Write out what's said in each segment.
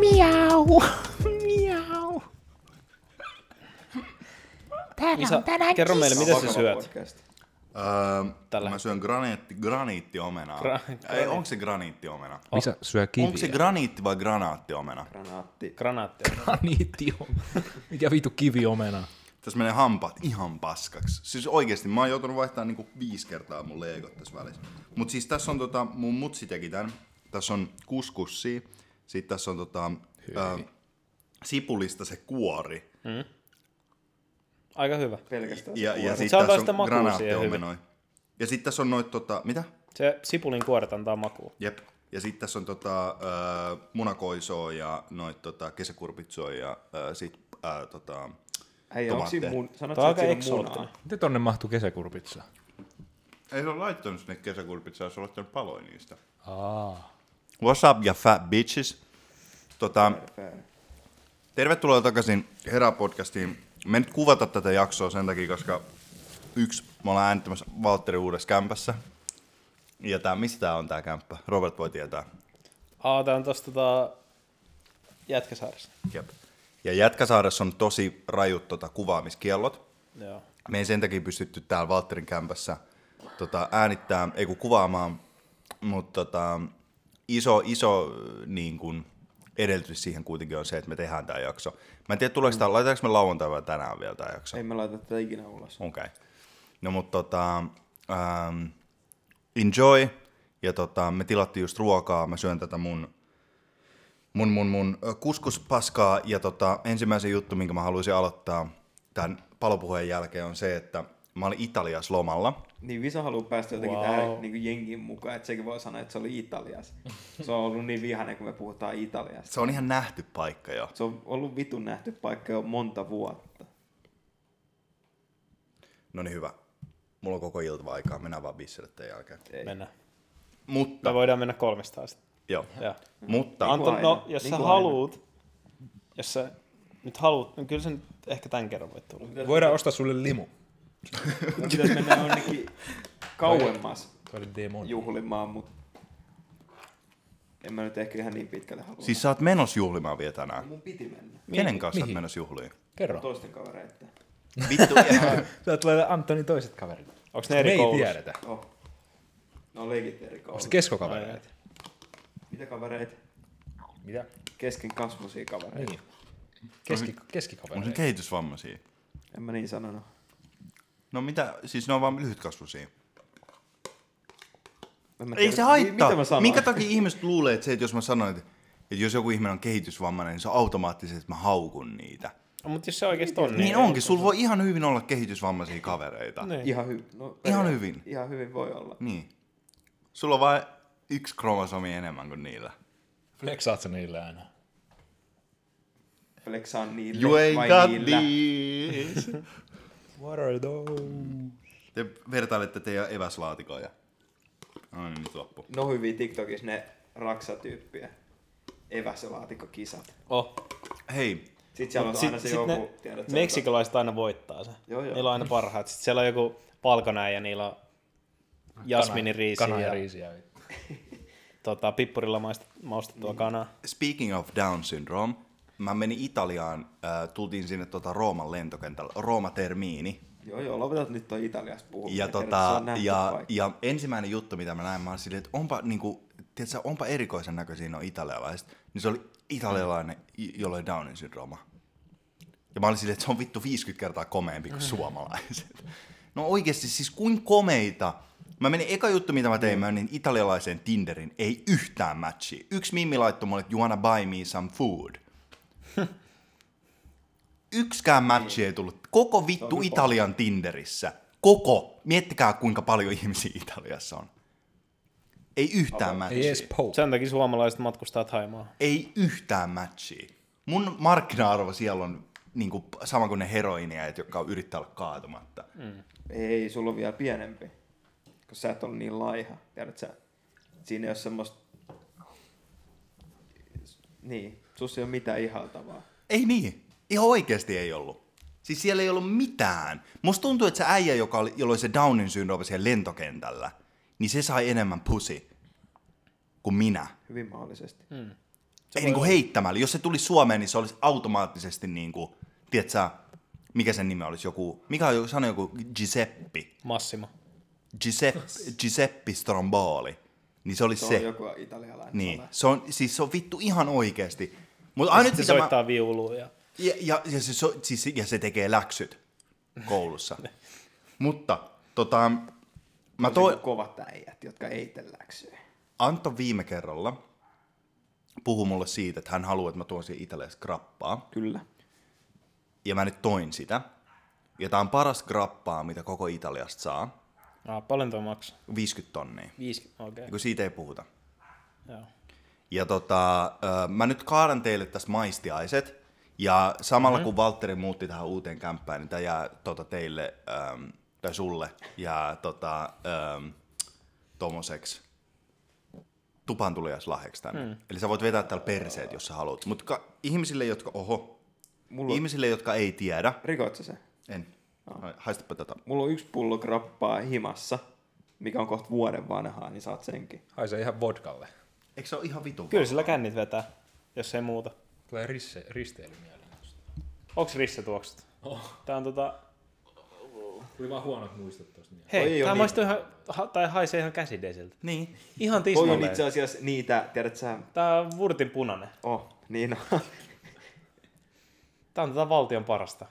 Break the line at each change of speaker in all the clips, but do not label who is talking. miau, miau. Täällä
Isa,
on tänään
kerro meille,
kissa.
mitä sä syöt?
Öö,
Tällä-
mä syön graniitti, graniittiomenaa.
Gra-
Ei, onko se graniittiomena?
Missä syö kiviä?
Onko se graniitti vai granaattiomena?
Granaatti.
Granaatti.
graniitti on? Mikä vittu kiviomena?
Tässä menee hampaat ihan paskaksi. Siis oikeesti, mä oon joutunut vaihtamaan niinku viisi kertaa mun leegot tässä välissä. Mut siis tässä on tota, mun mutsi teki tän. Tässä on kuskussi. Sitten tässä on tota, ö, sipulista se kuori.
Aika hyvä.
Pelkästään.
Ja, ja
se
sitten
antaa
tässä
sitä
on
makua siihen
granaattiomenoja. Ja sitten tässä on noit tota, mitä?
Se sipulin kuoret antaa makua.
Jep. Ja sitten tässä on tota, ö, munakoisoa ja noit tota, kesäkurpitsoa ja ö, sit, ö, tota,
Hei, onko siinä
Tomaatteja.
mun... Sanoit,
Tää on
että
aika
siinä on munaa.
eksoottinen.
Miten tonne mahtuu kesäkurpitsa?
ei se ole laittanut sinne kesäkurpitsaa, se on laittanut paloja niistä.
Aa.
What's up, ja fat bitches? Tota, tervetuloa takaisin Hera-podcastiin. Me ei nyt kuvata tätä jaksoa sen takia, koska yksi, me ollaan äänittämässä Valtteri uudessa kämpässä. Ja tää, mistä tää on tää kämppä? Robert voi tietää.
Aa, tää on tosta tota... Jätkäsaarista.
Jep. Ja Jätkäsaaressa on tosi rajut tota, kuvaamiskiellot.
Joo.
Me ei sen takia pystytty täällä Valtterin kämpässä tota, äänittää, ei kun kuvaamaan, mutta tota, iso, iso niin kun, edellytys siihen kuitenkin on se, että me tehdään tämä jakso. Mä en tiedä, tuleeko tää, laitetaanko me lauantai vai tänään vielä tämä jakso?
Ei me laita tätä ikinä ulos.
Okei. Okay. No mutta tota, ähm, enjoy. Ja tota, me tilattiin just ruokaa, mä syön tätä mun, mun, mun, mun ö, kuskuspaskaa. Ja tota, ensimmäisen juttu, minkä mä haluaisin aloittaa tämän palopuheen jälkeen on se, että mä olin Italiassa lomalla.
Niin Visa haluaa päästä jotenkin
Wow.
wow. tähän niin jenkin mukaan, että sekin voi sanoa, että se oli Italiassa. Se on ollut niin vihainen, kun me puhutaan Italiasta.
Se on ihan nähty paikka jo.
Se on ollut vitun nähty paikka jo monta vuotta.
No niin hyvä. Mulla on koko ilta aikaa, mennään vaan bisselle tämän jälkeen.
Ei.
Mennään.
Mutta,
Me voidaan mennä kolmestaan sitten.
joo.
Joo.
Mutta,
Niin kuin
Anton,
aina.
no, jos
Niin
sä
kuin
haluut, jos sä nyt haluut, niin kyllä sä nyt ehkä tämän kerran voit tulla.
Voidaan ostaa sulle limu.
No, Pitäisi mennä jonnekin kauemmas
Toi oli demoni.
juhlimaan, mutta en mä nyt ehkä ihan niin pitkälle halua.
siis sä oot menossa juhlimaan vielä tänään.
Mun piti mennä.
Kenen kanssa sä oot
Mihin?
menossa juhliin?
Kerro.
Toisten kavereitten.
Vittu,
Tää tulee Antonin toiset kaverit.
Onks ne eri
Me ei
koulussa?
tiedetä.
Oh. No leikit eri
Onko se
koulussa.
keskokavereita?
Mitä kavereita?
Mitä?
Kesken kasvuisia kavereita.
Niin. Keski,
on se
keskikavereita.
kehitysvammaisia.
En mä niin sanonut.
No mitä, siis ne on vaan lyhytkasvuisia.
En mä
Ei
tiedä,
se
mi-
haittaa.
Mitä mä sanoin?
Minkä takia ihmiset luulee, että se, että jos mä sanon, että, että jos joku ihminen on kehitysvammainen, niin se on automaattisesti, että mä haukun niitä.
No, mutta jos se oikeesti on,
Niin, niin onkin, sulla voi ihan hyvin olla kehitysvammaisia kavereita.
Niin.
Ihan hyvin. No,
Ihan hyvin.
Ihan hyvin voi olla.
Niin. Sulla on vain yksi kromosomi enemmän kuin niillä.
Flexaat sä niillä aina?
Flexaan niille
You ain't
niin vai
got
niillä.
this.
What are those?
Te vertailette teidän eväslaatikoja. No niin, nyt loppu.
No hyviä TikTokissa ne raksatyyppiä. Eväselaatikkokisat.
Oh.
Hei,
Sitten siellä on
Sit,
aina se
sit
joku,
ne
tiedät, se on
meksikolaiset aina voittaa se.
Joo, joo.
Niillä on aina parhaat. Sitten siellä on joku palkonäijä, niillä on jasminiriisi
Kana ja
ja
riisiä.
tota, pippurilla maist-
Mm.
maustettua kanaa.
Speaking of Down syndrome, mä menin Italiaan, äh, tultiin sinne tota Rooman lentokentällä, Rooma Termiini.
to- Joo, joo, lopetat nyt toi Italiasta puhuminen.
Ja,
Tiedät, se
tota,
on nähty
ja,
paikka.
ja, ensimmäinen juttu, mitä mä näin, mä olin silleen, että onpa, niinku, tiedätkö, onpa erikoisen näköisiä ne on italialaiset. Niin se oli italialainen,
Mm.
i- jolla oli Downin syndrooma. Ja mä olin silleen, että se on vittu 50 kertaa komeampi
Mm.
kuin suomalaiset. No oikeasti, siis kuin komeita. Mä menin, eka juttu mitä mä tein,
Mm.
mä menin italialaiseen Tinderin, ei yhtään matchia. Yksi mimmi laittoi mulle, että you wanna buy me some food. Yksikään matchi ei tullut. Koko vittu Italian Tinderissä. Koko. Miettikää kuinka paljon ihmisiä Italiassa on. Ei yhtään
Ei ees
matchia.
Pope.
Sen takia suomalaiset matkustaa Thaimaa.
Ei yhtään matchia. Mun markkina-arvo siellä on niin kuin, sama kuin ne heroineet, jotka yrittää olla kaatumatta.
Ei, sulla on vielä pienempi. Kun sä et ole niin laiha. Tiedät sä, siinä ei ole semmoista... Niin, sussa ei ole mitään ihaltavaa.
Ei niin. Ihan oikeasti ei ollut. Siis siellä ei ollut mitään. Musta tuntuu, että se äijä, joka oli, jolla oli se Downin syndrooma siellä lentokentällä, niin se sai enemmän pusi kuin minä. Hmm.
Hyvin mahdollisesti.
ei niinku heittämällä. Jos se tuli Suomeen, niin se olisi automaattisesti niinku, tiedätkö, sä, mikä sen nimi olisi joku, mikä on joku, sano joku Giuseppe,
Massimo.
Giuseppe, Giuseppe Stromboli. Niin se olisi
Se
se.
on joku italialainen.
Niin,
sana.
se on, siis se on vittu ihan oikeesti. Mutta aina
Se
mitä mä,
soittaa viulua ja
ja, ja, ja, se, so- siis, ja se tekee läksyt koulussa. Mutta tota, mä
Tosi
toi,
Niinku kovat äijät, jotka ei tee läksyä.
Anto viime kerralla puhui mulle siitä, että hän haluaa, että mä tuon siihen itselleen skrappaa.
Kyllä.
Ja mä nyt toin sitä. Ja tää on paras grappaa, mitä koko Italiasta saa.
Ah, paljon toi maksaa?
50 tonnia.
50, okei.
Kun siitä ei puhuta.
Joo.
Ja tota, ö, mä nyt kaadan teille tässä maistiaiset. Ja samalla
Mhm.
mm-hmm. kun Valtteri muutti tähän uuteen kämppään, niin tämä jää tota, teille, äm, tai sulle, ja tota, äm, tommoseksi tupan tuliaislahjaksi tänne.
Hmm.
Mm. Eli sä voit vetää täällä perseet, jos sä haluat. Mutta ihmisille, jotka, oho,
Mulla on,
ihmisille, jotka ei tiedä,
rikoit sä sen?
en, haistapa tätä.
Mulla on yksi pullo grappaa himassa, mikä on kohta vuoden vanhaa, niin saat senkin.
Haisee ihan vodkalle.
Eikö se ole ihan vitun?
Kyllä sillä kännit vetää, jos ei muuta.
Tulee risse, risteily mieleen.
Onks rissetuoksut?
Oh.
Tää on tota...
Tuli vaan huonot muistot tosta mieleen.
Hei,
Toi ei
tää
oo niin-
maistuu ihan, ha, tai haisee ihan käsidesiltä.
Niin.
Ihan
Toi on itse
tismalleen.
asiassa niitä, tiedät sä,
Tää on vurtin punainen.
oh, niin on.
Tää on tätä valtion parasta.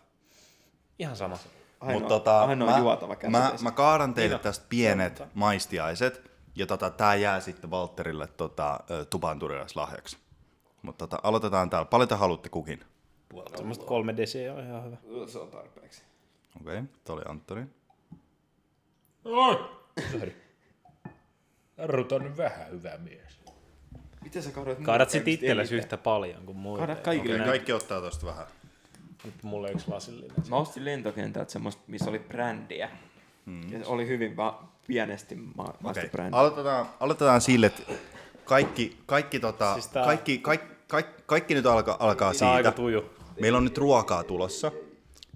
Ihan sama.
Ainoa,
Mut tota,
ainoa mä, juotava käsi.
mä, mä kaadan teille tästä pienet maistiaiset, ja tota, tämä jää sitten Valterille tota, tupanturilais lahjaksi. Mutta tota, aloitetaan täällä. Paljon te haluatte kukin?
Semmoista kolme desiä on ihan hyvä.
Se on tarpeeksi.
Okei, okay, toi oli Anttoni.
Jarrut on nyt vähän hyvä mies.
Miten sä kaadat?
Kaadat
mulle
sit
kaikista
itsellesi
eniten?
yhtä paljon kuin muille.
Kaadat kaikille.
Okei,
Kyllä.
Kyllä, kaikki ottaa tosta vähän.
Nyt mulle yksi lasillinen.
Mä ostin lentokentältä semmoista, missä oli brändiä. Mm. Ja se oli hyvin va- pienesti ma- vasta
Okei,
okay. brändiä.
aloitetaan, aloitetaan sille, että kaikki, kaikki, tota,
Siis
siis
tää-
kaikki, kaikki, kaikki, kaikki nyt alkaa, alkaa
Tää on aika
siitä.
tuju.
Meillä on nyt ruokaa tulossa.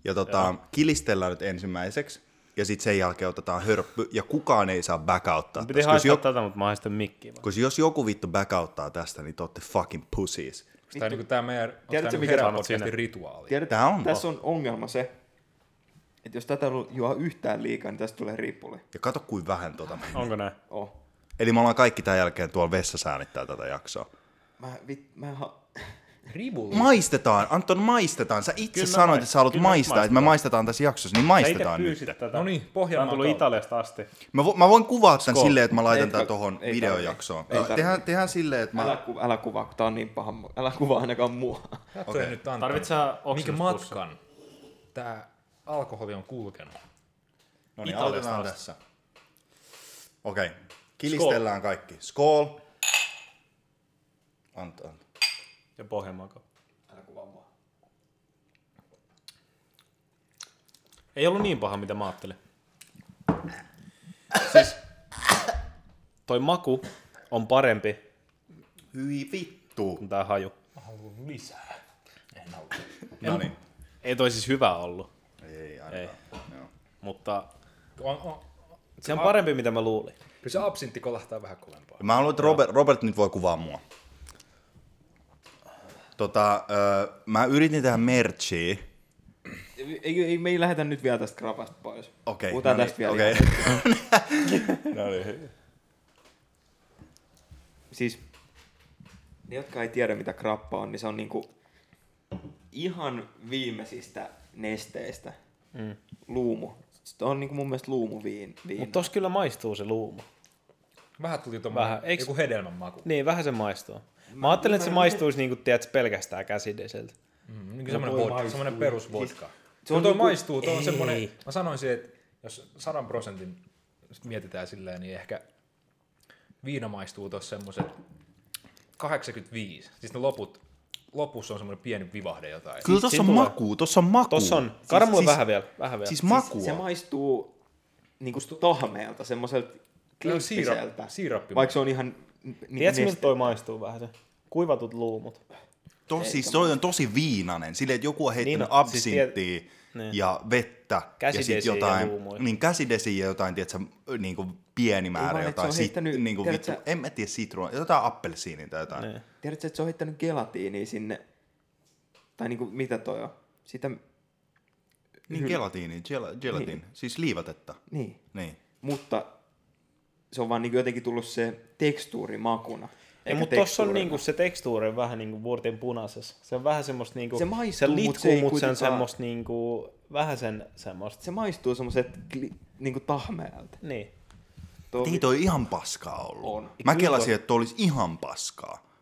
Ja tota, kilistellään nyt ensimmäiseksi. Ja sitten sen jälkeen otetaan hörppy. Ja kukaan ei saa backouttaa.
Piti
tästä, Jos,
haistaa
jo,
tätä, mutta mä haistan mikkiä vaan.
koska jos joku vittu backouttaa tästä, niin te ootte fucking pussies.
Onks tää niinku tää meidän, onks tää
mikä
niinku
sanot
herran podcastin
siinä?
rituaali?
Tiedät,
Tää on
tässä on ongelma se, että jos tätä juo yhtään liikaa, niin tästä tulee ripuli.
Ja kato kuin vähän tota meni.
Onko näin?
Oh.
Eli me ollaan kaikki tämän jälkeen tuolla vessassa äänittää tätä jaksoa.
Mä, vit, mä, ha-
Ribuli.
Maistetaan, Anton, maistetaan. Sä itse
Kyllä mä
sanoit,
maistan.
että sä haluat
Kyllä me
maistaa, että me maistetaan tässä jaksossa, niin
Sä itse
maistetaan nyt.
pyysit tätä.
No niin,
Tää on
Pohjanmaan
tullut
kautta.
Italiasta asti.
Mä, vo, mä voin kuvaa tämän
Skål.
silleen, että mä laitan
Ei
tämän
tarvi-
tuohon
ei tarvi.
videojaksoon.
Ei tarvi.
Tehän, tehän silleen, että mä...
älä, ku, älä kuvaa, kun tää on niin paha. mu- Älä kuvaa ainakaan mua.
Katsoja
Okei.
nyt antaa.
Tarvitset sä
Minkä
oksennuspussin?
matkan tää alkoholi on kulkenut?
No niin,
Italiasta
aloitetaan
asti.
tässä. Okei, kilistellään kaikki. Skål! Anto, anto.
Ja Pohjanmaan kautta.
Älä kuvaa mua.
Ei ollut niin paha, mitä mä ajattelin. Siis toi maku on parempi
Hyi vittu!
kuin tää haju.
Mä haluan lisää. En halua.
No niin.
Ei toi siis hyvä ollut,
Ei ainakaan. Joo.
mutta
On, on.
se on parempi, mitä mä luulin.
Kyllä se absintti kolahtaa vähän kovempaa.
Mä haluan, että Robert, Robert nyt voi kuvaa mua. Tota, öö, mä yritin tehdä merchia.
Ei, ei, ei, me ei lähetä nyt vielä tästä krapasta pois.
Okei.
Puhutaan
no
tästä vielä.
Okei.
ihan.
no niin.
Siis ne, jotka ei tiedä mitä krappa on, niin se on niinku ihan viimeisistä nesteistä. Mm. Luumu. Se on niinku mun mielestä luumuviin.
Mutta tos kyllä maistuu se luuma.
Vähän tuli tommonen
Vähän,
vähän.
eiks-
joku hedelmän maku.
Niin, vähän se maistuu. Mä ajattelin, että se maistuisi niinku, tiedät, pelkästään käsideseltä.
Mm, niin semmoinen, vodka, semmoinen perusvodka. Se
on
on toi
niinku-
maistuu, toi on
ei.
semmoinen, mä sanoisin, että jos sadan prosentin mietitään silleen, niin ehkä viina maistuu tuossa semmoiset 85. Siis ne loput, lopussa on semmoinen pieni vivahde jotain.
Kyllä tossa
siinä
on
Siis tulee-
makuu, tossa on makuu.
Tossa on. Karmulla vähän vielä, vähän vielä.
Siis makua.
Se maistuu niinku tahmeelta, semmoiselta klimppiseltä.
siirappi- siirappi-
Vaikka se on ihan n- niinku
Tiedätkö, miltä
neste.
toi maistuu vähän se? Kuivatut luumut.
Tosi, siis toi on tosi viinanen. Silleen, että joku on heittänyt
on,
niin,
siis tiet-
absinttia siis
niin.
ja vettä
Käsidesiä
ja
ja
sit jotain,
luumuja.
niin käsidesiä ja jotain, tiedätkö, niin kuin pieni määrä
vaan, että
jotain,
se on heittänyt,
niin kuin vittu,
tiedätkö-
en mä tiedä sitruunaa, jotain appelsiinia tai jotain.
Niin.
Tiedätkö, että se on heittänyt gelatiiniä sinne? Tai niinku, mitä toi on? Sitä,
Niin gelatiini, gel, gelatin,
Niin.
siis liivatetta.
niin.
Niin.
Mutta se on vaan niinku jotenkin tullut se tekstuuri makuna.
Ei,
eikä
mutta tossa on
tekstuurina.
niinku se tekstuuri on vähän niinku vuorten punaisessa. Se on vähän semmoista niinku...
Se maistuu,
se
mut se
litkuu,
ei
mutta se on
kuitenkaan-
semmoista niinku... Vähän sen semmoista.
Se maistuu semmoiset niinku tahmeelta.
Niin.
Tuo,
Ei toi ihan paskaa ollut.
On.
Mä
Kyllä
kelasin, että toi olisi ihan paskaa.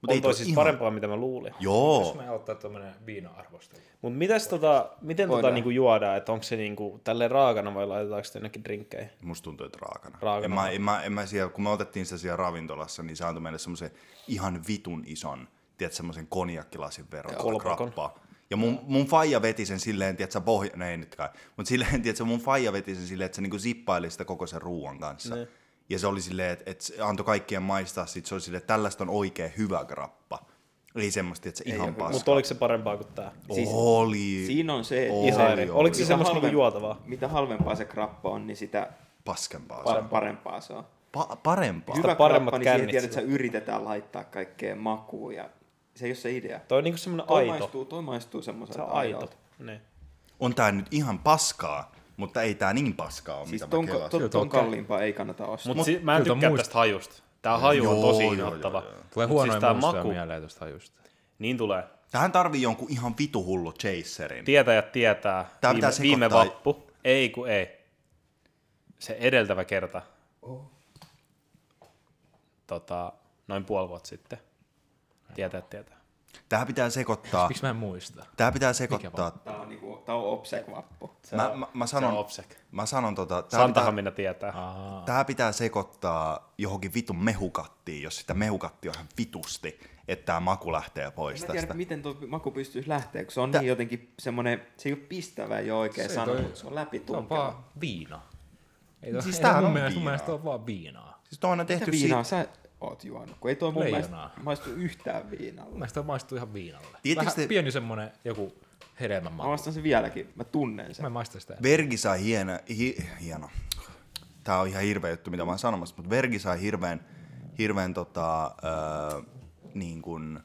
Mut
on toi siis ihan... parempaa, mitä mä luulin.
Jos
Joo.
me aloittaa tuommoinen viina-arvostelu.
Mutta mitäs tota, miten tota
Voidaan.
niinku juodaan? Että onko se niinku tälleen raakana vai laitetaanko sitä jonnekin drinkkeihin?
Musta tuntuu, että raakana.
Raakana.
En mä, en mä, en mä siellä, kun me otettiin sitä siellä ravintolassa, niin se antoi meille semmoisen ihan vitun ison, tiedät, semmoisen konjakkilasin verran
Kolpakon.
krappaa. Ja mun, mun faija veti sen silleen, tiedät sä, pohja, no ei nyt kai, mutta silleen, tiedät sä, mun faija veti sen silleen, että se niinku zippaili sitä koko sen ruuan kanssa.
Ne.
Ja se oli silleen, että, että se antoi kaikkien maistaa, sit se oli silleen, että tällaista on oikein hyvä krappa. Ei semmoista, että se
ole
ihan
hyvä.
paska.
Mutta oliko se parempaa kuin tää?
Siis-
oli.
Siinä on se,
Oli,
Ihan eri.
oli.
Oliko se
mitä
semmoista niinku
halvem-
juotavaa?
Mitä halvempaa se krappa on, niin sitä
Paskempaa. se on.
parempaa, parempaa se on.
Pa- parempaa.
Hyvä
paremmat
krappa, niin siihen
kännit
tiedät, että
sillä.
sä yritetään laittaa kaikkea makuun ja se ei ole se idea.
Toi on niinku semmonen
Toi
aito.
maistuu, toi maistuu
Se
semmoiselta
on aito.
aidolta.
Niin.
on tää nyt ihan paskaa, mutta ei tää niin paskaa ole,
Siis
mitä ton,
ton,
mä kelasin.
ton,
Joo,
ton
totta.
kalliimpaa ei kannata ostaa.
Mutta Mut, si- mä en
kyllä ton
tykkää
muist-
tästä hajusta. Tää haju on
Joo,
tosi
joo,
inhottava.
joo, joo.
Tulee
Mut siis
huonoja siis
tää
muistoja
maku,
mieleen tuosta hajusta.
niin tulee.
Tähän tarvii jonkun ihan vituhullu chaserin.
Tietäjät tietää.
Tää
viime,
pitää
viime
sekoittaa-
vappu. Ei kun ei. Se edeltävä kerta.
Oh.
Tota, noin puoli vuotta sitten. Tietäjät tietää.
Tähän pitää sekoittaa.
Miksi mä en muista?
Tää pitää sekoittaa.
Tää on, niinku, tää on obsekvappu.
Se
Mä,
on-
mä, mä
Se on
sanon,
obsek.
mä sanon tota, tää pitää,
Santahan minä tietää.
tää pitää sekoittaa johonkin vitun mehukattiin, jos sitä mehukattia on ihan vitusti, että tää maku lähtee pois
Mä tiedän,
tästä.
miten tuo maku pystyisi lähteä, kun se on Tä... niin jotenkin semmoinen, se ei ole pistävä jo oikein
Se
sana,
toi-
mutta se on läpi
Se on vaan viina. Ei toi,
Siis
ei
tämähän
mun
on
mielestä- Mun
viinaa.
mielestä on vaan viinaa.
Siis toi on
Mitä
tehty
viinaa
siitä.
sä oot juonut, kun ei toi mun mielestä
Leijonaa.
maistu yhtään viinalla.
Mun mielestä toi maistuu ihan viinalle.
Tiettikö
Vähän
te-
pieni semmonen joku hedelmän
Mä
maku.
vastaan sen vieläkin, mä tunnen
Mä
sen.
en maista sitä.
Vergi sai hieno, hi, hieno. Tää on ihan hirveä juttu, mitä mä oon sanomassa, mutta Vergi sai hirveän, hirveän tota, öö, niin kuin,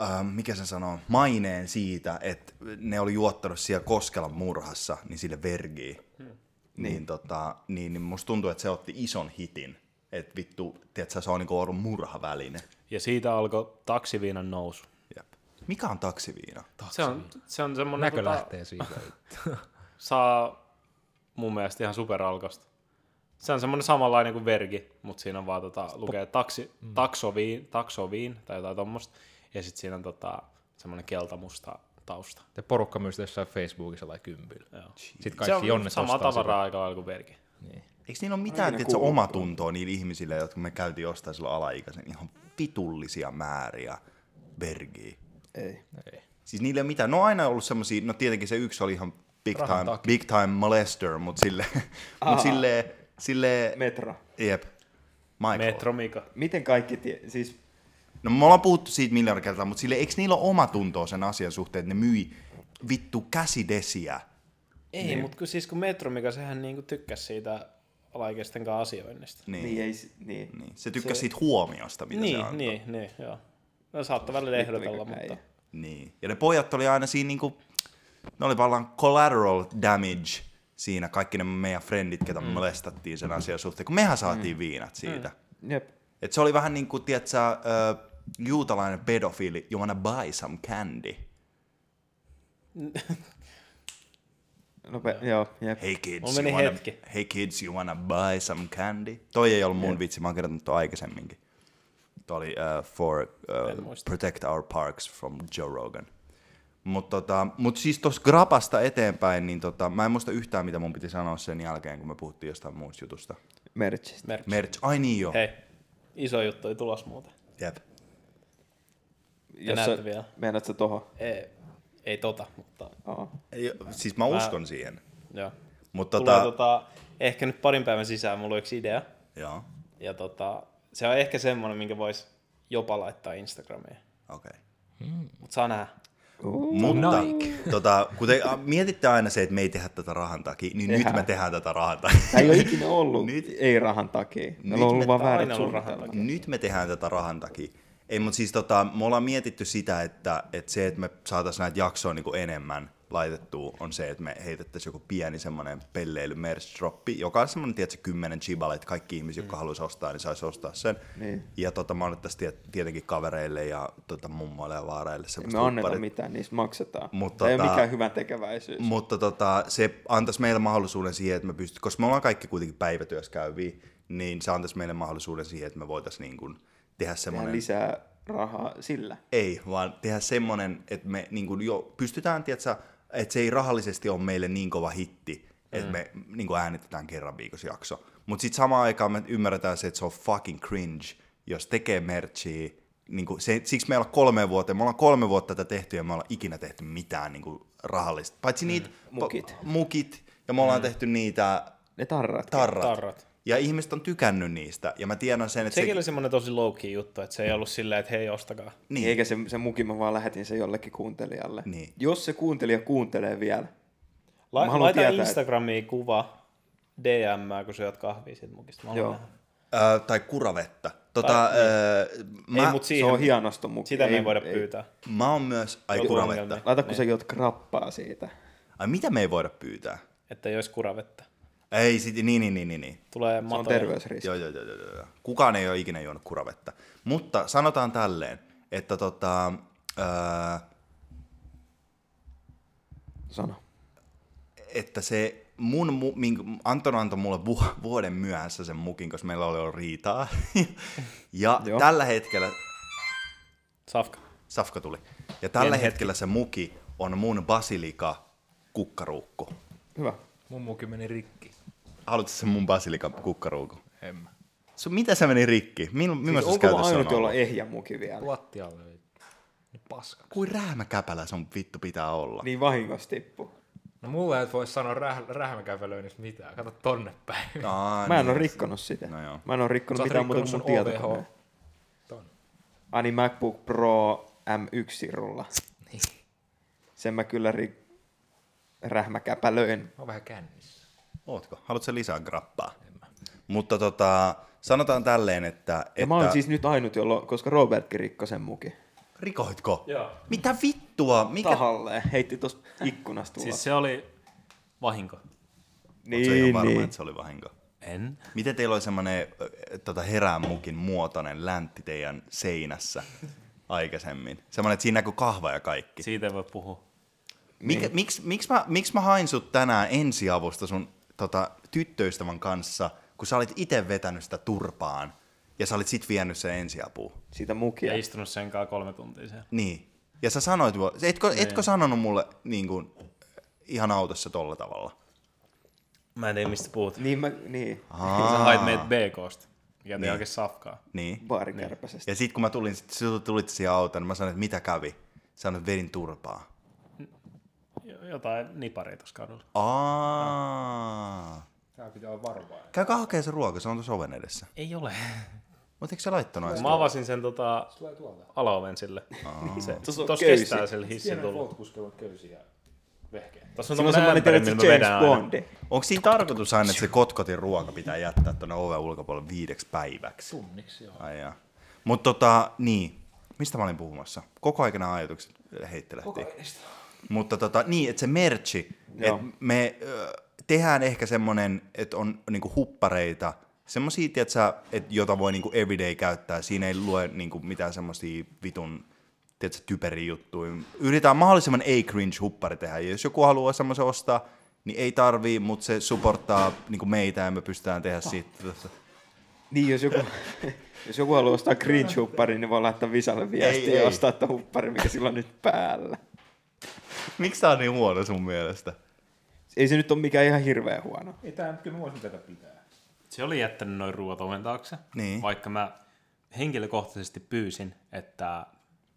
öö, mikä se sanoo, maineen siitä, että ne oli juottanut siellä Koskelan murhassa, niin sille Vergiin. Hmm. Niin, tota, niin, niin musta tuntuu, että se otti ison hitin. Että vittu, tiedätkö, se on niinku ollut murhaväline.
Ja siitä alkoi taksiviinan nousu.
Jep. Mikä on taksiviina?
Se on, se on semmoinen...
Näkö
tota,
lähtee siitä.
saa mun mielestä ihan superalkosta. Se on semmoinen samanlainen kuin vergi, mutta siinä on vaan tota, lukee taksi, taksoviin, taksoviin tai jotain tommosta. Ja sitten siinä on tota, semmoinen keltamusta tausta.
Te porukka myy sitä jossain Facebookissa tai kympillä.
Joo.
Sitten
se
kaikki
on
jonnet
sama
ostaa sitä.
tavaraa aika lailla kuin vergi.
Niin.
Eikö niillä ole mitään
Aina
tiedätkö,
kuuluu.
omatuntoa niillä ihmisillä, jotka me käytiin ostaa silloin alaikäisen ihan vitullisia määriä vergiä?
Ei.
Ei.
Siis niillä ei ole mitään. No aina ollut semmosia, no tietenkin se yksi oli ihan big
Rahan
time,
takia.
big time molester, mutta sille, mut sille, sille,
Metro.
jep, Michael.
Metro Mika.
Miten kaikki, tie... siis
No me ollaan puhuttu siitä miljardi kertaa, mutta sille, eikö niillä ole omatuntoa sen asian suhteen, että ne myi vittu käsidesiä?
Ei, niin. mutta siis kun Metro Mika, sehän niinku tykkäsi siitä alaikäisten kanssa asioinnista.
Niin.
niin,
niin.
ei, s- niin.
niin. Se tykkäsi siitä huomiosta, mitä se antoi.
Niin, niin, niin, joo. No saattaa välillä ehdotella,
mikä
mutta...
äijä.
Niin. Ja ne pojat oli aina siinä niinku, ne oli vallan collateral damage siinä kaikki ne meidän frendit, ketä me molestattiin sen asian suhteen, kun mehän saatiin mm. viinat siitä. Mm.
Jep.
Et se oli vähän niin kuin, tiedätkö, uh, juutalainen pedofiili, you wanna buy some candy.
Nope, joo, jep.
Hey kids,
Mulla meni
you wanna,
hetki.
hey kids, you wanna buy some candy? Toi ei ollut mun vitsi, mä oon kertonut toi aikaisemminkin. Toi oli uh, for
En
uh,
muista.
protect our parks from Joe Rogan. Mutta tota, mut siis tuossa grapasta eteenpäin, niin tota, mä en muista yhtään, mitä mun piti sanoa sen jälkeen, kun me puhuttiin jostain muusta jutusta.
Merchistä.
Merk.
Merch, ai niin joo.
Hei, iso juttu ei tulos muuten.
Jep.
Jos
näette
sä-
vielä.
Meinaat sä tohon?
Ei, ei tota, mutta
Joo.
Ei, Siis mä uskon siihen.
joo.
Mutta
Tota... Tulee
tota,
tota, ehkä nyt parin päivän sisään mulla on yksi idea.
joo.
Ja tota, se on ehkä semmoinen, minkä voisi jopa laittaa Instagramiin.
Okei. Okay.
Mut saa nähdä.
Mutta tota, kuten a, mietitte aina se, että me ei tehdä tätä rahan takia, niin tehdään. nyt
Tehdään.
me tehdään tätä rahan takia.
Tää ei ole ikinä ollut
Nyt-
Nyt. ei rahan takia. Ne
Nyt
on ollut
me-
vaan
tää on
väärät
aina ollut rahan
suunnitelmat.
Nyt me tehdään tätä rahan takia. Ei, mutta siis tota, me ollaan mietitty sitä, että, että se, että me saataisiin näitä jaksoja niin enemmän laitettua, on se, että me heitettäisiin joku pieni semmoinen pelleily merch-droppi, joka on semmoinen, tiedätkö, kymmenen chibale, että kaikki ihmiset, jotka haluaisi ostaa, niin saisi ostaa sen.
Mm. Niin.
Ja tota, mä annettaisiin tiet- tietenkin kavereille ja tota, mummoille ja vaareille
Ei
semmoista
me anneta
lupparit.
mitään, niistä maksetaan.
Mut
Mutta ei
tota-
ole mikään hyvän tekeväisyys.
Mutta tota, se antaisi meille mahdollisuuden siihen, että me pystyt, koska me ollaan kaikki kuitenkin päivätyössä käyviä, niin se antaisi meille mahdollisuuden siihen, että me voitaisiin niin kuin tehdä
Tehdään
semmoinen...
lisää rahaa sillä.
Ei, vaan tehdä semmoinen, että me niin kuin jo pystytään, tiedätkö, että se ei rahallisesti ole meille niin kova hitti,
Mm.
että me niin kuin äänitetään kerran viikossa jakso. Mutta sitten samaan aikaan me ymmärretään se, että se on fucking cringe, jos tekee merchia. Niin kuin se, siksi meillä on kolme vuotta, me ollaan kolme vuotta tätä tehty ja me ollaan ikinä tehty mitään niin kuin rahallista. Paitsi
Mm,
niitä
Mukit.
pa- mukit ja me ollaan mm. tehty niitä
Ne tarrat.
tarrat.
Tarrat.
Ja ihmiset on tykännyt niistä. Ja mä tiedän sen, että
Sekin
se,
oli semmoinen tosi low-key juttu, että se ei ollut silleen, että hei, ostakaa.
Niin.
niin. Eikä se, se muki, mä vaan lähetin sen jollekin kuuntelijalle.
Niin.
Jos se kuuntelija kuuntelee vielä,
La-
Mä haluan
laita
tietää,
Instagramiin kuva DM, kun syöt kahvia siitä mukista. Mä haluan
Joo.
nähdä.
Ö, tai kuravetta. Tota, öö, mä,
niin. ei, mut
Siihen.
siihen,
se on hienosta muki.
sitä
ei,
me ei voida
ei.
pyytää. Niin.
Mä oon myös... Ai
Joku
kuravetta.
ongelma.
Laitako sä jot krappaa siitä?
Ai mitä me ei voida pyytää?
Että ei olisi kuravetta.
Ei, sit, niin, niin, niin, niin, niin.
Tulee
Se on
matoja.
terveysriski.
Joo, joo, joo, joo, joo, joo. Kukaan ei ole ikinä juonut kuravetta. Mutta sanotaan tälleen, että tota, öö,
Sano.
että se mun, mu- mink- Anton antoi mulle vu- vuoden myöhässä sen mukin, koska meillä oli ollut riitaa. ja
Joo.
tällä hetkellä,
Safka.
Safka tuli, ja tällä
Pieni hetki.
hetkellä se muki on mun basilika kukkaruukku.
Hyvä.
Mun muukin meni rikki.
Haluatko sen mun basilika kukkaruukku?
En mä.
Sun, mitä se meni rikki? Mil, siis
Onko mä ainut, jolla ehjä muki vielä?
Lattialle. vei. Nyt paska.
Kuin räämäkäpälä sun vittu pitää olla. Niin.
Niin vahingossa tippu.
No mulle et voi sanoa räh- rähmäkävelöinnistä mitään. Kato tonne päin. No,
Aa,
Mä en
niin.
ole rikkonut sitä.
No joo.
Mä en ole
Sä
rikkonut
oot
mitään muuta kuin
rikkonut
mun
sun
tietokoneen.
OVH. Ton.
Ai niin MacBook Pro M1-sirulla.
Niin.
Sen mä kyllä ri- rähmäkäpälöin.
Mä oon vähän kännissä.
Ootko? Haluatko sä lisää grappaa? Mutta tota, sanotaan tälleen, että... että
Ja mä oon siis nyt ainut, jolloin, koska Robertkin rikkoi sen muki.
Rikoitko?
Joo.
Mitä vittua? Mikä...
Tahalleen. Heitti tosta ikkunasta ulos.
Siis se oli vahinko.
Oot sä ihan
niin,
varma,
niin.
että se oli vahinko?
En.
Miten teillä oli semmonen äh, tota, heräämukin muotoinen läntti teidän seinässä aikaisemmin? Semmoinen, että siinä näkyy kahva ja kaikki.
Siitä ei voi puhua.
Mik, niin. miksi, miksi, mä, miksi mä hain sut tänään ensiavusta sun tota, tyttöystävän kanssa, kun sä olit itse vetänyt sitä turpaan ja sä olit sit vienyt sen ensiapuun?
Siitä
Ja
mukia.
istunut senkaan kolme tuntia siellä.
Niin. Ja sä sanoit, mua- etkö, etkö sanonut mulle niin kuin, ihan autossa tolla tavalla?
Mä en tiedä, mistä puhut. Niin.
Niin mä, niin.
Sä hait meitä BKsta. Mikä niin.
Niin.
oikein safkaa.
Niin.
Baarikärpäsestä.
Ja sit kun mä tulin, sit, sä tulit siihen autoon, niin mä sanoin, että mitä kävi? Sanoin, että vedin turpaa.
Jo- Jotain niparia tuossa kadulla.
Aa.
Tää pitää olla varovainen.
Käykää hakee se ruoka, se on tuossa oven edessä.
Ei ole.
Mutta eikö se laittanut äsken?
Mä avasin sen tota,
Tulee tuolta.
alaoven sille. Se,
Tuossa on
tossa
köysi.
kestää sillä hissin tulla.
kuskella köysiä vehkeä.
Tuossa on
Silloin
tommonen
semmoinen,
ämpäri,
tiedätkö,
millä mä
James
vedän aina.
Bondi.
Onko siinä tarkoitus aina, että se kotkotin ruoka pitää jättää tuonne oven ulkopuolelle viideksi päiväksi?
Tunniksi joo.
Ai jaa. Mut tota, niin. Mistä mä olin puhumassa? Koko aikana ajatukset heittelehti. Mutta tota, niin, että se merchi,
Joo.
että me ö, tehdään ehkä semmonen, että on niinku huppareita, semmosia, tiiätsä, et, jota voi niinku everyday käyttää. Siinä ei lue niinku mitään semmosia vitun tiedätkö, typeri juttuja. Yritetään mahdollisimman ei-cringe-huppari tehdä. Ja jos joku haluaa semmoisen ostaa, niin ei tarvii, mutta se supporttaa niinku meitä ja me pystytään tehdä siitä.
Niin, jos joku, jos joku haluaa ostaa cringe-hupparin, niin voi laittaa Visalle viestiä
Ei,
ja
ei.
ostaa tämän hupparin, mikä sillä on nyt päällä.
Miksi tää on niin huono sun mielestä?
Ei se nyt ole mikään ihan hirveän huono.
Ei tää nyt kyllä mä voisin tätä pitää.
Se oli jättänyt noin ruoat oven taakse,
Niin.
vaikka mä henkilökohtaisesti pyysin, että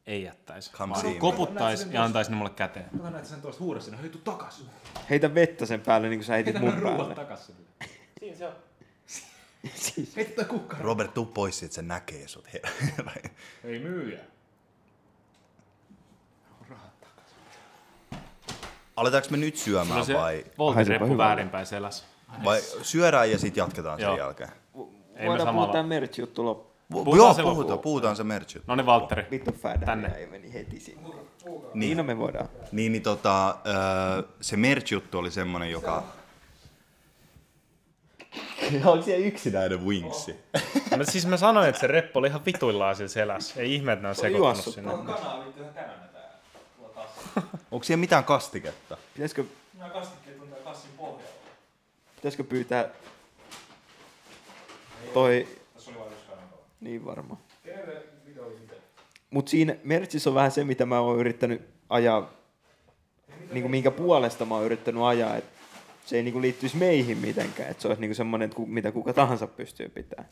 ei jättäisi.
Come
Vaan
see me.
Koputtaisi ja antaisi ne mulle käteen.
Kato näet sen tuosta huudessa, sinne, hei tuu takas.
Heitä vettä sen päälle, niin kuin sä heitit
Heitä
mun
nämä ruuat
päälle.
takas sille.
Siinä se on.
Heitä toi kukkara.
Robert, tuu pois, että se näkee sut.
Ei myyjä.
Aletaanko me nyt syömään
No se
vai,
voltireppu
hyvältä.
väärinpäin selässä.
vai syödään ja sitten jatketaan sen
Joo.
jälkeen?
Ei me
Voidaan
samalla.
puhua tää merch-juttu loppuun.
Puhutaan
Puhutaan
Joo,
se
puhutaan,
loppuun.
puhutaan se merch.
No niin, Valtteri.
Vittu fädä,
Tänne.
ei meni heti sinne. Niin, no me voidaan.
Niin, niin tota, öö, se merch-juttu oli semmonen, joka... Onko siellä yksinäinen Wingsi?
Mä, siis mä sanoin, että se reppu oli ihan vituillaan siinä selässä. Ei ihme, että ne on sekoittanut
juossut
sinne.
Onko siellä mitään kastiketta?
Pitäisikö... Nämä kastikkeet on tää kassin pohjalla. Pitäisikö pyytää... Toi... Niin varmaan. Mut siinä merchissä on vähän se, mitä mä oon yrittänyt ajaa, niin kuin minkä puolesta mä oon yrittänyt ajaa, että se ei niin kuin liittyisi meihin mitenkään, että se olisi niin kuin semmoinen, että ku- mitä kuka tahansa pystyy pitämään.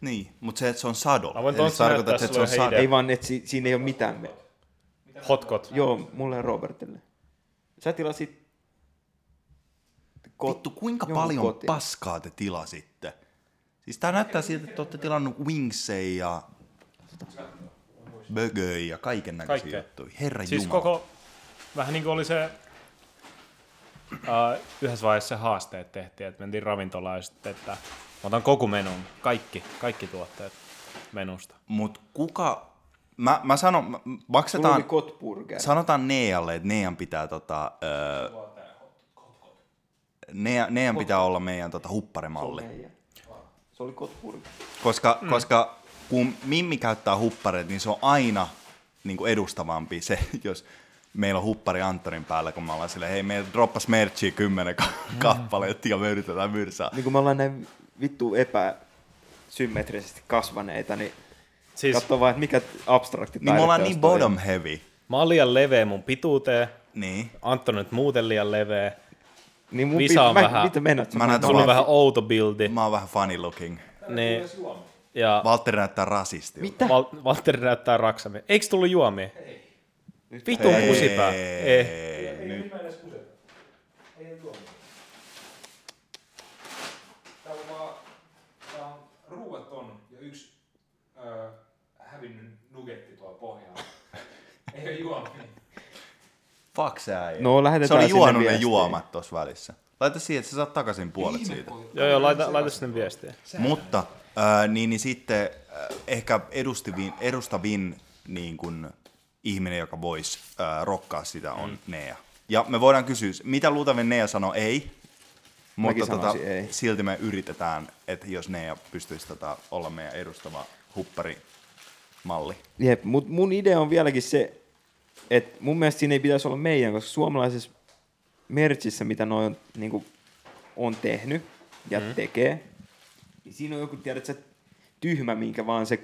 Niin, mutta se, että se on sado.
Mä voin
Eli
tosta
tarkoitat,
näyttää
että se on
sulle ihan
sado.
Joo.
Ei vaan, että si, siinä ei ole mitään. Me-
Hotkot.
Joo, mulle ja Robertille. Sä tilasit... kot-
Vittu, kuinka
jonkun
paljon
kotiin.
paskaa te tilasitte? Siis tää näyttää siltä, että te olette tilannut wingsei ja bögöi ja kaiken näköisiä
Kaikkea.
juttuja. Herra
Siis
Jumala.
koko, vähän niin kuin oli se, äh, yhdessä vaiheessa se haasteet tehtiin, että mentiin ravintolaan ja sitten, että mä otan koko menun, kaikki, kaikki tuotteet menusta.
Mut kuka... Mä, mä sanon, mä-
Mulla oli
maksetaan...
Kotburger.
Sanotaan Nealle, että Nean pitää tota... Öö, Nea, Nean pitää olla meidän tota, hupparimalli.
Meijä. Se oli Kotburger.
Koska, mm. koska kun Mimmi käyttää huppareita, niin se on aina niin kuin edustavampi se, jos meillä on huppari Antonin päällä, kun me ollaan silleen, hei, meillä droppas merchia kymmenen ka- kappaletta ja me yritetään myrsää.
Mm. Niin kun me ollaan näin vittu epäsymmetrisesti kasvaneita, niin siis...
Siis
katso vaan, että mikä abstrakti
Niin me ollaan
taidetta
niin
olisi
bottom heavy.
mä oon liian leveä mun pituuteen,
Niin.
Anton nyt muuten liian leveä,
toi. Niin mun
Visa
pit-
on
mä,
vähän-
Mitä mennät?
Mä näytän
sulla on
vaan-
vähän outo bildi,
Mä oon vähän funny looking.
niin, ja
Valtteri näyttää rasistilta.
Mitä?
Val- Valtteri näyttää raksamia. Eikö tullut juomia? Vitun
Ei.
kusipää.
Eh.
Ei.
Täällä on vaan tää on ruuat on ja yksi öö, hävinnyt nugetti tuolla pohjalla. Ei ole juomia.
Fuck se äijä.
No,
se
lähetetään
oli
sinne
juonut ne
viestiä.
juomat tuossa välissä. Laita siihen, että sä saat takaisin puolet siitä.
Joo, joo, laita, laita sinne viestiä.
Mutta äh, niin, niin sitten äh, ehkä edustivin, edustavin niin kuin, ihminen, joka voisi äh, rokkaa sitä, on mm. Nea. Ja me voidaan kysyä, mitä luultavin Nea sanoo ei, mutta
Mäkin
tota,
sanoisin ei.
silti me yritetään, että jos Nea pystyisi tota, olla meidän edustava hupparimalli.
Jep, mut mun idea on vieläkin se, että mun mielestä siinä ei pitäisi olla meidän, koska suomalaisessa merchissä, mitä noin on, niinku, on tehnyt ja mm. tekee, niin siinä on joku, tiedät sä, tyhmä, minkä vaan se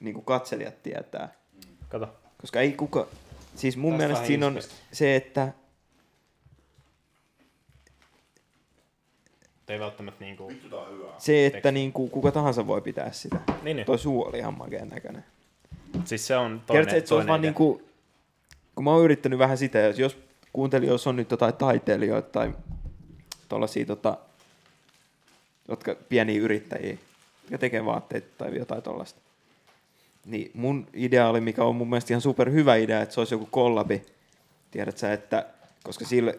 niinku, katselijat tietää.
Kato.
Koska ei kuka... Siis mun
Tästä
mielestä siinä on
Inspistä.
se, että...
Ei välttämättä niinku...
Se, että niin kuin, kuka tahansa voi pitää sitä.
Niin, niin.
Toi suu oli ihan makeen näköinen.
Siis se on toinen,
Tiedätkö, että se olisi
toinen
vaan
idea.
niin kuin, kun mä oon yrittänyt vähän sitä, jos, jos kuuntelijoissa on nyt jotain taiteilijoita tai tuollaisia, tota, jotka pieniä yrittäjiä, jotka tekee vaatteita tai jotain tuollaista. Niin mun idea oli, mikä on mun mielestä ihan super hyvä idea, että se olisi joku kollabi. Tiedät sä, että koska sille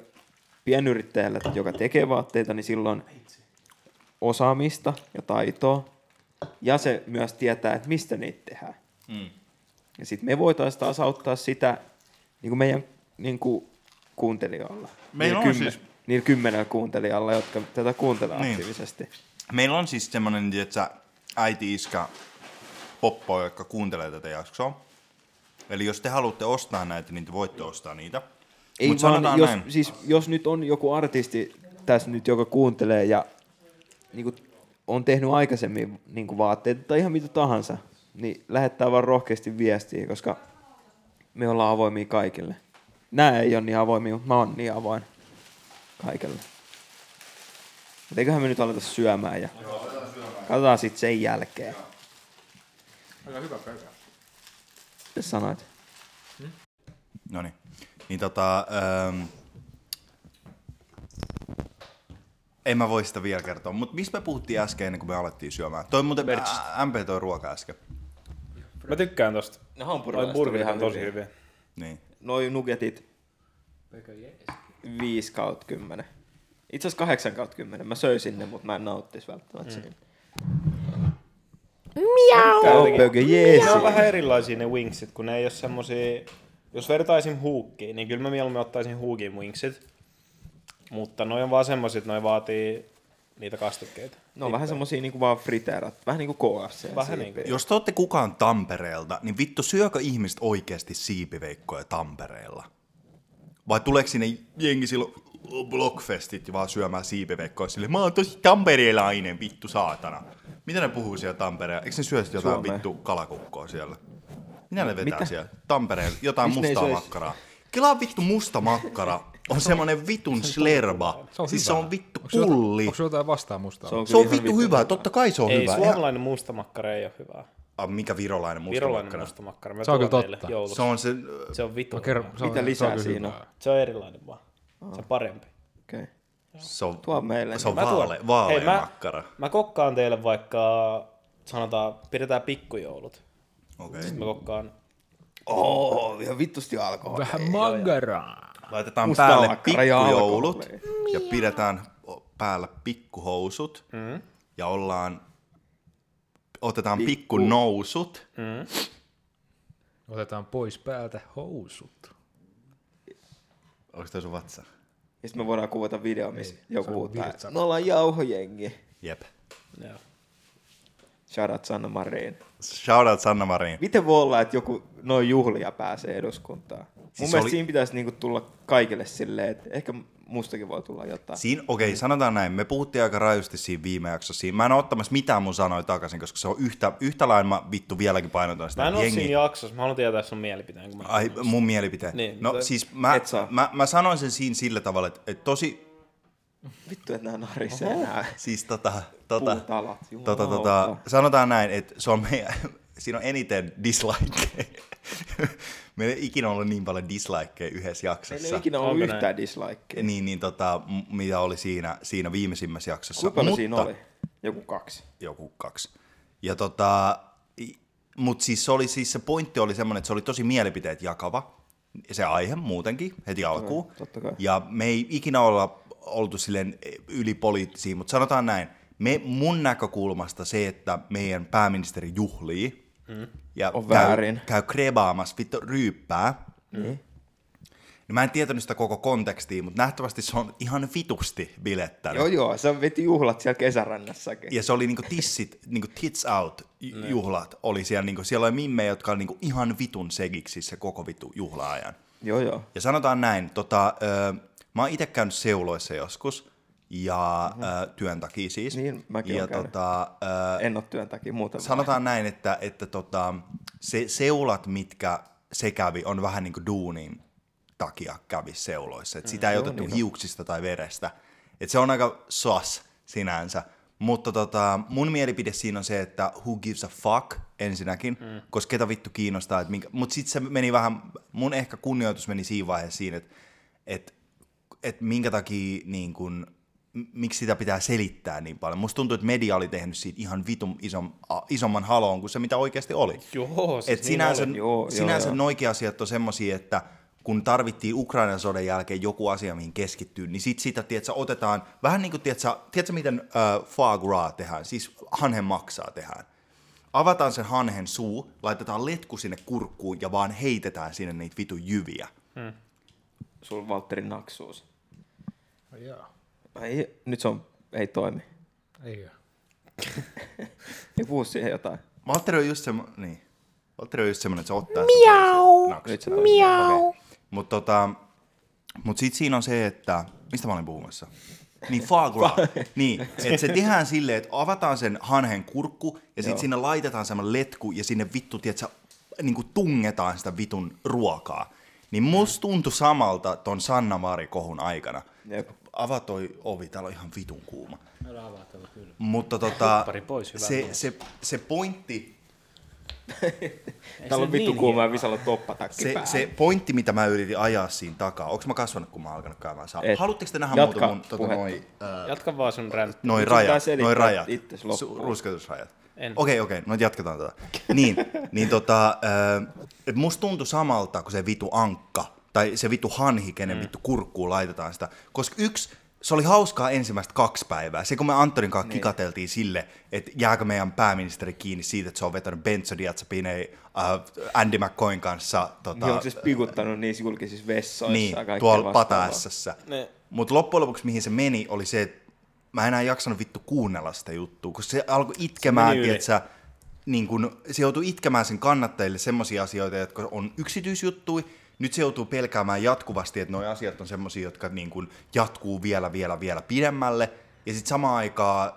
pienyrittäjällä, joka tekee vaatteita, niin silloin osaamista ja taitoa. Ja se myös tietää, että mistä niitä tehdään.
Mm.
Ja sitten me voitaisiin taas auttaa sitä niin kuin meidän niin kuin kuuntelijoilla.
Meillä
niillä
on siis-
Niillä kymmenellä kuuntelijalla, jotka tätä kuuntelee
Niin.
niin. aktiivisesti.
Meillä on siis semmoinen, että äiti, iskä, poppo, jotka kuuntelee tätä jaksoa. Eli jos te haluatte ostaa näitä, niin te voitte ostaa niitä.
Ei
Mut
vaan,
sanotaan
jos,
näin.
siis, jos nyt on joku artisti tässä nyt, joka kuuntelee ja niin kuin, on tehnyt aikaisemmin niin kuin vaatteita tai ihan mitä tahansa, niin lähettää vaan rohkeasti viestiä, koska me ollaan avoimia kaikille. Nämä ei ole niin avoimia, mutta mä oon niin avoin kaikille. Mutta eiköhän me nyt aleta syömään ja katsotaan sitten sen jälkeen.
Aika hyvä pöytä.
Mitä sanoit?
No niin. Niin tota... Ähm, en mä voi sitä vielä kertoa, mutta mistä me puhuttiin äsken ennen kuin me alettiin syömään? Toi muuten ää, MP toi ruoka äsken.
Mä tykkään tosta.
No
Toi burgerit on tosi hyviä.
Niin.
Noi nugetit.
Pöykä jees.
5 kautta 10. Itse asiassa 8 kautta 10. Mä söin sinne, mutta mä en nauttis välttämättä mm. siitä. Kauppökö, jeesi.
Ne on vähän erilaisia ne wingsit, kun ne ei ole semmosia... Jos vertaisin huukkiin, niin kyllä mä mieluummin ottaisin huukin wingsit. Mutta noi on vaan semmosia, että noi vaatii niitä kastikkeita.
No vähän semmosia niinku vaan friteerat. Vähän niinku KFC.
Vähän
siipiä.
niinku.
Jos te ootte kukaan Tampereelta, niin vittu syökö ihmiset oikeasti siipiveikkoja Tampereella? Vai tuleeko sinne jengi silloin blockfestit vaan syömään siipiveikkoja sille, mä oon tosi tamperelainen, vittu saatana. Mitä ne puhuu siellä Tampereella? Eikö ne syö sit jotain
Suomea.
vittu kalakukkoa siellä? Mitä ne vetää
Mitä?
siellä? Tampereella jotain
Miksi ne ei
mustaa
söisi?
makkaraa. Kelaa vittu musta makkara. On semmonen vitun slerba.
Se on
siis se
hyvää.
on vittu
Onko sulla-
kulli.
Onko sulla jotain vastaan mustaa?
Se on,
Se on
kyllä ihan
vittu hyvä, totta kai se on
Ei,
hyvä. Eihän-
suomalainen mustamakkara ei ole hyvää.
Ah, mikä virolainen musta
Virolainen
makkara?
mustamakkara. Mä
Se on
tuon
kyllä
teille
totta.
jouluksi.
Se on se...
Se on vitu.
Mä kerron,
hyvää.
se on,
Mitä
se
lisää
on kyllä
siinä
hyvää.
on?
Se on erilainen vaan. Se on parempi.
Okei.
Se on,
Tuo meille.
se on
Mä tuon-
vaale, vaalea
Hei, mä-
makkara.
Mä kokkaan teille vaikka, sanotaan, pidetään pikkujoulut.
Okei.
Mä kokkaan
Oo, ihan vittusti alkoholia.
Vähän mangaraa.
Laitetaan
Musta
päälle
makkara ja
pikkujoulut
alkoholi.
ja pidetään o- päällä pikkuhousut ja ollaan... Otetaan pikkunousut.
Otetaan pois päältä housut.
Onko toi sun vatsa?
Ja sitten me voidaan kuvata video, missä
se on
joku huutaa,
virtsa.
me ollaan jauhojengi.
Jep.
Joo.
Shout out Sanna Marin.
Shoutout Sanna Marin.
Miten voi olla, että joku noin juhlia pääsee eduskuntaan? Mun
Siis
mielestä
oli-
siinä pitäisi niinku tulla kaikille silleen, että ehkä mustakin voi tulla jotain. Si-
Siinä, okei, okay, sanotaan näin. Me puhuttiin aika rajusti siinä viime jaksossa. Siinä- Mä en ole ottamassa mitään mun sanoja takaisin, koska se on yhtä, yhtä lailla mä vittu vieläkin painotan sitä.
Mä en oo
jengi-
siinä jaksossa, mä haluan tietää sun mielipiteen. Kun mä
Ai, mun mielipiteen.
Niin,
no
mutta-
siis mä,
Et saa.
mä, mä sanoin sen siinä sillä tavalla, että, että tosi,
Vittu, että nämä narisee nämä
siis tota, tota,
puutalat.
tota, tota, sanotaan näin, että se on meidän, siinä on eniten dislikeja. Meillä ei ikinä ollut niin paljon dislikeja yhdessä
Meillä ei
jaksossa.
ikinä ollut
Onko näin?
yhtään dislikea.
Niin, niin tota, m- mitä oli siinä, siinä viimeisimmässä jaksossa.
Kuinka paljon
Mutta-
siinä oli? Joku kaksi.
joku kaksi. Ja tota, mutta siis se, oli, siis se pointti oli semmoinen, että se oli tosi mielipiteet jakava, se aihe muutenkin heti alkuun.
totta kai.
Ja me ei ikinä olla oltu silleen e, ylipoliittisia, mutta sanotaan näin, me, mun näkökulmasta se, että meidän pääministeri juhlii mm. ja
On
käy,
väärin.
käy krebaamassa vittu ryyppää,
Mm.
niin mä en tietänyt sitä koko kontekstia, mutta nähtävästi se on ihan vitusti bilettänyt.
Joo joo, se veti juhlat siellä kesärannassakin.
Ja se oli niinku tissit, niinku tits out ju- juhlat oli siellä, niinku, siellä oli mimmejä, jotka oli niinku ihan vitun segiksi se koko vitu juhlaajan.
Joo joo.
Ja sanotaan näin, tota, ö, mä oon itse käynyt seuloissa joskus, ja mm-hmm. ö, työn takia siis.
Niin, mäkin
ja
oon käynyt.
tota, ö,
En ole työn takia muuten.
sanotaan näin, että, että tota, se, seulat, mitkä se kävi, on vähän niin kuin duunin takia kävi seuloissa. Et sitä ei otettu hiuksista tai verestä. Et se on aika sas sinänsä. Mutta tota, mun mielipide siinä on se, että who gives a fuck ensinnäkin, mm. koska ketä vittu kiinnostaa. Et minkä, mut sit se meni vähän, mun ehkä kunnioitus meni siinä vaiheessa siinä, että et, et minkä takia niin kun, m- miksi sitä pitää selittää niin paljon. Musta tuntuu, että media oli tehnyt siitä ihan vitun ison, a, isomman haloon kuin se mitä oikeasti oli.
Joo, siis
Et sinänsä,
niin
niin
Joo, joo,
sinänsä
joo.
noikin asiat on semmoisia, että kun tarvittiin Ukrainan sodan jälkeen joku asia, mihin keskittyy, niin sit sitä tietsä, otetaan, vähän niin kuin tietsä, tietsä miten äh, foie gras tehdään, siis hanhen maksaa tehdään. Avataan sen hanhen suu, laitetaan letku sinne kurkkuun ja vaan heitetään sinne niitä vitun jyviä.
Sulla Valtteri naksuus.
Ai jaa.
Ei, nyt se on, ei toimi.
Ei oo.
Ei puhu siihen jotain.
Valtteri on just semmoinen, niin. Valtteri on just semmoinen, että se ottaa Miau!
Nyt se
Naksuta.
toimi.
Okay. Mutta tota, mut sit siinä on se, että... Mistä mä olin puhumassa? Niin foie gras. niin, että se tehdään silleen, että avataan sen hanhen kurkku ja sitten
Joo.
sinne laitetaan semmoinen letku ja sinne vittu, tietsä, niin kuin tungetaan sitä vitun ruokaa. Niin
Mm.
musta tuntui samalta ton Sanna Mari kohun aikana.
Jep.
Ava toi ovi, täällä on ihan vitun kuuma. Mutta tota,
Huppari pois, hyvä
se,
mies.
se, se pointti,
Täällä on vittu kuuma ja Visalla toppatakki
se,
päällä.
se pointti, mitä mä yritin ajaa siinä takaa, onko mä kasvanut, kun mä oon alkanut käymään saa?
Et.
Haluatteko te nähdä
Jatka
muuta mun tota,
puhetta.
noi, äh,
Jatka vaan sun räntti.
noi
Nyt sun pitää
rajat,
selittää
noi rajat,
itses loppuun.
su- rusketusrajat? Okei,
En.
okei, no jatketaan tätä. Niin, niin tota, äh, et musta tuntui samalta kuin se vitu ankka, tai se vittu hanhi, kenen mm. vittu kurkkuun laitetaan sitä. Koska yksi, se oli hauskaa ensimmäistä kaksi päivää. Se kun me Antonin kanssa niin. kikateltiin sille, että jääkö meidän pääministeri kiinni siitä, että se on vetänyt benzodiazepineen äh, Andy McCoyn kanssa. Tota,
Niin onko se spikuttanut niissä julkisissa vessoissa
niin,
ja kaikkea
tuolla
vastaavaa?
pataässässä.
Ne.
Mutta loppujen lopuksi mihin se meni oli se, että mä enää jaksanut vittu kuunnella sitä juttua, kun se alkoi itkemään,
meni yli.
tietsä, niin kun, se joutui itkemään sen kannattajille semmoisia asioita, jotka on yksityisjuttuja, nyt se joutuu pelkäämään jatkuvasti, että nuo asiat on semmoisia, jotka niin kun jatkuu vielä, vielä, vielä pidemmälle. Ja sitten samaan aikaan,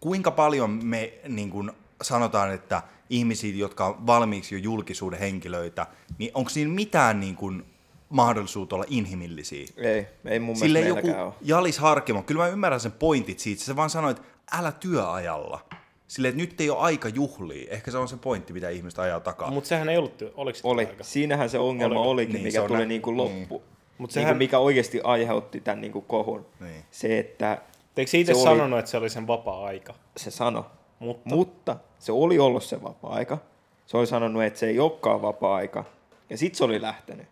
kuinka paljon me niin kun sanotaan, että ihmisiä, jotka on valmiiksi jo julkisuuden henkilöitä, niin onko siinä mitään niin kun mahdollisuutta olla inhimillisiä?
Ei, ei mun
Sille
mielestä
joku
meilläkään ole.
Jalis Harkimo, kyllä mä ymmärrän sen pointit siitä, se vaan sanoi, että älä työajalla. Silleen, että nyt ei ole aika juhlia. Ehkä se on se pointti, mitä ihmiset ajaa takaa. Mut,
Mutta sehän ei ollut, ty- oliko se
Oli.
työaika?
Siinähän se ongelma
Oli.
olikin,
Niin,
niin,
se
mikä
on
tuli
nä-
niin kuin loppu. Niin.
Mut
Niin
sehän-
kuin mikä oikeasti aiheutti tämän niin kuin kohun.
Niin.
Se, että
Eikö se itse
Se oli-
sanonut, että se oli sen vapaa-aika?
se sano.
Mutta-
Mutta se oli ollut se vapaa-aika. Se oli sanonut, että se ei olekaan vapaa-aika. Ja sit se oli lähtenyt.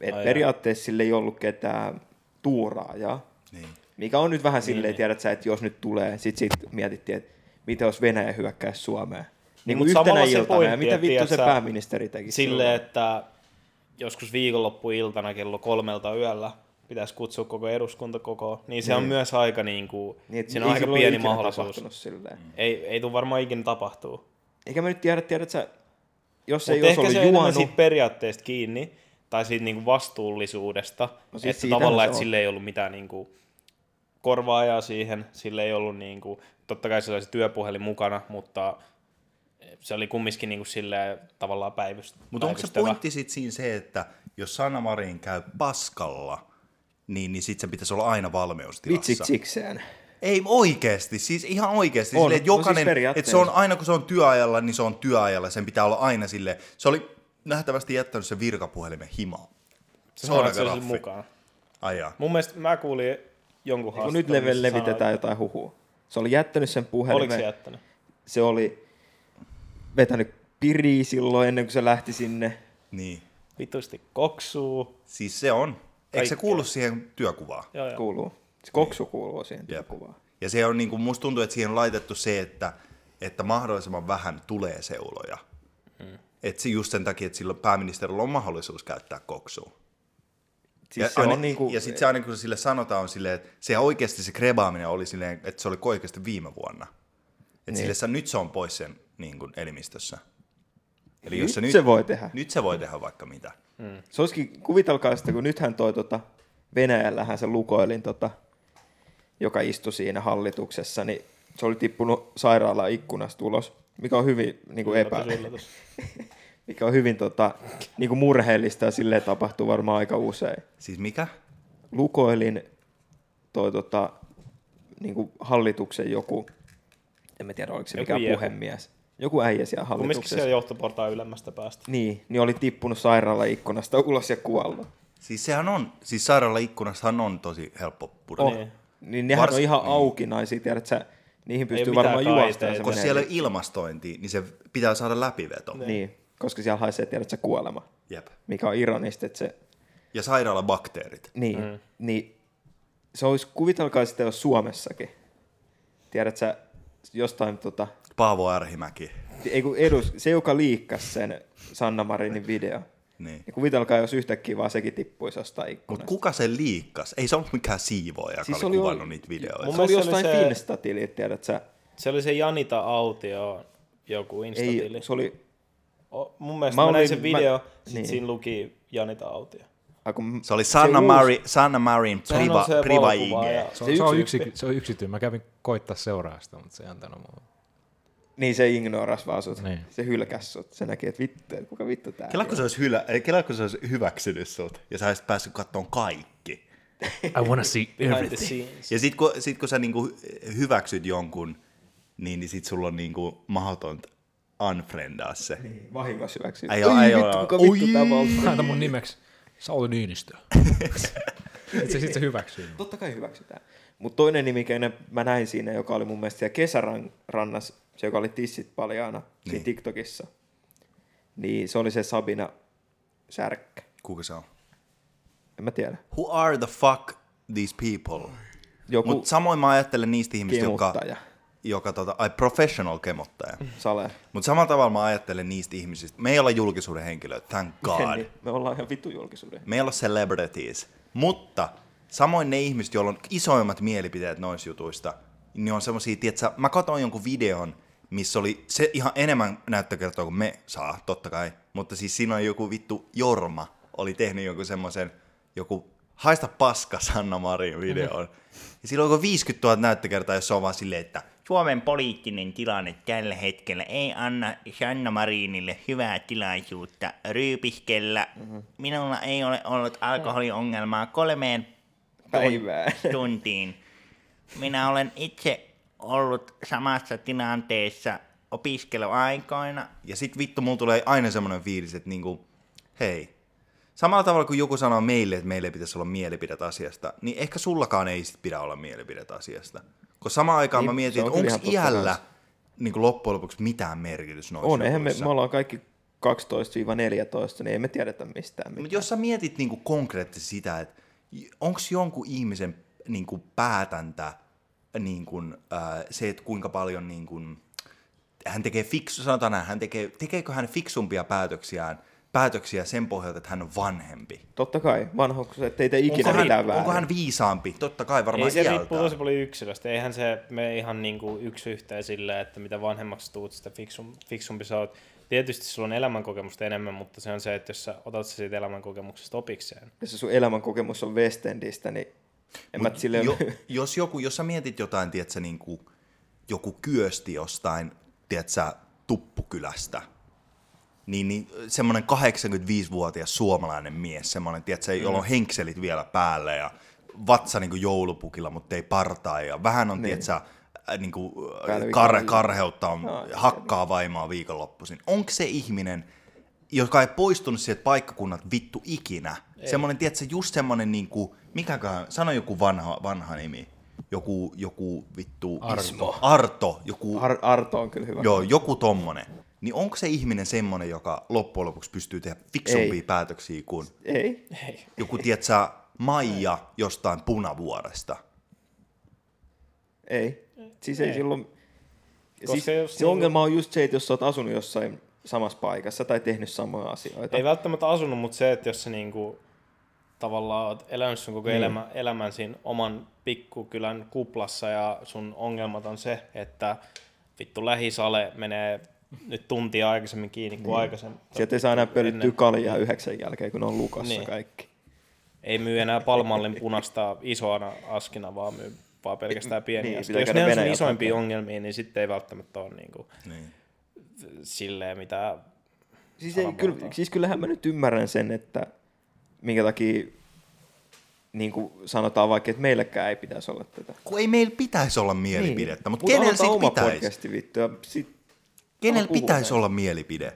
Et
Ai
periaatteessa sille ei ollut ketään tuuraajaa.
niin.
Mikä on nyt vähän silleen, niin, tiedät sä, että jos nyt tulee, sit, sit mietittiin, että mitä jos Venäjä hyökkäisi Suomeen. Niin
mut
kuin yhtenä
samalla se
iltana,
pointti,
ja mitä
että
vittu
tiedät
se
sä,
pääministeri teki
Sille, että joskus viikonloppuiltana kello kolmelta yöllä pitäisi kutsua koko eduskunta koko, niin se on myös aika niin kuin, Mm.
Niin,
siinä on aika pieni mahdollisuus.
Silleen.
Ei, ei tule varmaan ikinä tapahtuu.
Eikä mä nyt tiedä, tiedät sä, jos
Mutta
ei olisi
ehkä
ollut
se on enemmän
juonut,
siitä periaatteesta kiinni, tai siitä niinku vastuullisuudesta, no
No
siis
siis
että
siitähän
tavallaan,
se
että
on.
sille ei ollut mitään niinku korvaajaa siihen, sille ei ollut niinku, totta kai sillä oli se työpuhelin mukana, mutta se oli kumminkin niinku silleen tavallaan päivys,
Mutta onko se
päivystävä.
pointti sit siinä se, että jos Sanna Marin käy paskalla, niin, niin sit sen pitäisi olla aina valmiustilassa?
vitsit sikseen. Niin
Ei oikeesti, siis ihan oikeesti.
On,
Silleen, että
no siis
jokainen,
periaatteessa.
että se on aina kun se on työajalla, niin se on työajalla. Sen pitää olla aina sille. Se oli nähtävästi jättänyt sen virkapuhelimen himaan.
Se sanoi, että
aika
se oli
raffi.
mukaan.
Ai jaa.
Mun mielestä mä kuulin jonkun
Kun
haastattelun,
nyt leve-
missä sanoit,
levitetään jotain huhua. Se oli jättänyt sen
Oliko se
puhelimen,
jättänyt?
se oli vetänyt piriä silloin ennen kuin se lähti sinne.
Niin.
Vitusti koksuu.
Siis se on. Eikö se
Kaikkea.
kuulu siihen työkuvaan?
Joo, joo.
Kuuluu. Se koksu kuuluu siihen
Jep.
kuvaan.
Ja se on niin kuin, musta tuntuu, että siihen on laitettu se, että, että mahdollisimman vähän tulee seuloja. Hmm. Et se just sen takia, että silloin pääministerillä on mahdollisuus käyttää koksua.
Siis
ja
se
aina,
on niinku,
ja sitten se aina kun se sille sanotaan on silleen, että se oikeasti se krebaaminen oli silleen, että se oli oikeasti viime vuonna. Että niin. sille, sa- nyt se on pois sen niin kuin, elimistössä. Eli
Nyt se voi Hmm. tehdä.
Nyt se voi tehdä vaikka mitä.
Se olisikin, kuvitelkaa sitä, kun nythän toi tota, Venäjällähän se lukoilin, tota, joka istui siinä hallituksessa, niin se oli tippunut sairaalan ikkunasta ulos, mikä on hyvin niin kuin epä,
Yllätys, yllätys.
mikä on hyvin tota, niin kuin murheellista ja silleen tapahtuu varmaan aika usein.
Siis mikä?
Lukoilin toi tota, niin kuin hallituksen joku, en mä tiedä oliko se
Joku
joku
jehu.
mikään puhemies, joku äijä siellä
Kumminkin
hallituksessa.
siellä johtoportaan ylemmästä päästä.
Niin, niin oli tippunut sairaalan ikkunasta ulos ja kuollut.
Siis sehän on, siis sairaalaikkunastahan on tosi helppo pudota.
On. Niin nehän
Vars-
on ihan auki naisia, tiedät sä, niihin pystyy
mitään
varmaan juosta.
taiteita.
ja
Koska
se
siellä
menee.
on ilmastointi, niin se pitää saada läpiveto.
Niin, koska siellä haisee, tiedät sä, kuolema.
Jep.
Mikä on ironista, että se,
Ja sairaalabakteerit.
niin, mm. niin se olisi, kuvitelkaa sitä, jos Suomessakin, tiedät sä, jostain tota,
Paavo Arhimäki.
ei kun edus, se joka liikkas sen Sanna Marinin video,
Niin.
niin kuvitelkaa, jos yhtäkkiä vaan sekin tippuisi jostain
Mutta
ikkunasta.
kuka se liikkas? Ei se ollut mikään siivoaja, joka siis
Niin. Siis
oli
oli ollut-
kuvannut niitä videoita.
mun
se oli
mielestä se oli
jostain
se-
se... Finsta-tili, tiedät sä,
Se oli se Janita Autio, joku
ei,
Instatili.
se oli,
O, mun mielestä
Mä
mä, näin
olin-
sen
mä-
video, mä... sit
niin.
siinä luki Janita Autio.
ah, kun
Se oli Sanna,
uusi-
Mari, Sanna Marin
Sehän
priva,
on se
priva
valokuvaaja.
IG.
Se
Se
on, se, on
yksi
yksi, se on yksityinen. Mä kävin koittaa seuraa sitä, mutta se ei antanut mua.
Niin se ignoras vaan sut.
Niin.
Niin. Se hylkäs sut. Se näki, että vittu, et kuka vittu tää
Kela, kun se olisi, hylä, ei, kela, kun se olisi hyväksynyt sut ja sä olisit päässyt kattoon kaikki.
I wanna see
Behind the scenes.
Ja sit kun, sit, kun sä niinku hy- hyväksyt jonkun, niin, niin sit sulla on niinku mahdotonta unfriendaa se.
on? Vahingossa hyväksyy.
Ai
Ai,
joo,
ai,
ai
ai,
joo,
vittu,
joo.
kuka vittu tää valtaa.
Laita mun nimeksi Sauli Niinistö. Sitten se, sit se hyväksyy. mut.
Totta kai hyväksytään. Mutta toinen nimi, kenen mä näin siinä, joka oli mun mielestä siellä kesärannassa, se joka oli tissit paljaana niin. siinä TikTokissa, niin se oli se Sabina Särkkä.
Kuka se on?
En mä tiedä.
Who are the fuck these people?
Joku
Mutta samoin mä ajattelen niistä ihmistä, joka,
kemuttaja.
joka tota, ai professional kemottaja.
Sale.
Mutta samalla tavalla mä ajattelen niistä ihmisistä. Me ei olla julkisuuden henkilöitä, thank god.
Niin, me ollaan ihan vittu julkisuuden.
Me ei olla celebrities. Mutta samoin ne ihmiset, joilla on isoimmat mielipiteet noissa jutuista, niin on semmosia, tietsä, mä katsoin jonkun videon, missä oli se ihan enemmän näyttökertoa kuin me saa, totta kai. Mutta siis siinä on joku vittu Jorma oli tehnyt jonkun semmoisen, joku haista paska Sanna Marin videon. Ja sillä on joku 50 000 näyttökertaa, jos se on vaan silleen, että
Suomen poliittinen tilanne tällä hetkellä ei anna Sanna Marinille hyvää tilaisuutta ryypiskellä. Minulla ei ole ollut alkoholiongelmaa kolmeen tun-
Päivään.
tuntiin. Minä olen itse ollut samassa tilanteessa opiskeluaikoina.
Ja sit vittu, mulla tulee aina semmoinen fiilis, että niinku, hei, samalla tavalla kuin joku sanoo meille, että meille pitäisi olla mielipidet asiasta, niin ehkä sullakaan ei sit pidä olla mielipidet asiasta. Kun samaan aikaan niin,
Niin,
mä mietin,
se on
että
kyllä
onko
ihan totta
iällä
kanssa.
niin loppujen lopuksi mitään merkitys noissa
On, eihän me,
jutuissa.
me ollaan kaikki 12-14, niin ei me tiedetä mistään mitään.
Mutta jos sä mietit niinku konkreettisesti sitä, että onko jonkun ihmisen niinku päätäntä niinku, äh, se, että kuinka paljon niinku, hän tekee fiksu, sanotaan näin, hän tekee, tekeekö hän fiksumpia päätöksiään, päätöksiä sen pohjalta, että hän on vanhempi.
Totta kai, vanhukset ettei tee ikinä
Onko
mitään
hän,
väärin.
onko hän viisaampi? Totta kai varmaan
Ei se riippuu
iältään.
tosi paljon yksilöstä. Eihän se mene ihan niin kuin yksi yhteen sillä, että mitä vanhemmaksi tuut, sitä fiksum, fiksumpi sä oot. Tietysti sulla on elämänkokemusta enemmän, mutta se on se, että jos sä otat sä siitä elämänkokemuksesta opikseen.
Jos se sun elämänkokemus on West Endistä, niin en mä silleen...
jo, jos, joku, jos sä mietit jotain, tiedätkö, niin kuin, joku kyösti jostain, tiedätkö, tuppukylästä, niin, niin semmoinen 85-vuotias suomalainen mies, semmoinen, tiedätkö, jolla on henkselit vielä päällä ja vatsa niin kuin joulupukilla, mutta ei partaa ja vähän on, niin. tiedätkö, äh, niin kuin,
Pälvi
kar,
kallio.
karheutta on, hakkaa vaimaa viikonloppuisin. Onko se ihminen, joka ei poistunut sieltä paikkakunnat vittu ikinä? Ei. Semmoinen, tiedätkö, just semmoinen, niin kuin, mikäköhän, sano joku vanha, vanha nimi, joku, joku vittu Arto, Ismo. Arto joku
Ar- Arto on kyllä hyvä.
Joo, joku tommonen. Niin onko se ihminen semmonen, joka loppujen lopuksi pystyy tehdä fiksumpia
Ei.
päätöksiä kuin
Ei.
joku, tietsä, Maija jostain punavuoresta?
Ei. Siis ei,
Ei.
silloin... Siis,
jos
se
niinku-
ongelma on just se, että jos sä oot asunut jossain samassa paikassa tai tehnyt samoja asioita.
Ei välttämättä asunut, mutta se, että jos sä niin kuin, tavallaan oot elänyt sun koko niin. elämä, elämän siinä oman pikkukylän kuplassa ja sun ongelmat on se, että vittu lähisale menee nyt tuntia aikaisemmin kiinni kuin niin. aikaisemmin.
Sieltä ei saa enää pölyttyä
niinku Ennen-
kaljaa yhdeksän jälkeen, kun ne on lukassa
Niin.
kaikki.
ei myy enää palmallin punaista isoana askina, vaan myy vaan pelkästään pieniä
Niin,
niin, askia.
pitää
Jos
käydä
ne on sun
Venäjältä
isoimpia
hakemaan.
ongelmia, niin sitten ei välttämättä ole niinku
Niin.
silleen mitä...
Siis, ei, kyllä, siis kyllähän mä nyt ymmärrän sen, että minkä takia niin kuin sanotaan vaikka, että meilläkään ei pitäisi olla tätä.
Kun ei meillä pitäisi olla mielipidettä, niin. mutta
Mut
kenellä
aloitetaan
sit
oma
pitäisi?
podcasti vittu ja sit
Kenellä
puhutaan.
pitäisi olla mielipide?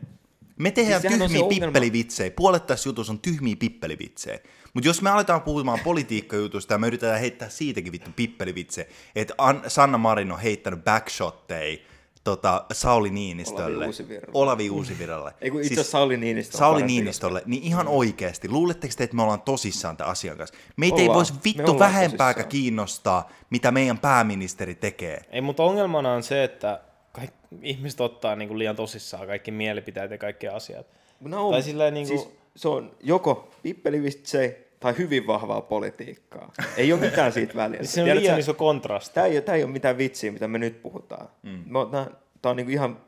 Me tehdään siis
Siis sehän on
tyhmiä
se ongelma.
pippelivitsejä. Puolet tässä jutussa on tyhmiä pippelivitsejä. Mutta jos me aletaan puhumaan politiikkajutusta ja me yritetään heittää siitäkin vittu pippelivitse, että An- Sanna Marin on heittänyt backshotteja tota, Sauli Niinistölle.
Olavi Uusiviralle.
Olavi Uusiviralle.
Ei kun itse asiassa Sauli Niinistö on
Sauli
parempi
Niinistölle. Niin ihan oikeasti. Luuletteko te, että me ollaan tosissaan tämän asian kanssa? Meitä ei
Ollaan.
voisi
Me
vittu
ollaan
vähempääkään
tosissaan.
kiinnostaa, mitä meidän pääministeri tekee.
Ei, mutta ongelmana on se, että kaikki, ihmiset ottaa niinku liian tosissaan kaikki mielipiteet ja kaikki asiat.
No,
Tai silleen niinku-
siis se on joko pippelivitsei tai hyvin vahvaa politiikkaa. Ei ole mitään siitä väliä.
Siis se on
Tiedätkö,
liian iso kontrasti.
Tämä ei, ole- tää ei ole mitään vitsiä, mitä me nyt puhutaan. Mm. Tämä on niinku ihan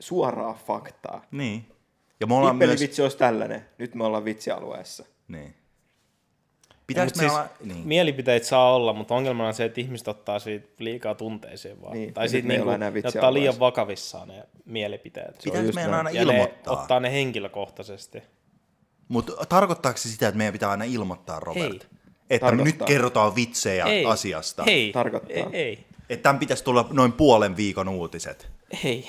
suoraa faktaa.
Niin. Ja me ollaan myös...
Pippelivitsi olisi tällainen. Nyt me ollaan vitsialueessa.
Niin.
Mut
Pitäis me
siis,
olla... Niin.
Mielipiteitä saa olla, mutta ongelmana on se, että ihmiset ottaa siitä liikaa tunteisiin vaan.
Niin,
tai
ja
siitä
sit me ei
niinku,
olla enää
ne
vitsiä
ottaa liian
alueessa.
vakavissaan ne mielipiteet.
Pitäis
just
meidän
näin.
aina
ja ne
ilmoittaa.
ottaa ne henkilökohtaisesti.
Mutta tarkoittaako se sitä, että meidän pitää aina ilmoittaa, Robert?
Ei.
Että
Tarkoittaa.
nyt kerrotaan vitsejä
ei,
asiasta.
Ei,
Tarkoittaa.
Ei, ei,
Että tämän pitäisi tulla noin puolen viikon uutiset.
ei.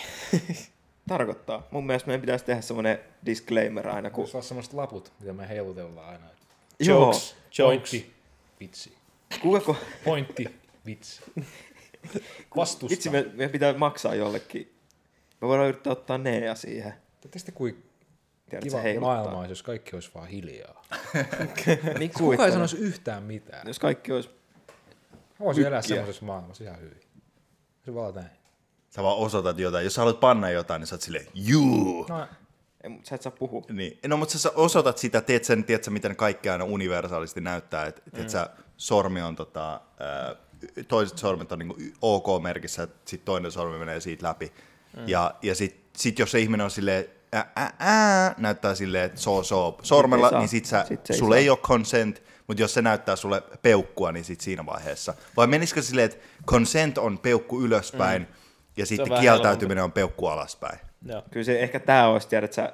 Tarkoittaa. Mun mielestä meidän pitäisi tehdä semmoinen disclaimer aina, kun...
Tuossa on semmoiset laput, mitä me heilutellaan aina. että
Jokes. Jokes.
Pointti, vitsi.
Joo, kuinka kun...
Pointti, vitsi. Vastusta.
Vitsi, me, me pitää maksaa jollekin. Me voidaan yrittää ottaa Nea siihen.
Tiedättekö te, kui
Tiedätkö,
Kiva
se heiluttaa.
maailma olisi, jos kaikki olisi vaan hiljaa.
Niin
Kuka ei
kuvittele.
sanoisi yhtään mitään.
Jos kaikki olisi...
Voisi elää
Tykkiä.
semmoisessa maailmassa ihan hyvin. Se vaan näin.
Sä vaan osoitat jotain. Jos sä haluat panna jotain, niin sä oot silleen, juu.
No,
Ei, mut Sä et saa puhua.
Niin. No, mutta sä- sä osoitat sitä, tiedät sen, tiedät sä, miten kaikki aina universaalisti näyttää, että mm. sä, sormi on tota, ää, toiset sormet on niinku OK-merkissä, sitten toinen sormi menee siitä läpi. Mm. Ja, ja sitten sit jos se ihminen on silleen, ää, ää, ää, näyttää silleen, että so, so, sormella,
Sit ei saa.
niin sit sä,
Sit se ei
sulle
saa.
ei ole consent, mutta jos se näyttää sulle peukkua, niin sit siinä vaiheessa. Vai menisikö silleen, että consent on peukku ylöspäin, mm. ja sitten
vähän
kieltäytyminen on peukku alaspäin?
Joo.
Kyllä se ehkä tää olisi, tiedät sä,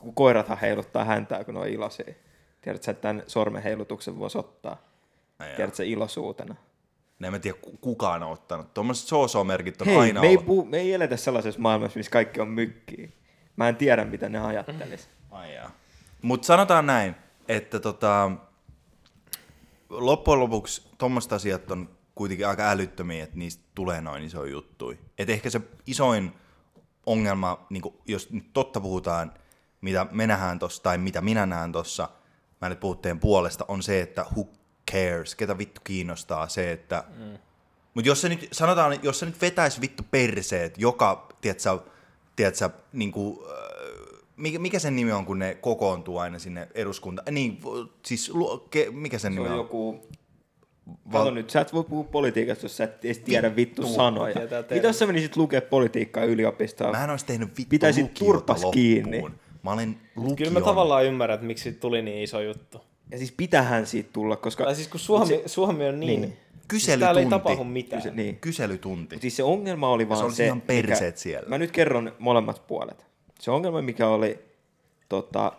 kun koirathan heiluttaa häntää, kun ne on iloisia. Tiedät sä, että tämän sormen heilutuksen voisi ottaa.
Ai joo.
Tiedät sä, iloisuutena.
No En mä tiedä, ku- kuka on ottanut. Tuommoiset so-so-merkit on
Hei,
aina
me ei,
ollut.
puhu, me ei eletä sellaisessa maailmassa, missä kaikki on mykkiä. Mä en tiedä, mitä ne ajattelis.
Mutta sanotaan näin, että tota, loppujen lopuksi tuommoiset asiat on kuitenkin aika älyttömiä, että niistä tulee noin iso juttu. Et ehkä se isoin ongelma, niin jos nyt totta puhutaan, mitä me nähdään tossa tai mitä minä näen tossa, mä nyt puhun teidän puolesta, on se, että who cares, ketä vittu kiinnostaa se, että... Mm. Mutta jos se nyt, sanotaan, että jos se nyt vetäisi vittu perseet, joka, tiedätkö, tiedätkö, niin kuin, äh, mikä, mikä sen nimi on, kun ne kokoontuu aina sinne eduskuntaan? Niin, v- siis lu- ke, mikä sen
Se
nimi
on
on?
joku... Kato nyt, sä et voi puhua politiikasta, jos sä et edes tiedä vittu,
Vittu.
sanoja.
Tietää tehdä.
Mitä jos sä menisit lukea politiikkaa yliopistoon?
Mä en olisi tehnyt vittu
Pitäisit
lukiota
turpas
loppuun.
kiinni.
Mä olen lukion.
Kyllä mä tavallaan ymmärrän, että miksi siitä tuli niin iso juttu.
Ja siis pitähän siitä tulla, koska...
Tai siis kun Suomi, se, Suomi on niin,
Niin.
niin.
Kyselytunti.
täällä ei tapahdu mitään.
se,
Se,
niin.
Kyselytunti.
Mut siis se ongelma oli vaan
oli
se,
ihan perseet siellä.
Mä nyt kerron molemmat puolet. Se ongelma, mikä oli tota,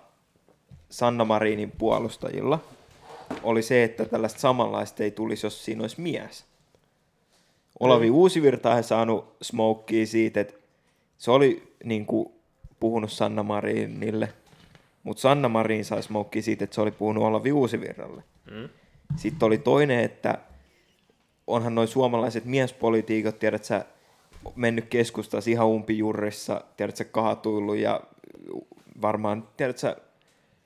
Sanna Marinin puolustajilla, oli se, että tällaista samanlaista ei tulisi, jos siinä olisi mies.
Mm.
Olavi Uusivirta ei saanut smokea siitä, että se oli niin kuin, puhunut Sanna Marinille, mutta Sanna Marin sai smokea siitä, että se oli puhunut Olavi Uusivirralle. Mm. Sitten oli toinen, että onhan noin suomalaiset miespolitiikot, tiedät sä, mennyt keskustassa ihan umpijurrissa, tiedät sä, kaatuillut ja varmaan, tiedät sä,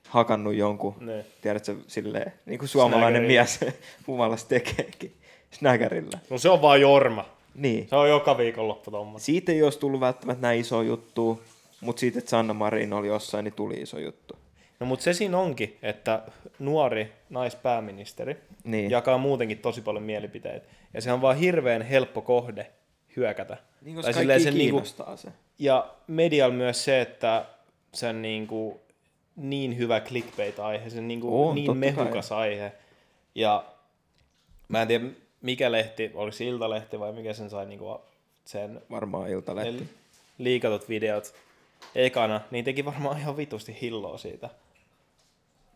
hakannut jonkun,
Ne.
tiedät sä, silleen, niin kuin suomalainen mies humalas tekeekin, snäkärillä.
no se on vaan jorma.
Niin.
Se on joka viikonloppu tommonen.
Siitä ei olisi tullut välttämättä näin iso juttu, mutta siitä, että Sanna Marin oli jossain, niin tuli iso juttu.
No mutta se siinä onkin, että nuori naispääministeri
Niin.
jakaa muutenkin tosi paljon mielipiteitä. Ja se on vaan hirveän helppo kohde hyökätä.
Niin, koska
silleen
kaikki
niinku-
kiinnostaa se.
ja medialla myös se, että sen niin, kuin niin hyvä clickbait-aihe, sen niin, kuin
On,
niin
totta
mehukas kai. aihe. Ja mä en tiedä, mikä lehti, oliko se Iltalehti vai mikä sen sai niin kuin sen
Varmaan iltalehti.
ne liikatut videot ekana, niin teki varmaan ihan vitusti hilloa siitä.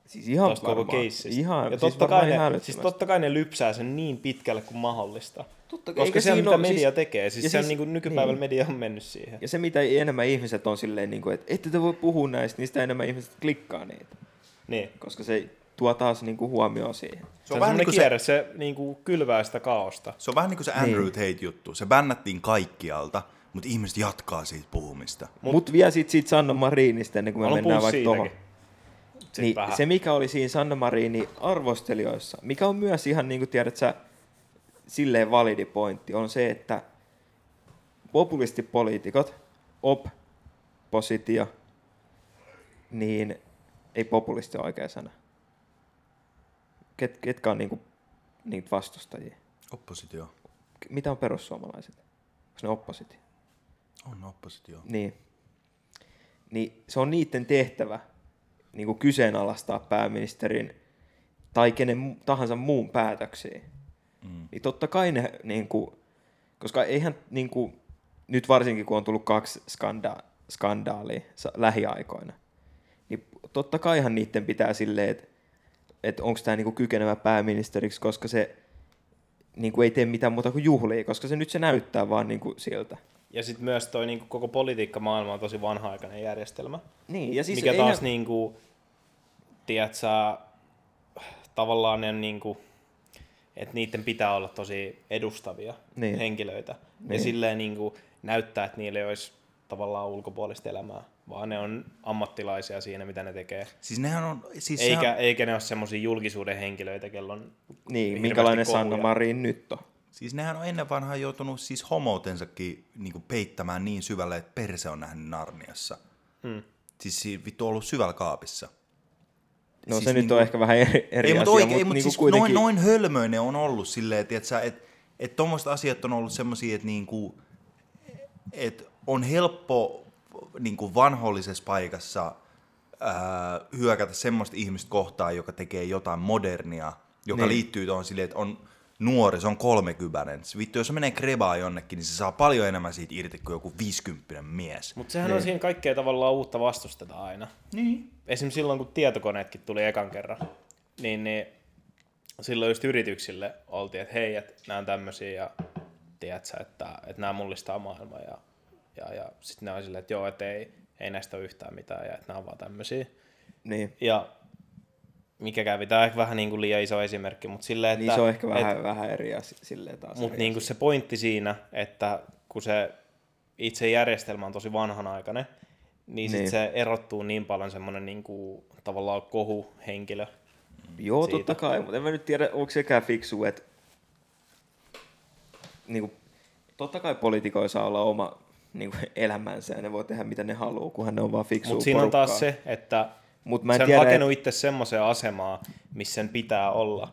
Siis ihan
Tosta koko
varmaan.
keissistä.
Ihan,
ja
siis
totta,
varmaan
kai
ihan
ne, siis
älyttömästi.
totta kai ne lypsää sen niin pitkälle kuin mahdollista.
Totta kai, eikä
Koska se on
siinä
mitä media
ole- siis-
siis, tekee.
ja
Siis, se on
siis-
niin kuin nykypäivällä niin.
niin.
media on mennyt siihen.
Ja se, mitä enemmän ihmiset on silleen, niin kuin, että ette te voi puhua näistä, niin sitä enemmän ihmiset klikkaa niitä.
Niin.
Koska se tuo taas niin kuin huomioon siihen.
Se on, vähän niin kuin kierre, se, se niin kuin kylvää sitä kaosta.
Se on vähän niin kuin se Andrew niin. Tate-juttu. Se bännättiin kaikkialta, mutta ihmiset jatkaa siitä puhumista.
Mut, Mut vielä sit siitä Sanna Marinista ennen kuin me
Haluan
mennään
puhua
vaikka tuohon.
siitäkin. Sit
Niin,
vähän.
se mikä oli siinä Sanna Marinin arvostelijoissa, mikä on myös ihan niin kuin tiedät sä, silleen validi pointti, on se, että populistipoliitikot, oppositio, niin ei populisti ole oikea sana. Ket, ketkä on niin kuin, niitä vastustajia?
Oppositio.
Mitä on perussuomalaiset? Onko ne oppositio?
On oppositio.
Niin. Niin se on niiden tehtävä niin kuin kyseenalaistaa pääministerin tai kenen mu- tahansa muun päätöksiä. Mm. Niin totta kai ne, niin kuin, koska eihän niin kuin, nyt varsinkin kun on tullut kaksi skanda- skandaalia sa- lähiaikoina, niin totta kaihan niiden pitää silleen, että et onko tämä niinku kykenevä pääministeriksi, koska se niinku ei tee mitään muuta kuin juhlia, koska se nyt se näyttää vaan niinku siltä.
Ja sitten myös toi niin kuin koko politiikkamaailma on tosi vanha-aikainen järjestelmä.
Niin, ja siis
Siis mikä
eihän-
taas niin kuin, tiedät sä, tavallaan ne niin kuin, että niiden pitää olla tosi edustavia
Niin.
niin. henkilöitä. Niin.
Niin.
Ja silleen niin kuin, näyttää, että niillä ei olisi tavallaan ulkopuolista elämää. vaan ne on ammattilaisia siinä, mitä ne tekee.
Siis nehän on... Siis
Eikä,
sehän,
eikä ne ole semmoisia julkisuuden henkilöitä, kello on
Niin,
hirveästi
minkälainen
kohuja.
Sanna Marin nyt on?
Siis nehän on ennen vanhaa joutunut siis homoutensakin niinku peittämään niin syvälle, että perse on nähnyt Narniassa. Mm. Siis siinä vittu on ollut syvällä kaapissa.
No
Siis
siis se
niinku-
nyt on ehkä vähän eri, eri
Ei,
asia,
mutta oikein, ei,
mut
mutta
niinku
siis noin, noin hölmöinen ne on ollut silleen, tietsä, että et tuommoiset asiat on ollut semmoisia, että niinku, et on helppo niinku vanhollisessa paikassa ää, hyökätä semmoista ihmistä kohtaan, joka tekee jotain modernia, joka niin. liittyy tuohon silleen, että on nuori, se on kolmekypäinen. Se Vittu, jos se menee krebaa jonnekin, niin se saa paljon enemmän siitä irti kuin joku viisikymppinen mies.
Mutta sehän niin. on siinä kaikkea tavallaan uutta vastustetaan aina. Niin. Esimerkiksi silloin, kun tietokoneetkin tuli ekan kerran, niin, niin silloin just yrityksille oltiin, että hei, että nämä on tämmöisiä ja tiedätkö, että, että nämä mullistaa maailmaa. Ja, ja, ja sitten ne on silleen, että joo, että ei, ei näistä ole yhtään mitään ja että nämä on vaan tämmöisiä.
Niin,
Ja mikä kävi, tämä on ehkä vähän niin kuin liian iso esimerkki, mutta silleen, että...
niin se on ehkä
että-
vähän, vähän eri asia silleen taas.
mutta
eri
niinku se pointti siinä, että kun se itse järjestelmä on tosi vanhanaikainen, niin, sit
Niin.
se erottuu niin paljon semmoinen niinku, tavallaan kohuhenkilö.
Joo,
siitä.
siitä. totta kai, mutta en mä nyt tiedä, onko sekään fiksu, että niin kuin, totta kai poliitikoilla saa olla oma niin kuin, elämänsä ja ne voi tehdä mitä ne haluaa, kunhan ne on vaan fiksua
Mutta siinä on
porukkaa.
taas se, että
Mut
mä
mä en
se on
tiedä,
hakenut itse semmoiseen asemaan, missä sen pitää olla.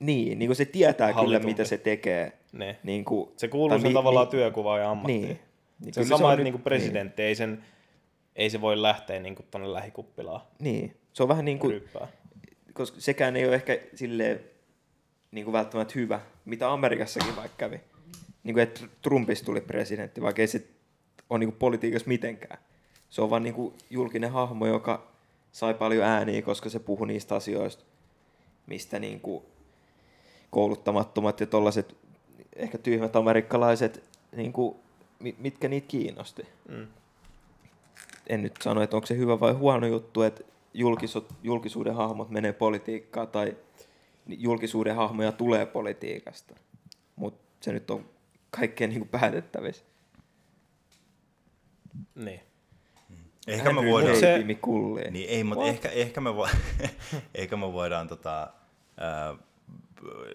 Niin, niin kuin se tietää kyllä,
Hallitumpi.
mitä se tekee.
Niin.
Niin kuin,
Se kuuluu sen tavallaan työkuvaan ja ammattiin.
Niin. Niin
se on
kyllä se
sama,
on
että
nyt- niin.
niinku presidentti, ei, sen, ei se voi lähteä niinku tuonne lähikuppilaan
Niin, se on vähän niin kuin,
ryppään.
koska sekään ei ole ehkä silleen niin kuin välttämättä hyvä, mitä Amerikassakin vaikka kävi. Niin kuin, että Trumpista tuli presidentti, vaikka ei se ole niin kuin politiikassa mitenkään. Se on vaan niin kuin julkinen hahmo, joka sai paljon ääniä, koska se puhui niistä asioista, mistä niin kuin kouluttamattomat ja tollaiset ehkä tyhmät amerikkalaiset, niin kuin, mi- mitkä niitä kiinnosti.
Mm.
En nyt sano, että onko se hyvä vai huono juttu, että julkisut, julkisuuden hahmot menee politiikkaan tai ni- julkisuuden hahmoja tulee politiikasta. Mutta se nyt on kaikkeen niin päätettävissä.
Niin.
Ehkä me
Henry
voidaan...
Ei,
se-
Jimmy Kulli.
Niin ei, mutta ehkä, ehkä, me vo- ehkä me voidaan tota, ää,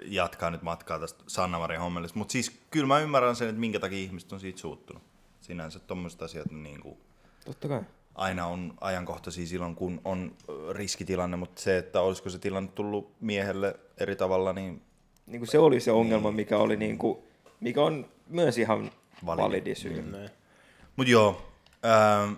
jatkaa nyt matkaa tästä Sanna-Marin hommelista. Mutta siis kyllä mä ymmärrän sen, että minkä takia ihmiset on siitä suuttunut. Sinänsä tuommoiset asiat on niin kuin,
Totta kai.
aina on ajankohtaisia silloin, kun on ö, riskitilanne, mutta se, että olisiko se tilanne tullut miehelle eri tavalla, niin
Niin kuin se oli se ongelma, mikä, oli niin kuin, mikä on myös ihan
Validi.
validi, validi syy.
Niin.
Mut joo, ähm,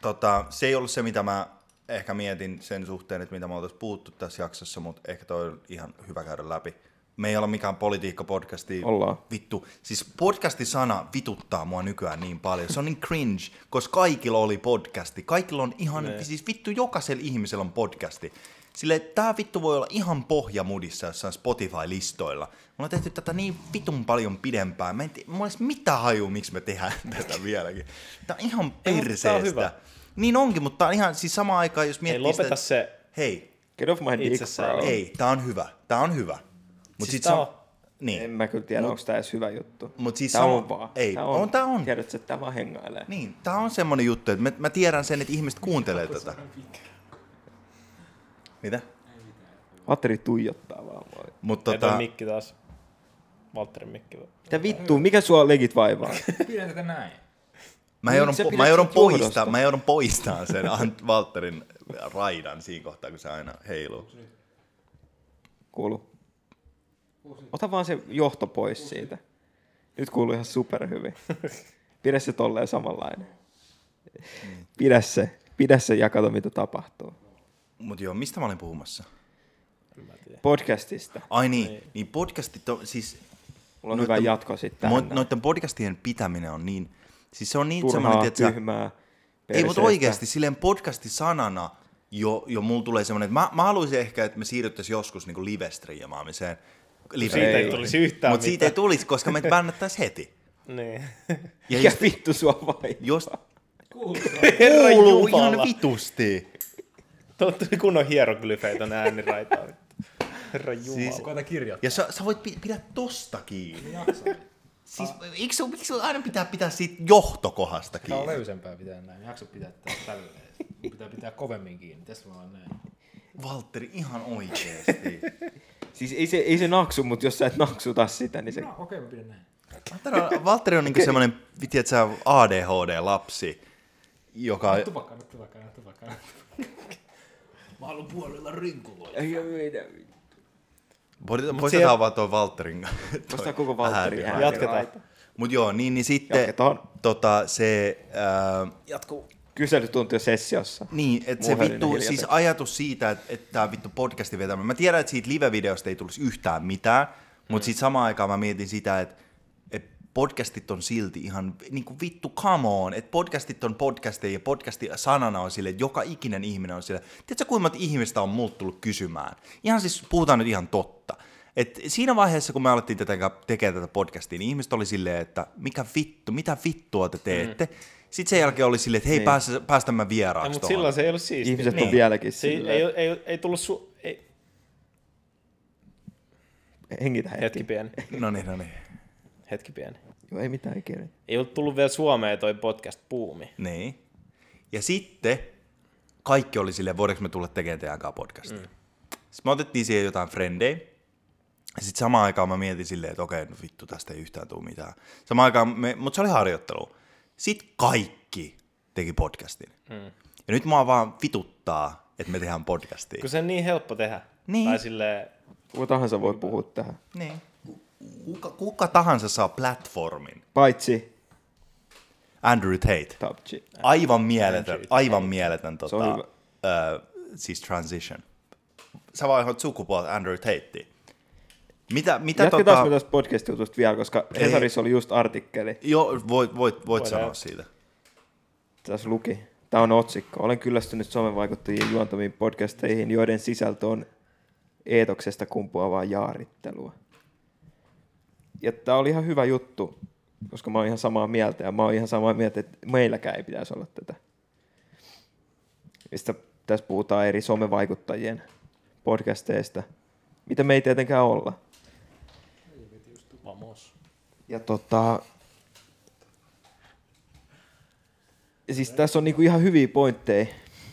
tota, se ei ollut se, mitä mä ehkä mietin sen suhteen, että mitä me oltaisiin puhuttu tässä jaksossa, mutta ehkä toi on ihan hyvä käydä läpi. Me ei olla mikään politiikkapodcasti.
Ollaan.
Vittu. Siis podcastisana vituttaa mua nykyään niin paljon. Se on niin cringe, koska kaikilla oli podcasti. Kaikilla on ihan, ne. siis vittu jokaisella ihmisellä on podcasti. Sille tää vittu voi olla ihan pohjamudissa jossain Spotify-listoilla. Me ollaan tehty tätä niin vitun paljon pidempään. Mä en tiedä, mulla ei edes mitään haju, miksi me tehdään tätä vieläkin. Tää on ihan
Ei, mutta tää on
perseestä.
hyvä.
Niin onkin, mutta tää on ihan siis samaan aikaan, jos
Ei
miettii sitä,
lopeta
että-
se
Hei,
Get off my dick,
Itsessään
bro.
ei, tää on hyvä. Tää on hyvä. Mut
Siis tää
se
on-
Niin.
En mä kyllä tiedä, onko tämä edes hyvä juttu.
Mut siis
tää
sama-
on vaan.
ei, on tää on.
Tiedätkö, että tämä vaan hengailee.
Niin, tämä on semmoinen juttu, että mä, mä tiedän sen, että ihmiset kuuntelee tätä. Mitä?
Valtteri tuijottaa vaan voi.
Mutta
tota...
tota,
Ei mikki taas. Valtterin mikki.
Mitä vittu, mikä sua legit vaivaa?
Pidän tätä näin.
mä joudun,
Miksi Niin, sä
po-
pidät
mä, joudun
siitä johdosta?
poistaa, mä joudun poistamaan sen Ant Walterin raidan siinä kohtaa, kun se aina heiluu.
Kuulu. Ota vaan se johto pois siitä. Nyt kuuluu ihan superhyvin. Pidä se tolleen samanlainen. Pidä se. Pidä se ja kato, mitä tapahtuu.
Mutta joo, mistä mä olin puhumassa?
Podcastista.
Ai niin, niin podcastit on siis...
Mulla on hyvä jatko sitten.
mo- Noiden podcastien pitäminen on niin... Siis se on niin
Turhaa,
semmoinen, että...
tyhmää,
Ei, mutta
perseestä.
oikeasti silleen podcasti-sanana jo, jo mulla tulee semmoinen, että mä, mä haluaisin ehkä, että me siirryttäisiin joskus niin live-striimaamiseen. Live-
Siitä ei
Ei.
tulisi yhtään
Mutta siitä ei tulisi, koska me bännättäisiin heti.
Niin.
Ja
Mikä
jos,
vittu sua vaivaa?
jos
Herra
kuuluu
Jumala.
ihan vitusti.
Tuo tuli kunnon hieroglyfeitä on ääniraitaan. Herra Jumala. Siis...
Koita kirjoittaa.
Ja sä, sä voit pi- pidä tosta kiinni. Siis eikö sun, miksi sun aina pitää pitää siitä johtokohdasta
Tää on
kiinni?
löysempää pitää näin. Jakso pitää tää tälleen. Pitää pitää kovemmin kiinni. Tässä mä oon näin.
Valtteri, ihan oikeesti.
Siis ei se, ei se naksu, mutta jos sä et naksuta sitä, niin se...
No, okei, mä pidän näin.
Valtteri on, Valtteri on niinku semmonen, tiedät sä, ADHD-lapsi, joka...
Tupakka, nyt tupakka, nyt tupakka. nyt tupakka. Mä haluan puolella rinkuloja.
Ei oo mitään.
Poistetaan siellä... vaan toi Valtterin. toi
Poistetaan koko Valtteri
ääri.
ääni.
Jatketaan.
Mut joo, niin, niin sitten
Jatketaan.
tota, se... Ää,
Kyselytuntiosessiossa.
niin, että se
Murheellinen
vittu,
hiljainen.
siis ajatus siitä, että, että tämä vittu podcasti vetämä. Mä tiedän, että siitä live-videosta ei tulisi yhtään mitään, mutta sitten samaan aikaan mä mietin sitä, että, että podcastit on silti ihan niin kuin vittu come on, että podcastit on podcasteja ja podcasti sanana on sille, että joka ikinen ihminen on sille. Tiedätkö kuinka monta ihmistä on multa tullut kysymään? Ihan siis, puhutaan nyt ihan totta. Et siinä vaiheessa, kun me alettiin tätä, tekemään tätä podcastia, niin ihmiset oli silleen, että mikä vittu, mitä vittua te teette? Mm. Sitten sen jälkeen oli silleen, että hei, niin. päästä, päästä mä vieraaksi
Mutta
tuohon.
silloin se ei ollut siistiä.
Ihmiset
Niin.
on vieläkin
Se ei,
sillä.
ei, ei, ei tullut su... Ei,
Hengitä hetki.
hetki pieni.
No niin, no niin.
Hetki pieni.
Joo, ei mitään ikinä.
Ei ollut tullut vielä Suomeen toi podcast-puumi.
Niin. Ja sitten kaikki oli silleen, voidaanko me tulla tekemään teidän kanssa podcastia. Mm. Sitten me otettiin siihen jotain frendejä. Ja sitten samaan aikaan mä mietin silleen, että okei, no vittu, tästä ei yhtään tule mitään. Samaan aikaan, me, mutta se oli harjoittelu. Sitten kaikki teki podcastin. Mm. Ja nyt mua vaan vituttaa, että me tehdään podcastia.
Kun se on niin helppo tehdä.
Niin.
Tai silleen,
Kuka tahansa voi puhua tähän.
Niin. Kuka, kuka tahansa saa platformin.
Paitsi
Andrew Tate.
PUBG.
Aivan mieletön, aivan mieletön tota,
on hyvä.
ö, siis transition. Sä vaihdat sukupuolta Andrew Tate. Mitä, mitä
Jatketaan
tota...
me tästä podcast-jutusta vielä, koska
Ei.
Hesarissa oli just artikkeli.
Joo, voit, voit, voit sanoa
jatkaa.
siitä.
Tässä luki. Tämä on otsikko. Olen kyllästynyt somevaikuttajien juontaviin podcasteihin, joiden sisältö on eetoksesta kumpuavaa jaarittelua. Ja tämä oli ihan hyvä juttu, koska mä oon ihan samaa mieltä ja mä oon ihan samaa mieltä, että meilläkään ei pitäisi olla tätä. Mistä tässä puhutaan eri somevaikuttajien podcasteista, mitä me ei tietenkään olla. Ja tota, Ja siis tässä on niinku ihan hyviä pointteja.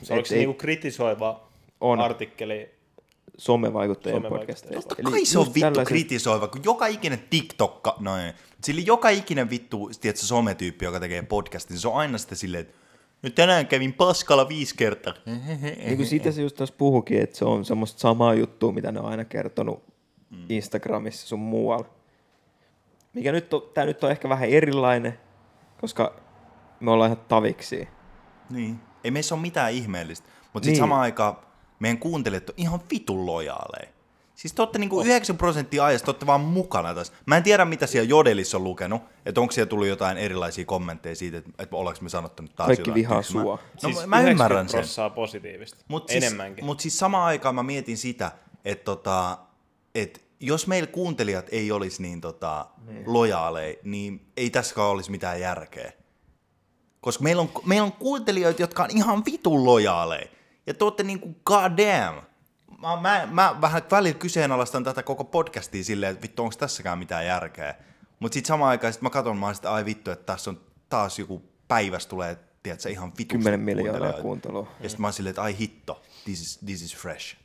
se oliko
Et
se
ei
niinku kritisoiva
On.
artikkeli?
somevaikuttajien
Somevaikuttajien.
podcasteista.
Totta kai se on
just
vittu
tällaiset-
kritisoiva, kun joka ikinen TikTokka, no ei, sillä joka ikinen vittu, tiedätkö, sometyyppi, joka tekee podcastin, se on aina sitten silleen, että nyt tänään kävin paskalla viisi kertaa.
Niin kuin siitä se just tässä puhukin, että se on semmoista samaa juttua, mitä ne on aina kertonut
Mm.
Instagramissa sun muualla. Mikä nyt on, tää nyt on ehkä vähän erilainen, koska me ollaan ihan taviksi.
Niin. Ei meissä ole mitään ihmeellistä. Mutta sitten
Niin.
niin. samaan aikaan meidän kuuntelijat on ihan vitun lojaaleja. Siis te olette niinku 9 prosenttia ajasta te olette vaan mukana tässä. Mä en tiedä, mitä siellä Jodelissa on lukenut, että onko siellä tullut jotain erilaisia kommentteja siitä, että, että ollaanko me sanottanut taas
Kaikki
jotain.
vihaa
Tiedätkö,
sua.
Mä, no, siis mä ymmärrän sen.
prossaa positiivista.
Mut siis,
Enemmänkin.
Mutta siis samaan aikaan mä mietin sitä, että tota, et jos meillä kuuntelijat ei olisi niin tota, lojaaleja, niin ei tässäkään olisi mitään järkeä. Koska meillä on, meillä on kuuntelijoita, jotka on ihan vitun lojaaleja. Ja te ootte niinku god damn. Mä, mä, mä vähän välillä kyseenalaistan tätä koko podcastia silleen, että vittu onko tässäkään mitään järkeä. Mutta sitten samaan aikaan sit mä katson, mä oon sit, ai vittu, että tässä on taas joku päivässä tulee, tiedätkö, ihan vitusti
10 miljoonaa
kuuntelijoita.
kuuntelua.
Ja sitten mä oon silleen, että ai hitto, this is, this is fresh.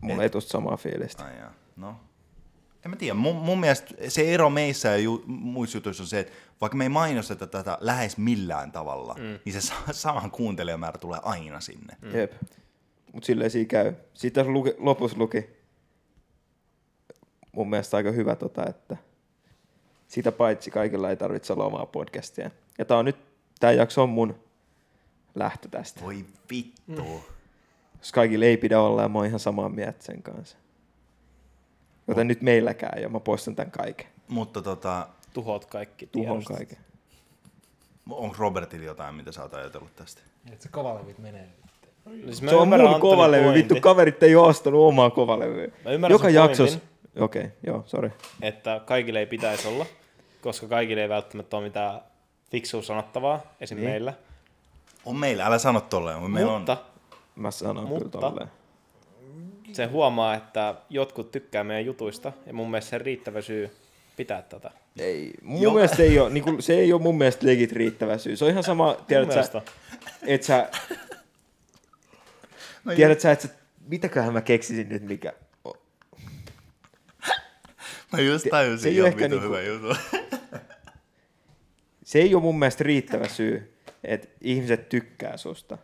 Mulla ei tosta samaa fiilistä.
Niin. Ai jaa, no. En mä tiedä, mun, mun mielestä se ero meissä ja ju, muissa jutuissa on se, että vaikka me ei mainosteta tätä lähes millään tavalla, mm. niin se sa- sama kuuntelijamäärä tulee aina sinne. Mm.
Jep. Mut silleen siinä käy. Sitten tässä luki, lopussa luki mun mielestä aika hyvä, tota, että sitä paitsi kaikilla ei tarvitse olla omaa podcastia. Ja tää on nyt, tää jakso on mun lähtö tästä.
Voi vittu.
Mm. Jos kaikilla ei pidä olla ja mä oon ihan samaa mieltä sen kanssa. Joten nyt meilläkään ja mä poistan tämän kaiken.
Mutta tota,
Tuhot kaikki.
Tuhon
tiedostot.
kaiken.
onko Robertilla jotain, mitä sä oot ajatellut tästä?
Niin, Että se kovalevit menee.
Siis mä
Se on
ymmärrän
mun
Antonin
kovalevy.
pointin,
Vittu, kaverit ei oo ostanut omaa kovalevyä.
Mä ymmärrän
Joka
sun
jaksos...
pointin.
Okei, okay, joo, sori.
Että kaikille ei pitäisi olla, koska kaikille ei välttämättä ole mitään fiksua sanottavaa, esim. Niin. meillä.
On meillä, älä sano tolleen, kun meillä
Mutta
on.
Mä sanon Mutta...
Mutta-
kyllä tolleen.
se huomaa, että jotkut tykkää meidän jutuista, ja mun mielestä se riittävä syy pitää tätä.
Ei, mun Joka... mielestä ei ole, niin kuin, se ei ole mun mielestä legit riittävä syy. Se on ihan sama, tiedät sä,
mielestä.
et sä, no tiedät sä, et sä, mitäköhän mä keksisin nyt mikä.
Mä No just
se
tajusin
ei
jo
oo ehkä
vitun
niinku-
hyvä juttu.
Se ei ole mun mielestä riittävä syy, että ihmiset tykkää susta.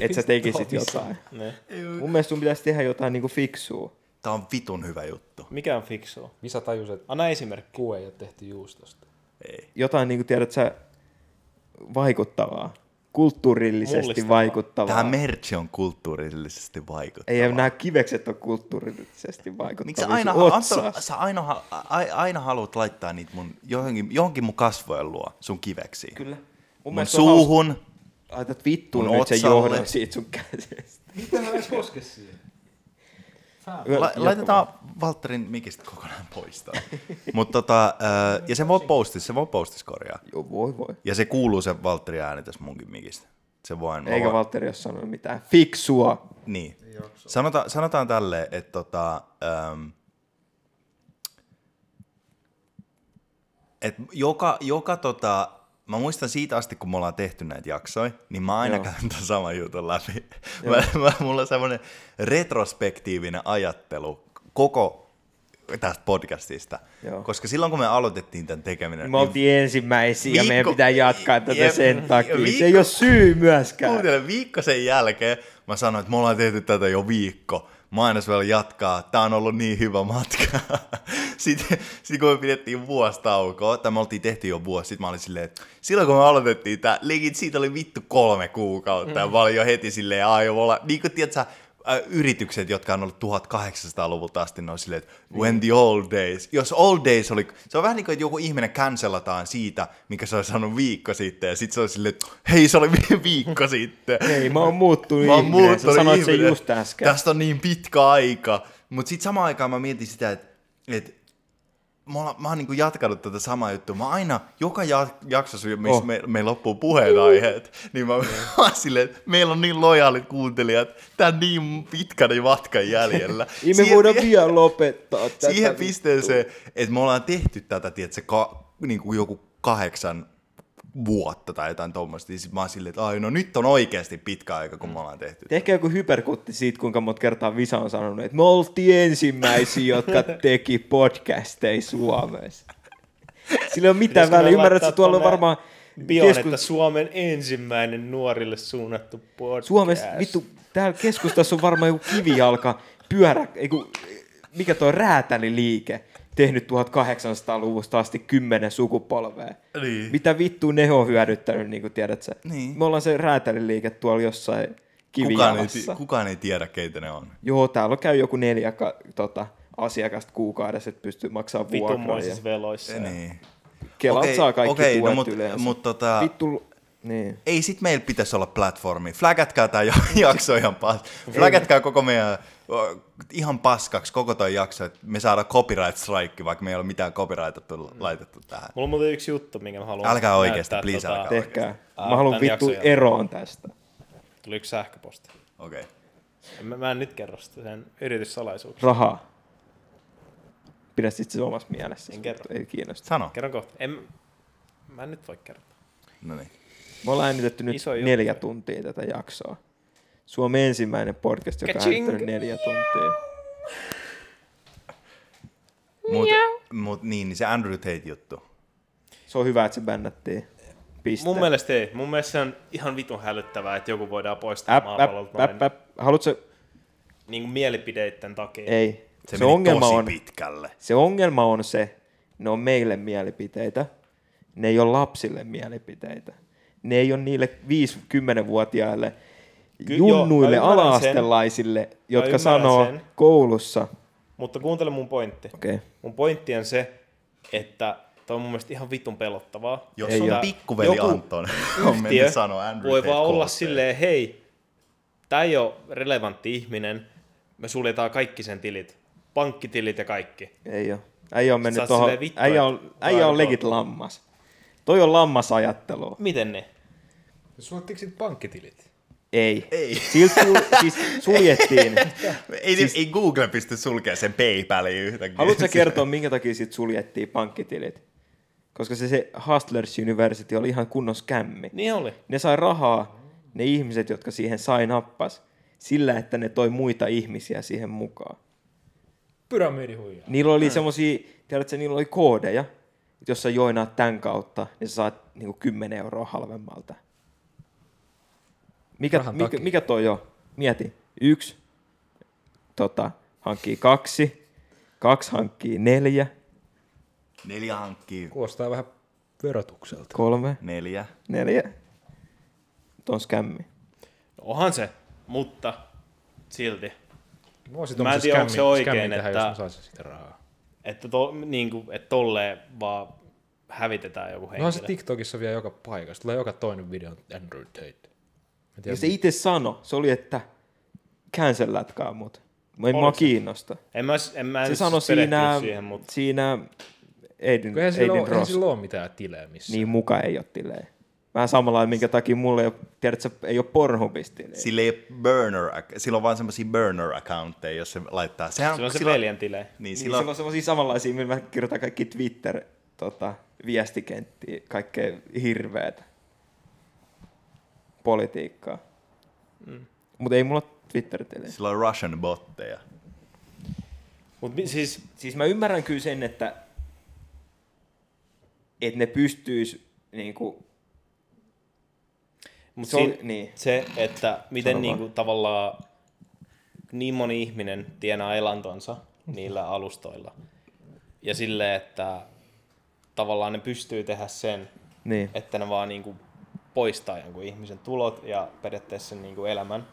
että sä tekisit jotain.
Ne.
Mun mielestä sun pitäisi tehdä jotain niinku fiksua.
Tää on vitun hyvä juttu.
Mikä on fiksua?
Visa tajus, että
Anna esimerkki.
kuu ei ole tehty juustosta.
Jotain niinku tiedät sä vaikuttavaa. Kulttuurillisesti
Mullistavaa.
vaikuttavaa.
Tämä merch on kulttuurillisesti vaikuttava.
Ei nämä kivekset ole kulttuurillisesti vaikuttavia.
Miksi sä aina,
sun
Antto,
otsaan.
sä aina, ha- a- aina haluat laittaa niitä mun, johonkin, johonkin mun kasvojen luo, sun kiveksiin?
Kyllä.
Mun, mun
mielestä on hauska-
suuhun.
Laitat vittuun
Mun
nyt sen
otsalle.
johdon siitä sun kädestä.
Mitä mä edes koske siihen?
La- laitetaan Valtterin mikistä kokonaan pois. Mutta tota, ö, ja se voi postis, se voi postis korjaa.
Joo, voi voi.
Ja se kuuluu se Valtterin ääni tässä munkin mikistä. Se voin, mä
Eikä
voin-
Valtteri ole sanonut mitään. Fiksua.
Niin. Sanota, sanotaan tälleen, että tota, ähm, et joka, joka tota, mä muistan siitä asti, kun me ollaan tehty näitä jaksoja, niin mä aina
Joo.
käyn tämän saman jutun läpi. Mä, mä, mulla on semmoinen retrospektiivinen ajattelu koko tästä podcastista.
Joo.
Koska silloin, kun me aloitettiin tämän tekeminen, niin
Me oltiin ensimmäisiä ja meidän
Viikko-
pitää jatkaa tätä
Jep.
sen takia.
Viikko-
Se ei ole syy myöskään.
Kuuntele, viikko sen jälkeen mä sanoin, että me ollaan tehty tätä jo viikko. Mä aina vielä jatkaa. Tää on ollut niin hyvä matka. Sitten, sitten kun me pidettiin vuosi taukoa, tai me oltiin tehty jo vuosi, sitten mä olin silleen, että silloin kun me aloitettiin tää, legit siitä oli vittu kolme kuukautta, ja mä olin jo heti silleen aivolla. Niin kuin tiedät sä, äh, yritykset, jotka on ollut 1800-luvulta asti, ne on silleen, että when the old days, jos old days oli, se on vähän niin kuin, että joku ihminen cancelataan siitä, mikä se on saanut viikko sitten, ja sitten se on silleen, että hei, se oli viikko sitten.
Ei, mä oon muuttunut
Mä oon
ihminen.
muuttunut
Sä sanoit sen
ihminen.
just äsken.
Tästä on niin pitkä aika. Mutta sitten samaan aikaan mä mietin sitä, että et, mä, olla, mä oon niinku jatkanut tätä samaa juttua. Mä aina, joka ja, jaksossa, missä oh.
Oh.
me, me loppuu puheenaiheet, niin mä, mä oon silleen, että meillä on niin lojaalit kuuntelijat, tää on niin pitkän matkan jäljellä.
Ei me
Siihen-
voida vielä lopettaa tätä.
siihen
vittua.
pisteeseen, että me ollaan tehty tätä, tiedätkö, ka, niin kuin joku kahdeksan vuotta tai jotain tuommoista, niin sit mä oon silleen, että ai no nyt on oikeasti pitkä aika, kun me ollaan tehty.
Tehkää joku hyperkutti siitä, kuinka monta kertaa Visa on sanonut, että me oltiin ensimmäisiä, jotka teki podcasteja Suomessa. Sillä ei ole mitään
Pitäisikö me
väliä. Ymmärrät, että
laittaa
tuolla on
tonne
varmaan
Bion,
keskus-
että Suomen ensimmäinen nuorille suunnattu podcast.
Suomessa, vittu, täällä keskustassa on varmaan joku kivijalka, pyörä, ei kun, mikä toi räätäliliike, tehnyt 1800-luvusta asti kymmenen sukupolvea.
Niin.
Mitä vittua ne on hyödyttänyt, niin kuin tiedät sä.
Niin.
Me ollaan se räätäliliike tuolla jossain
Kukaan ei,
kivijalassa.
ti- kukaan ei tiedä, keitä ne on.
Joo, täällä käy joku neljä ka, tota, asiakasta kuukaudessa, että pystyy maksamaan vuokraa. Ja
Vitunmoisissa veloissa. ja-
Niin.
Kelat
siis Okei,
saa kaikki
okei,
okay,
no
tuet no,
mut-
yleensä.
mut tota-
Vittu, niin.
Ei sit meillä pitäisi olla platformi. Fläkätkää tämä jakso ihan pas. Fläkätkää koko meidän ö, ihan paskaksi koko toi jakso, että me saadaan copyright strike, vaikka me ei ole mitään copyrightattu laitettu tähän.
Mulla on muuten yksi juttu, minkä mä haluan
Älkää oikeesti,
näyttää, tota-
please, älkää.
Tehkää.
Ää,
Mä haluan
tän
vittu
jakson jälkeen.
eroon tästä.
Tuli yksi sähköposti.
Okei. Okay.
En- Mä, mä en nyt kerro sitä sen yrityssalaisuuksia.
rahaa. Pidä sit se omassa mielessä.
En kerro.
Ei kiinnosta.
Sano.
Kerron kohta. En, mä en nyt voi kertoa.
No niin.
Me ollaan äänitetty nyt
Iso juttu.
neljä tuntia tätä jaksoa. Suomen ensimmäinen podcast, joka on
Ka-ching!
äänittänyt neljä tuntia.
Mut, mut niin, niin se Andrew Tate-juttu.
Se on hyvä, että se bännättiin. Piste.
Mun mielestä ei. Mun mielestä se on ihan vitun hälyttävää, että joku voidaan poistaa
Äp, äp,
maapallolta
äp,
noin
äp. Haluatko se?
niin kuin mielipideitten takia.
Ei.
Se,
Se,
se meni
ongelma
tosi
on,
pitkälle.
se ongelma on se, ne on meille mielipiteitä, ne ei ole lapsille mielipiteitä. Ne ei ole niille 5-10-vuotiaille
Ky- joo, mä
junnuille,
ymmärrän
ala-astelaisille, jotka
ymmärrän
sanoo
sen.
koulussa.
Mutta kuuntele mun pointti.
Okei. Okay.
Mun pointti on se, että toi on mun mielestä ihan vitun pelottavaa.
Jos
Ei
on
oo.
pikkuveli
Joku
Anton on
niin
mennyt sanoa Andrew
voi
Tate
vaan olla
kouluttajaksi.
silleen, hei, tämä ei ole relevantti ihminen, me suljetaan kaikki sen tilit, pankkitilit ja kaikki.
Ei ole. Äijä on mennyt
oot
tuohon.
silleen vittu,
Äijä on,
että-
äijä on
Aivan.
legit lammas. Toi on lammasajattelua.
Miten ne?
Suottiinko sit pankkitilit?
Ei. Ei. Silti sul- siis suljettiin.
Ei, siis... ei Google pysty sulkemaan sen PayPaliin yhtäkkiä.
Haluatko sä kertoa, minkä takia sit suljettiin pankkitilit? Koska se, se Hustlers University oli ihan kunnon skämmi.
Niin oli.
Ne sai rahaa, ne ihmiset, jotka siihen sai nappas, sillä, että ne toi muita ihmisiä siihen mukaan.
Pyramidihuija.
Niillä oli semmosia, tiedätkö, niillä oli koodeja, että jos sä joinaat tämän kautta, niin sä saat niinku 10 euroa halvemmalta. Mikä,
Rahan
mikä,
takia.
mikä toi on? Mieti. Yksi tota, hankkii kaksi, kaksi hankkii neljä,
Neljä hankkii.
Kuulostaa vähän verotukselta.
kolme,
Neljä.
neljä. Tuo on skämmi.
No Onhan se, mutta silti.
Voisit
Mä en tiedä, onko se oikein,
tähän,
että-
jos mä saisin sitä rahaa.
Että, to, niin kuin, että tolleen vaan hävitetään joku henkilö.
Onhan se TikTokissa vielä joka paikassa. Tulee joka toinen video on Andrew Tate. Mä
Ja
tiedän,
se itse sano, se oli, että cancelatkaa mut. Mä en mua kiinnosta.
en mä, en mä
Se
nyt
sano
perehtynyt
siinä,
siihen, mutta
siinä Aiden,
kun eihän sillä,
Aiden
ole, eihän
Ross.
sillä ole mitään tilejä missään.
Niin muka ei ole tilejä. Vähän samalla, lailla, minkä takia mulla ei ole, tiedätkö, ei ole Pornhubista tilejä.
Sillä ei ole burner, ac- sillä on vaan semmoisia burner accountteja, jos se laittaa. Sehän,
se on se
sillä,
veljen tile.
Niin,
Niin,
sillä,
silloin...
niin,
on semmoisia samanlaisia, millä mä kirjoitan kaikki Twitter tota, viestikenttiä, kaikkea hirveätä politiikkaa. Mm. Mutta ei mulla twitter tilejä
sillä on Russian botteja.
Mutta siis
Siis mä ymmärrän kyllä sen, että, että ne pystyis niinku,
Mut
Se
se,
on-
siinä,
niin.
niin. se, että miten
Sano
niin kuin, tavallaan niin moni ihminen tienaa elantonsa niillä alustoilla. Ja sille, että tavallaan ne pystyy tehdä sen,
niin.
että ne vaan niin kuin, poistaa jonkun ihmisen tulot ja periaatteessa sen niin kuin, elämän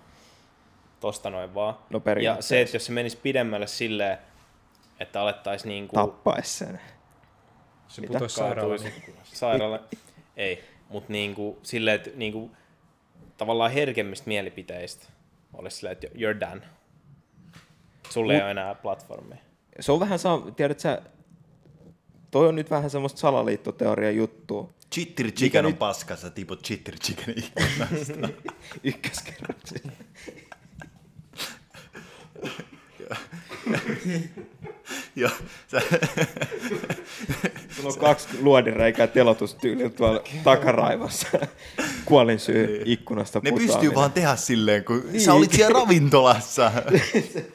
tosta noin vaan.
No
ja
periaatteessa.
se, että jos se menisi pidemmälle silleen, että alettaisiin niin kuin,
tappais sen.
se putoisi sairaalaan.
Kaatuisi sairaala. Ei, mutta niinku, silleen, että niinku, tavallaan herkemmistä mielipiteistä olisi silleen, että you're done. Sulle ei ole enää platformia.
Se on vähän, saa, tiedät sä, toi on nyt vähän semmoista salaliittoteorian juttua.
Chitter chicken on
nyt-
paska, sä tiput chitter chicken
Ykköskerroksessa.
Joo, sä,
Sulla on kaksi luodinreikää telotustyylillä tuolla takaraivossa. Kuolin syy ikkunasta
ne
putoaminen.
pystyy vaan tehdä silleen, kun niin. sä olit siellä ravintolassa.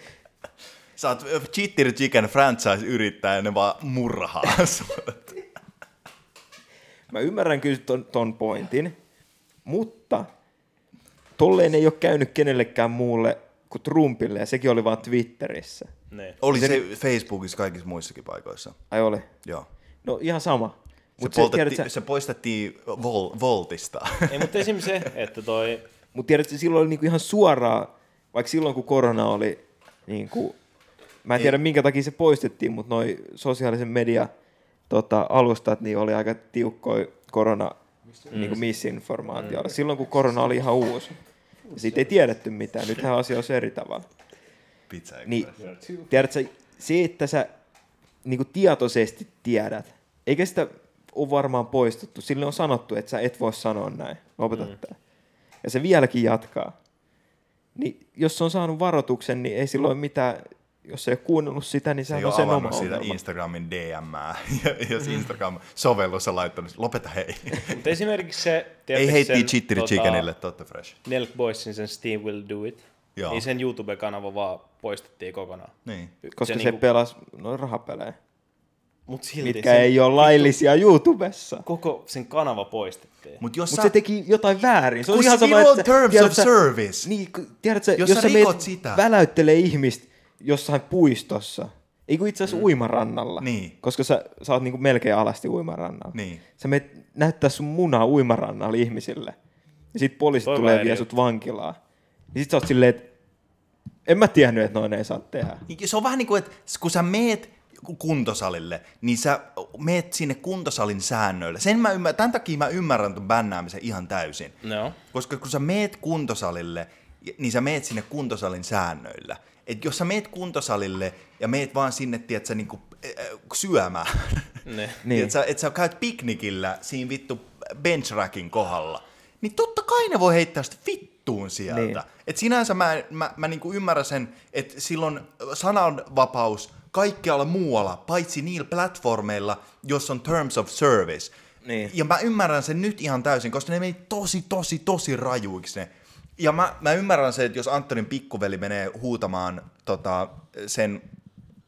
sä oot chitter chicken franchise-yrittäjä ja ne vaan murhaa sua.
Mä ymmärrän kyllä ton, ton pointin, mutta tolleen ei ole käynyt kenellekään muulle kuin Trumpille, ja sekin oli vaan Twitterissä.
Niin.
Oli se Facebookissa kaikissa muissakin paikoissa.
Ai oli.
Joo.
No ihan sama.
Se,
Mutta
se,
se,
poltetti,
tiedätkö,
se poistettiin vol, voltista.
Ei, mutta esimerkiksi se, että toi,
mut tiedätkö, silloin oli niinku ihan suoraa, vaikka silloin kun korona oli, niinku, mä en tiedä minkä takia se poistettiin, mutta noi sosiaalisen median tota, alustat niin oli aika tiukkoja korona niinku misinformaatiolla. Silloin kun korona oli ihan uusi. Ja Siitä ei tiedetty mitään. Nythän asia on eri tavalla.
Pizza
Niin, tiedätkö, se, että sä niin tietoisesti tiedät, eikä sitä ole varmaan poistettu. Sille on sanottu, että sä et voi sanoa näin. Lopeta mm. tämä. Ja se vieläkin jatkaa. Niin, jos se on saanut varoituksen, niin ei silloin mitään, jos ei ole kuunnellut sitä, niin sehän
ei
on
ole
sen oma
avannut sitä
ongelma. Mm.
Instagramin DM, jos Instagram-sovellus on laittanut, lopeta hei.
mutta esimerkiksi se,
ei
tiedättekö
heittiä
sen, tota-
chitteri
tota-
chickenille, totta fresh.
Nelk Boysin sen Steve Will Do It,
Joo.
Joo. niin sen YouTube-kanava vaan poistettiin kokonaan.
Niin.
Koska se, se niinku... pelasi no, rahapelejä,
mut silti
mitkä
sen,
ei ole laillisia YouTubessa.
koko sen kanava poistettiin.
Mutta jos
Mutta
sä,
se teki jotain väärin. Se
Kun
on ihan
se
sama,
below
että...
terms
tiedät
of
sä-
service.
Niin, kun- tiedät sä,
Jos
jos,
sä
sä, meet
rikot sitä.
väläyttelee ihmistä jossain puistossa, ei kun itse asiassa mm. uimarannalla,
Niin.
koska sä, sä oot niinku melkein alasti uimarannalla.
Niin.
Sä meet näyttää sun munaa uimarannalla ihmisille, ja sit poliisit
Toi on
tulee
vähän
vie
eri
sut vankilaan. Niin sit sä oot silleen, että en mä tiennyt, että noin ei saa tehdä.
Niin, se on vähän niin kuin, että kun sä meet kuntosalille, niin sä meet sinne kuntosalin säännöillä. Sen mä ymmär, tämän takia mä ymmärrän ton bännäämisen ihan täysin.
No.
Koska kun sä meet kuntosalille, niin sä meet sinne kuntosalin säännöillä. Et jos sä meet kuntosalille ja meet vaan sinne, tiedätkö, niinku, äh, syömään,
Ne.
Niin.
että sä, et sä käyt piknikillä siinä vittu benchrackin kohdalla, niin totta kai ne voi heittää sitä vittua. vittuun sieltä. Niin. Et sinänsä mä, mä, mä niinku ymmärrän sen, että silloin sananvapaus kaikkialla muualla, paitsi niillä platformeilla, jos on terms of service.
Niin.
Ja mä ymmärrän sen nyt ihan täysin, koska ne meni tosi, tosi, tosi rajuiksi ne. Ja mä, mä ymmärrän sen, että jos Antonin pikkuveli menee huutamaan tota, sen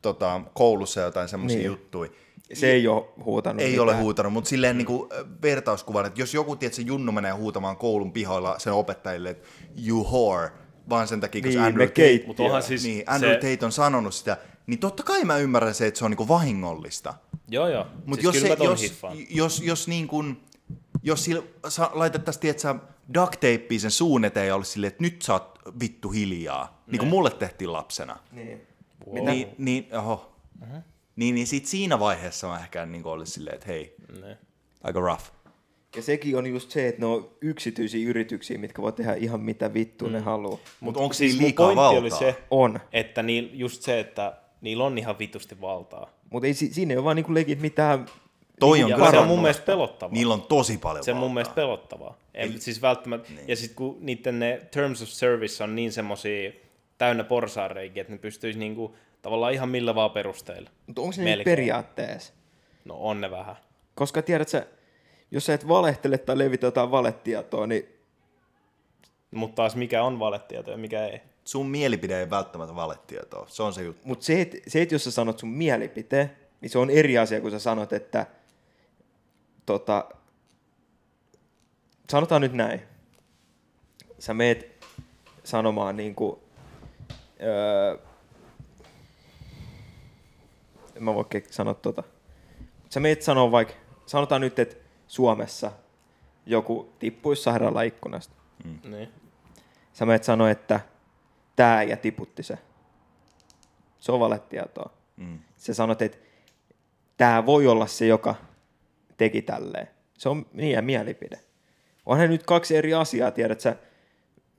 tota, koulussa jotain semmoisia niin. juttuja,
Se ei ole huutanut
ei
mitään.
ole huutanut, mutta silleen niin kuin vertauskuvan, että jos joku tiedät, se junnu menee huutamaan koulun pihoilla sen opettajille, että you whore, vaan sen takia, koska
Niin,
Andrew,
me
Tate,
keittiöllä.
Mutta onhan siis
niin, Andrew
se,
Tate on sanonut sitä, niin totta kai mä ymmärrän se, että se on niin kuin vahingollista.
joo joo,
Mutta
siis jos
siis
kyllä
jos,
se,
se,
jos,
jos, jos, jos, niin kun, jos sillä, sa, laitettaisiin, tietsä, duct tapea sen suun eteen ja olisi silleen, että nyt sä oot vittu hiljaa, niin kuin mulle tehtiin lapsena.
Niin.
Wow. Niin, niin, oho.
Mm-hmm.
Uh-huh. Niin, niin sit siinä vaiheessa mä ehkä niin olisin silleen, että hei,
Ne.
aika rough.
Ja sekin on just se, että ne on yksityisiä yrityksiä, mitkä voi tehdä ihan mitä vittu mm. ne haluaa.
Mutta onko
Siis
siis
mun
liikaa
pointti
valtaa?
oli se,
On.
että niil, just se, että niillä on ihan vitusti valtaa.
Mutta ei, si- siinä ei ole vaan niinku legit mitään... niinku
Toi on
Ja
kyllä
se on mun
mun
mielestä pelottavaa.
Niillä on tosi paljon
Se on mun
valtaa.
mielestä pelottavaa. Ei, siis välttämättä. Niin. Ja sitten kun niiden ne terms of service on niin semmosia täynnä porsaareikiä, että ne pystyisi niinku, tavallaan ihan millä vaan perusteilla.
Mutta onko se
Melkein.
niinku periaatteessa?
No on ne vähän.
Koska tiedät sä, jos sä et valehtele tai levitä jotain valetietoa, niin
Mutta taas mikä on valetieto ja mikä ei.
Sun mielipide ei välttämättä valetietoa. Se on se juttu.
Mutta se, et, se, et jos sä sanot sun mielipiteen, niin se on eri asia, kun sä sanot, että tota, sanotaan nyt näin. Sä meet sanomaan niin kuin, öö, en mä voi ke- sanoa tota. Sä meet sanoa vaikka, sanotaan nyt, että Suomessa joku tippuisi sairaalaikkunasta.
Mm.
Niin.
Sä meet sanoa, että tää ja tiputti se. Se on valetietoa. Mm. Sä sanot, että tää voi olla se, joka teki tälleen. Se on niiden mielipide. Onhan nyt kaksi eri asiaa, tiedät sä.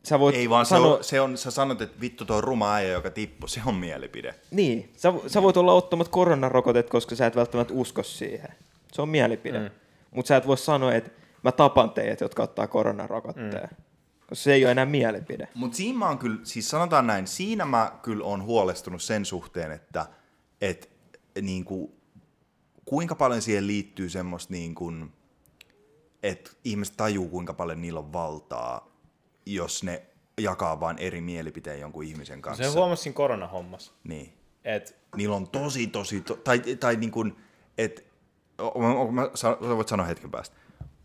Sä voit
Ei vaan
sanoa,
se, on, se on, sä sanot, että vittu tuo ruma äijä, joka tippui, se on mielipide.
Niin, sä, sä voit olla ottamat koronarokotet, koska sä et välttämättä usko siihen. Se on mielipide. Mm. Mutta sä et voi sanoa, että mä tapan teidät, jotka ottaa koronarokotteen. Mm. Koska se ei ole enää mielipide.
Mutta siinä mä oon kyllä, siis sanotaan näin, siinä mä kyllä oon huolestunut sen suhteen, että et, niinku, kuinka paljon siihen liittyy semmoista, niinku, että ihmiset tajuu kuinka paljon niillä on valtaa, jos ne jakaa vain eri mielipiteen jonkun ihmisen kanssa.
Se huomasin koronahommassa,
niin.
että
Niillä on tosi, tosi, to, tai, tai niin kuin, että, mä, mä, sa- sä voit sanoa hetken päästä.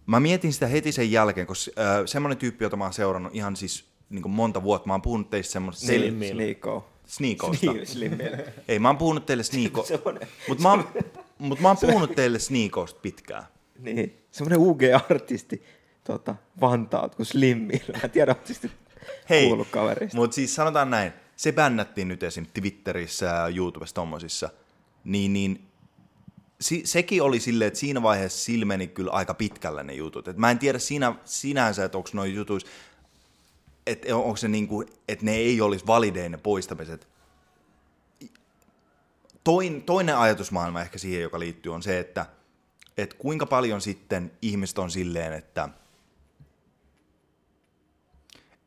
Mä mietin sitä heti sen jälkeen, koska äh, semmoinen tyyppi, jota mä oon seurannut ihan siis niin kuin monta vuotta, mä oon puhunut teistä semmoista sel-
Sliiko.
sniikoista.
Niin, slimmillä.
Ei, mä oon puhunut teille sniiko,
Semmoinen-
mutta mä, oon- mut mä oon puhunut teille sniikoista pitkään.
Niin, semmoinen UG-artisti tota, Vantaat kuin Slimmi. Mä en tiedä, ootko sitten
Hei,
kuullut kaverista.
Mutta siis sanotaan näin, se bännättiin nyt esim. Twitterissä ja YouTubessa tommosissa, niin, niin si, sekin oli silleen, että siinä vaiheessa silmeni kyllä aika pitkällä ne jutut. Et mä en tiedä siinä, sinänsä, että onko noin jutuis, että onko se niinku, että ne ei olisi valideja ne poistamiset. Toin, toinen ajatusmaailma ehkä siihen, joka liittyy, on se, että et kuinka paljon sitten ihmiset on silleen, että –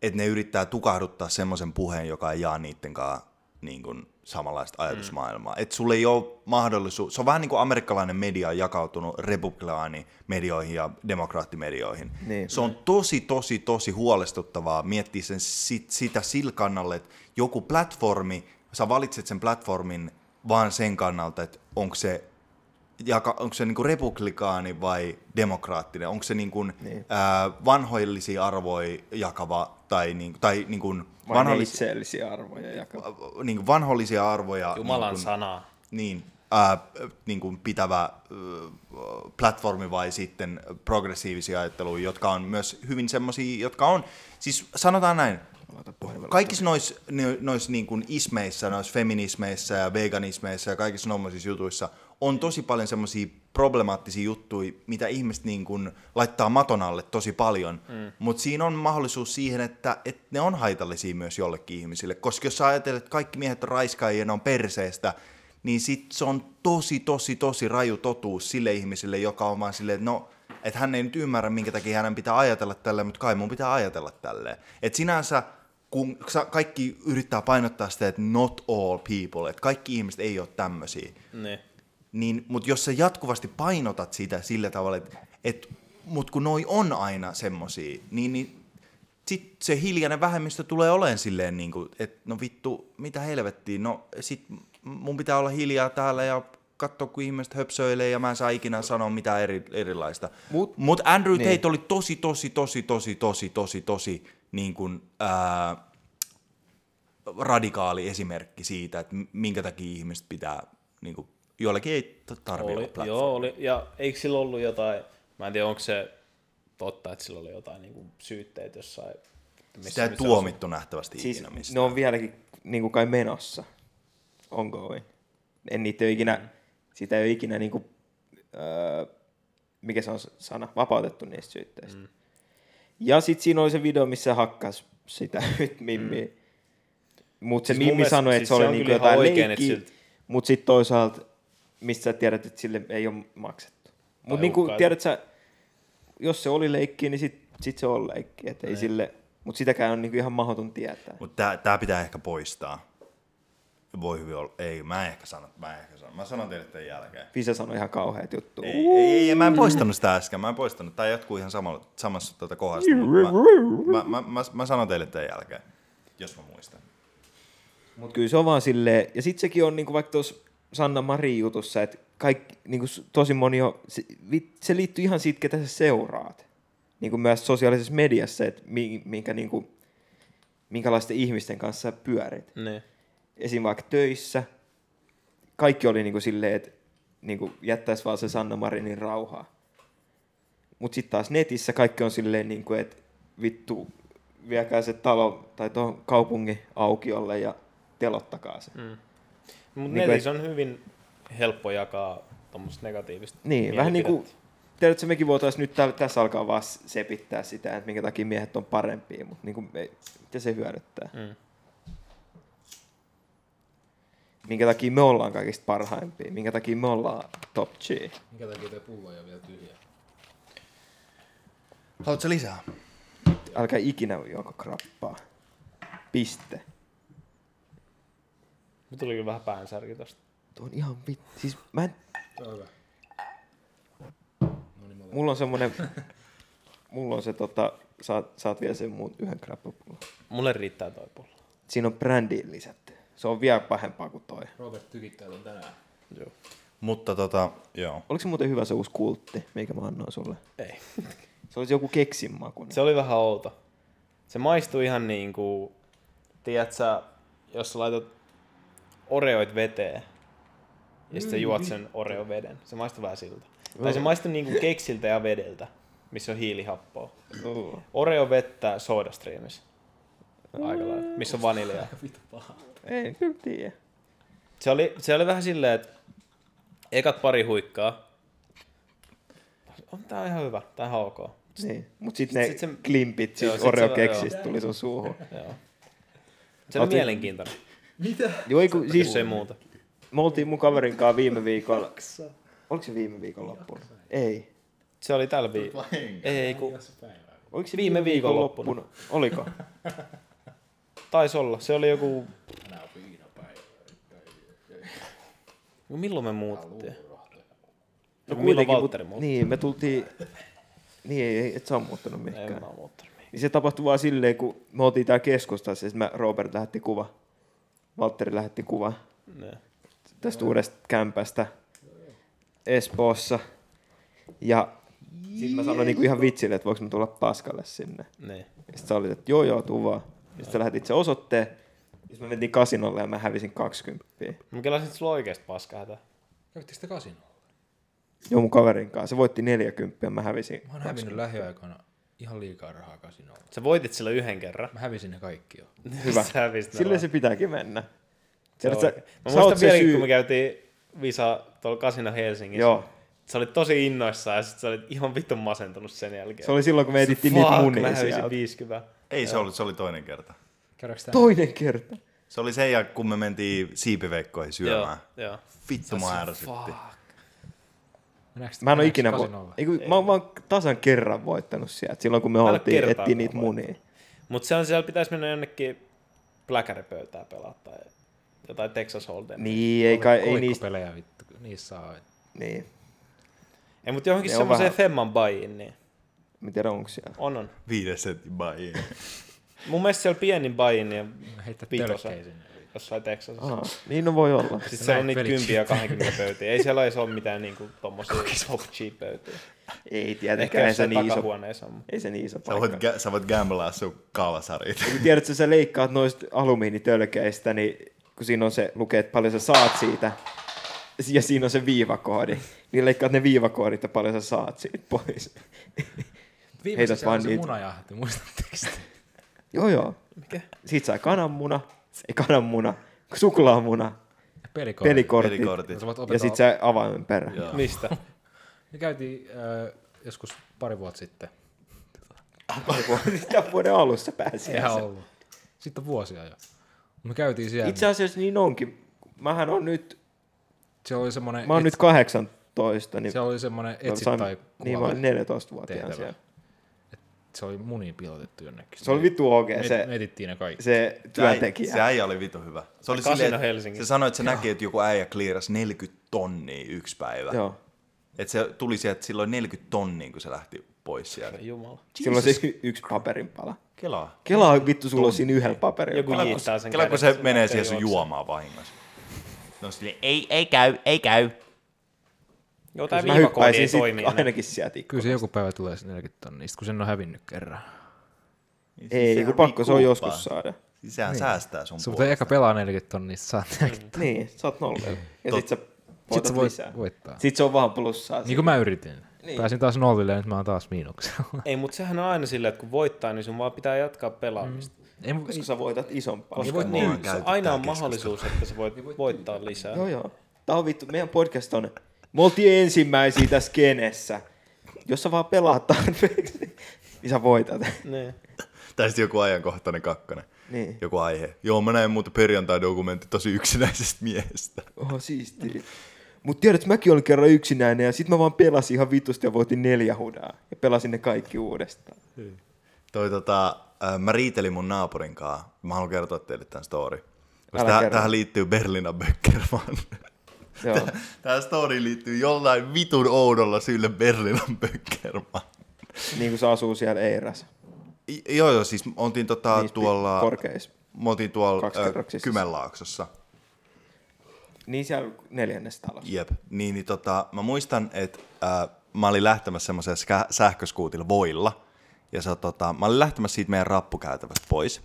että ne yrittää tukahduttaa semmoisen puheen, joka ei jaa niittenkaan niin kuin, samanlaista ajatusmaailmaa. Mm. Että sulle ei ole mahdollisuus, se on vähän niin kuin amerikkalainen media on jakautunut republikaanimedioihin ja demokraattimedioihin.
Niin.
Se on tosi, tosi, tosi huolestuttavaa miettiä sen sit, sitä sillä kannalle, että joku platformi, sä valitset sen platformin vaan sen kannalta, että onko se jaka, onko se niinku republikaani vai demokraattinen, onko se niinku, niin. ää, vanhoillisia arvoja jakava tai, niinku, tai niinku
Vaan ne
vanhollis,
itseellisiä arvoja jakaa.
niinku vanhollisia arvoja
Jumalan
niinku,
sanaa.
niin, ää, niinku pitävä ää, platformi vai sitten progressiivisia ajatteluja, jotka on myös hyvin semmoisia, jotka on, siis sanotaan näin, kaikissa noissa nois niin kuin ismeissä, noissa feminismeissä ja veganismeissa ja kaikissa noisissa jutuissa on tosi paljon semmoisia problemaattisia juttuja, mitä ihmiset niin kuin laittaa maton alle tosi paljon. Mm. Mutta siinä on mahdollisuus siihen, että, että ne on haitallisia myös jollekin ihmisille. Koska jos sä ajatelet, että kaikki miehet on raiskaajia ja ne on perseestä, niin sit se on tosi, tosi, tosi raju totuus sille ihmiselle, joka on vaan silleen, että no Että hän ei nyt ymmärrä, minkä takia hänen pitää ajatella tälleen, mutta kai mun pitää ajatella tälleen. Että sinänsä, kun sa- kaikki yrittää painottaa sitä, että not all people, että kaikki ihmiset ei ole tämmöisiä,
Niin.
niin, mutta jos sä jatkuvasti painotat sitä sillä tavalla, että et, mut kun noi on aina semmosia, niin, niin sit se hiljainen vähemmistö tulee olemaan silleen, niin että no vittu, mitä helvettiä, no sit mun pitää olla hiljaa täällä ja katsoa, kun ihmiset höpsöilee ja mä en saa ikinä sanoa mitään eri, erilaista.
Mut-
Mutta mut Andrew niin. Tate oli tosi, tosi, tosi, tosi, tosi, tosi, tosi niin kuin, ää, radikaali esimerkki siitä, että m- minkä takia ihmiset pitää, niin kuin, joillakin ei tarvitse olla
Oli,
platformia.
joo, oli. Ja eikö sillä ollut jotain, mä en tiedä onko se totta, että sillä oli jotain niin kuin syytteet jossain. Missä,
Sitä ei
missä
tuomittu nähtävästi siis,
Siis
ikinä missään.
ne on vieläkin niin kuin kai menossa. Ongoing. En niitä ole ikinä, sitä ei ole ikinä niin kuin, öö, mikä se on se sana, vapautettu niistä syytteistä. Mm. Ja sitten siinä oli se video, missä hakkas sitä nyt Mimmi. Mm. Mutta se
Siis mun
siis Mimmi
mielestä-
sanoi, että
siis
se
se
oli
on
niinku
kyllä ihan
jotain
oikein,
leikkiä,
että siltä-
mutta sitten toisaalta, mistä sä tiedät, että sille ei ole maksettu. Mutta niinku,
uhkailtu.
tiedät sä, jos se oli leikki, niin sit, sit se on leikki. Et ei
Niin.
sille, mutta sitäkään on niinku ihan mahdoton tietää.
Mutta tämä pitää ehkä poistaa. Voi hyvin olla. Ei, mä en ehkä sano. Mä, en ehkä sano. mä sanon teille tämän jälkeen.
Visa sanoi ihan kauheat juttu.
Ei, ei, ei, mä en poistanut sitä äsken. Mä en poistanut. Tämä jatkuu ihan samalla, samassa tuota kohdasta. mut Mä, mä, mä, mä, mä, sanon teille tämän jälkeen, jos mä muistan.
Mutta kyllä se on vaan silleen, ja sitten sekin on niinku vaikka tuossa Sanna Marin jutussa, että kaikki, niinku, s- tosi moni on, se, vi- se liittyy ihan siitä, ketä sä seuraat. Niinku myös sosiaalisessa mediassa, että mi, minkä, niinku, minkälaisten ihmisten kanssa sä pyörit.
Niin.
Esim. vaikka töissä, kaikki oli niinku silleen, että niinku jättäisi vaan se Sanna Marinin rauhaa. Mutta sitten taas netissä kaikki on silleen, niin kuin, että vittu, viekää se talo tai tuohon kaupungin aukiolle ja telottakaa se. Mm.
Mutta
Niinku,
niin netissä on hyvin helppo jakaa tuommoista negatiivista
Niin, vähän niin kuin,
mielipidettä.
tiedätkö, mekin voitaisiin nyt täällä, tässä alkaa vaan sepittää sitä, että minkä takia miehet on parempia, mutta niin kuin, ei, mitä se hyödyttää? Mm. Minkä takia me ollaan kaikista parhaimpia? Minkä takia me ollaan top G?
Minkä takia tuo pullo ei ole vielä tyhjä?
Haluatko lisää?
Älkää ikinä juoko krappaa. Piste.
Mut tuli kyllä vähän päänsärki tosta.
Tuo on ihan vittu. Siis mä en
Tuo on hyvä.
Mulla on semmonen... mulla on se tota... Saat, saat vielä sen muun yhden krappapullon.
Mulle riittää toi pullo.
Siinä on brändiin lisätty. Se on vielä pahempaa kuin toi.
Robert tykittää ton tänään.
Joo.
Mutta tota, joo.
Oliko se muuten hyvä se uusi kultti, mikä mä annoin sulle?
Ei.
Se olisi joku niin. keksin makuinen.
Se oli vähän outo. Se maistui ihan niin kuin, tiedätkö, jos sä laitat oreoit veteen ja sitten juot sen oreoveden. Se maistui vähän siltä. Tai se maistui niin kuin keksiltä ja vedeltä, missä on hiilihappoa.
Oh.
Oreo vettä soodastriimissä. Aika lailla, missä on vaniljaa.
Ei, kyllä tiedä.
Se oli, se oli vähän silleen, että ekat pari huikkaa. On tää on ihan hyvä, tää on ihan ok.
Niin. Mut sit ne
sit se-
klimpit,
Joo, sit
siis
se-
Oreo-keksistä tuli sun suuhun.
Joo. Se oli
Otin-
mielenkiintoinen,
Joo, ei kun, siis
jos ei muuta.
me oltiin mun kaverin kanssa viime viikolla. Oliko se viime viikon loppuun? Ei.
Se oli tällä viikolla. Ei, kun
Oliko se
Viime viikon
viikonloppuna? Oliko?
taisi olla. Se oli joku... No milloin me muutettiin? No milloin
kuitenkin,
Valtteri
mut-
muutti?
Niin, me tultiin... Niin, ei, ei, et sä on muuttanut
En
mihinkään.
mä oo muuttanut mihin.
Niin se tapahtui vaan silleen, kun me oltiin täällä keskustassa, ja sit mä, Robert lähetti kuva. Valtteri lähetti kuva
Ne.
tästä uudesta kämpästä Espoossa. Ja sitten mä sanoin niinku ihan vitsille, että voiko mä tulla paskalle sinne.
Ne.
Ja sit sä olit, että joo joo, tuu vaan. Ja sit sä lähetit sen otteen. Ja sit me mentiin kasinolle ja mä hävisin 20.
Mä kelasin, että sulla on oikeesti paskaa tää.
Käyttikö te kasinolla?
Joo mun kaverin kanssa. Se voitti 40 ja mä hävisin.
Mä oon hävinnyt lähiaikoina ihan liikaa rahaa kasinolla.
Sä voitit sillä yhden kerran.
Mä hävisin ne kaikki jo.
Hyvä.
Sä hävisit ne
Silleen
vaan.
se pitääkin mennä.
Se
Tiedät sä-
oikein. Mä
sä oot
muistan
se
vieläkin,
syy-
kun me käytiin Visa tuolla Kasino Helsingissä.
Joo.
Sä olit tosi innoissaan ja sit sä olit ihan vitun masentunut sen jälkeen.
Se oli silloin, kun me etittiin niitä
Fuck,
munia
mä hävisin
sieltä.
50.
Ei, se oli, se oli toinen kerta.
Käydäänkö tää?
Toinen kerta.
Se oli sen jälkeen, kun me mentiin siipiveikkoihin syömään.
Joo, joo.
Vittu, mä ärsytti.
Mä Mennäänkö
Mä en ole
mennäänkö
ikinä vo-
kasinolle?
Ei, kun mä oon vaan tasan kerran voittanut sieltä, silloin kun me
ole
oltiin,
kertaakaan
etsiä niitä
voittanut.
munia.
Mutta siellä, siellä pitäisi mennä jonnekin pläkäripöytään pelaa tai jotain Texas Hold'em.
Niin, ei kai, ei niistä.
Kolikkopelejä vittu, kun niissä saa.
Niin.
Ei, mutta johonkin
Ne on
semmoiseen
vähän-
Femman bayiin, niin
Mä tiedän, onko siellä.
on on.
Viides sentin bai.
Mun mielestä siellä pienin bajiin niin
Heittä
Vitosen.
tölkkejä sinne.
jossain Texasissa.
Aha, niin no voi olla.
Siis siellä on
Näin
niitä
pelit.
kympiä ja 20 pöytiä. Ei siellä edes ole mitään niinku tommosia top cheap pöytiä.
Ei
Ehkä
tietenkään, ei se
jossain
niin iso,
takahuoneessa on.
ei se niin iso
Sä voit,
paikka.
ga- sä voit gamblaa sun kalsarit.
Kun tiedätkö, sä leikkaat noista alumiinitölkeistä, niin kun siinä on se, lukee, että paljon sä saat siitä, ja siinä on se viivakoodi, niin leikkaat ne viivakoodit ja paljon sä saat siitä pois.
Viimeisessä
Heität
se
vaan
on se
niitä.
munajahti, muistatteko sitä?
Joo, joo. Mikä? Siitä sai kananmuna, ei kananmuna, suklaamuna,
Pelikoodi.
pelikortit,
Pelikortit.
No, Sä voit
ja
opetella-
sitten se avaimen perä.
Joo.
Mistä?
Me käytiin äh, joskus pari vuotta sitten.
Tämän vuoden alussa pääsi.
Eihän ollut. Sitten on vuosia jo. Me käytiin siellä.
Itse asiassa niin onkin. Mähän on nyt,
Siellä oli semmoinen,
mä oon nyt 18, niin
siellä oli semmoinen
mä
etsi
sain-
tai
niin mä
kuole.
olin 14-vuotiaan
tehtävä.
siellä.
se oli muniin pilotettu jonnekin.
Se oli vittu OG,
Me,
se,
me etittiin ne kaikki.
se työntekijä.
Se äijä oli vitu hyvä. Se oli
Kasino
silleen, että
Helsingissä.
se sanoi, että se näki, että joku äijä kliirasi 40 tonnia yksi päivä.
Joo.
Että se tuli sieltä silloin 40 tonnia, kun se lähti pois sieltä.
Jumala.
Silloin siis y- yksi paperinpala.
Kelaa.
Kelaa vittu, sulla on siinä yhdellä paperilla.
Joku niin, jiittaa sen
Kelaa, kun
kädestä,
se
se
menee
lähtee
siihen sun
juoksemaan.
juomaan vahingossa. No sille,
Ei, ei käy, ei käy.
Jotain
Mä
viivakoodi ei
hyppäisin sit
toimi. enää. Niin,
ainakin sieltä. ikkunasta.
Kyllä se joku päivä tulee se 40 tonnia, sit kun sen on hävinnyt kerran.
siis
Ei, kun pakko se on joskus saada.
Siis sehän säästää sun
Sun
puolesta.
pitää eka pelaa 40 tonnia, sit saat 40 tonnia.
Niin, sä oot nollella. Ja sit sä
Sit
voitat
sä voit
lisää.
voittaa.
Sit se on vaan plussaa.
Niin kuin mä yritin. Pääsin taas nollille ja nyt mä oon taas miinuksella.
Ei, mutta sehän on aina silleen, että kun voittaa, niin sun vaan pitää jatkaa
Mm.
pelaamista.
Ei, mu-
Koska sä voitat isompaa.
Koska
voit
niin,
niin.
se aina on mahdollisuus, että sä voit voittaa lisää.
Joo, joo. Tää on vittu, meidän podcast on... Me oltiin ensimmäisiä tässä kenessä. Jos sä vaan pelaat tarpeeksi, niin sä voitat.
Niin.
Tai sitten joku ajankohtainen kakkonen.
Niin.
Joku aihe. Joo, mä näin muuten perjantai-dokumentti tosi yksinäisestä miehestä.
Oho, siistiä. Mut tiedät, mäkin olin kerran yksinäinen ja sit mä vaan pelasin ihan vitusti ja voitin neljä hudaa. Ja pelasin ne kaikki uudestaan.
Toi tota, äh, mä riitelin mun naapurin kanssa. Mä haluan kertoa teille tämän story.
Älä
Koska tähän,
kerro.
tähän liittyy Berlina Böckerman.
Joo.
Tämä story liittyy jollain vitun oudolla syylle Berlinan Böckerman.
niin kuin se asuu siellä Eiras.
I- Joo, joo, siis oltiin tota,
Niissä
tuolla,
Korkeissa.
me oltiin tuolla ö,
Kaksikerroksissa.
Kymenlaaksossa.
Niin siellä neljännessä talossa.
Jep, niin, niin tota, mä muistan, että äh, mä olin lähtemässä semmoisella skä- sähköskuutilla voilla. Ja se, tota, mä olin lähtemässä siitä meidän rappukäytävästä pois.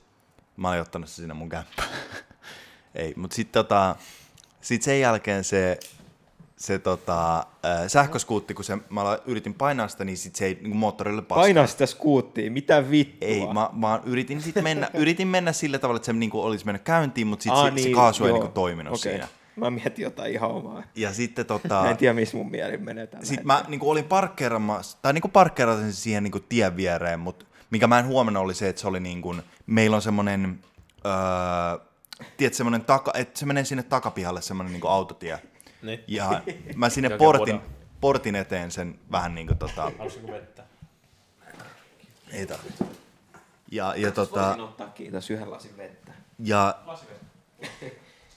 Mä olin ottanut se sinne mun kämppään. Ei, mutta sitten tota, sit sen jälkeen se, se tota, äh, sähköskuutti, kun se, mä aloin- yritin painaa sitä, niin sit se ei niin moottorille paskaa.
Painaa sitä skuuttia, mitä vittua.
Ei, mä, mä yritin, sit mennä, yritin mennä sillä tavalla, että se niinku olisi mennyt käyntiin, mutta sit
Aa,
se, se kaasu ei
Ah, niin, joo.
niinku toiminut
Okei.
okay. siinä.
Mä mietin jotain ihan omaa.
Ja sitten
Mä
tota,
en tiedä, missä mun mieli menee tällä
sitten mä niinku olin parkkeeramassa, tai niinku parkkeerasin siihen niinku tien viereen, mutta mikä mä en huomannut oli se, että se oli niinku, meillä on semmonen, öö, tiedät, semmonen taka, että se menee sinne takapihalle semmonen niinku autotie.
Niin.
Ja mä sinne
Jakevoda.
portin, portin eteen sen vähän niinku tota,
Haluaisitko vettä?
ei tarvitse. Ja, ja tota,
ottaa kiitos yhden lasin vettä.
ja,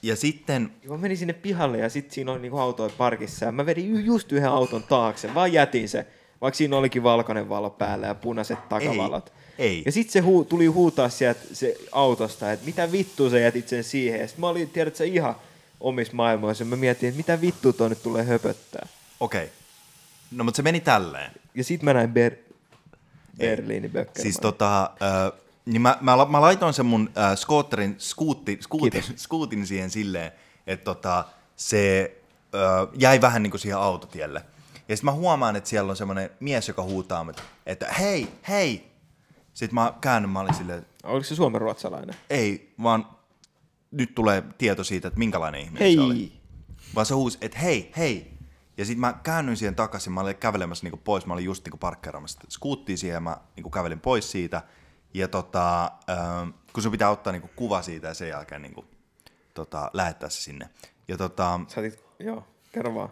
ja sitten
Joo, Niin mä menin sinne pihalle ja sitten siinä oli niinku autoja parkissa. Ja mä vedin ju- just yhden auton taakse, vaan jätin se. Vaikka siinä olikin valkoinen valo päällä ja punaiset takavalot.
ei.
Ja sitten se huu, tuli huutaa sieltä se autosta, että mitä vittu sä jätit sen siihen. Ja sit mä olin, tiedät sä, ihan omissa maailmoissa. Mä mietin, että mitä vittu toi nyt tulee höpöttää.
Okei. Okay. No, mutta se meni tälleen.
Ja sitten mä näin Ber- Berliini Böckerman.
Siis tota, äh, niin mä, mä, la- mä laitoin sen mun äh, skootterin, skuutti, skuutin,
Kiitos.
skuutin siihen silleen, että tota, se äh, jäi vähän niin kuin siihen autotielle. Ja sitten mä huomaan, että siellä on semmoinen mies, joka huutaa, mut, että hei, hei! Sitten mä käännyn, mä olin silleen,
Oliko se suomenruotsalainen?
ei, vaan nyt tulee tieto siitä, että minkälainen ihminen se oli.
Hei!
Vaan se huusi, että hei, hei. Ja sitten mä käännyin siihen takaisin, mä olin kävelemässä niinku pois, mä olin just niinku parkkeeraamassa skuuttia siihen ja mä niinku kävelin pois siitä. Ja tota, ähm, kun sun pitää ottaa niinku kuva siitä ja sen jälkeen niinku, tota, lähettää se sinne. Ja tota,
Sä otit, joo, kerro vaan.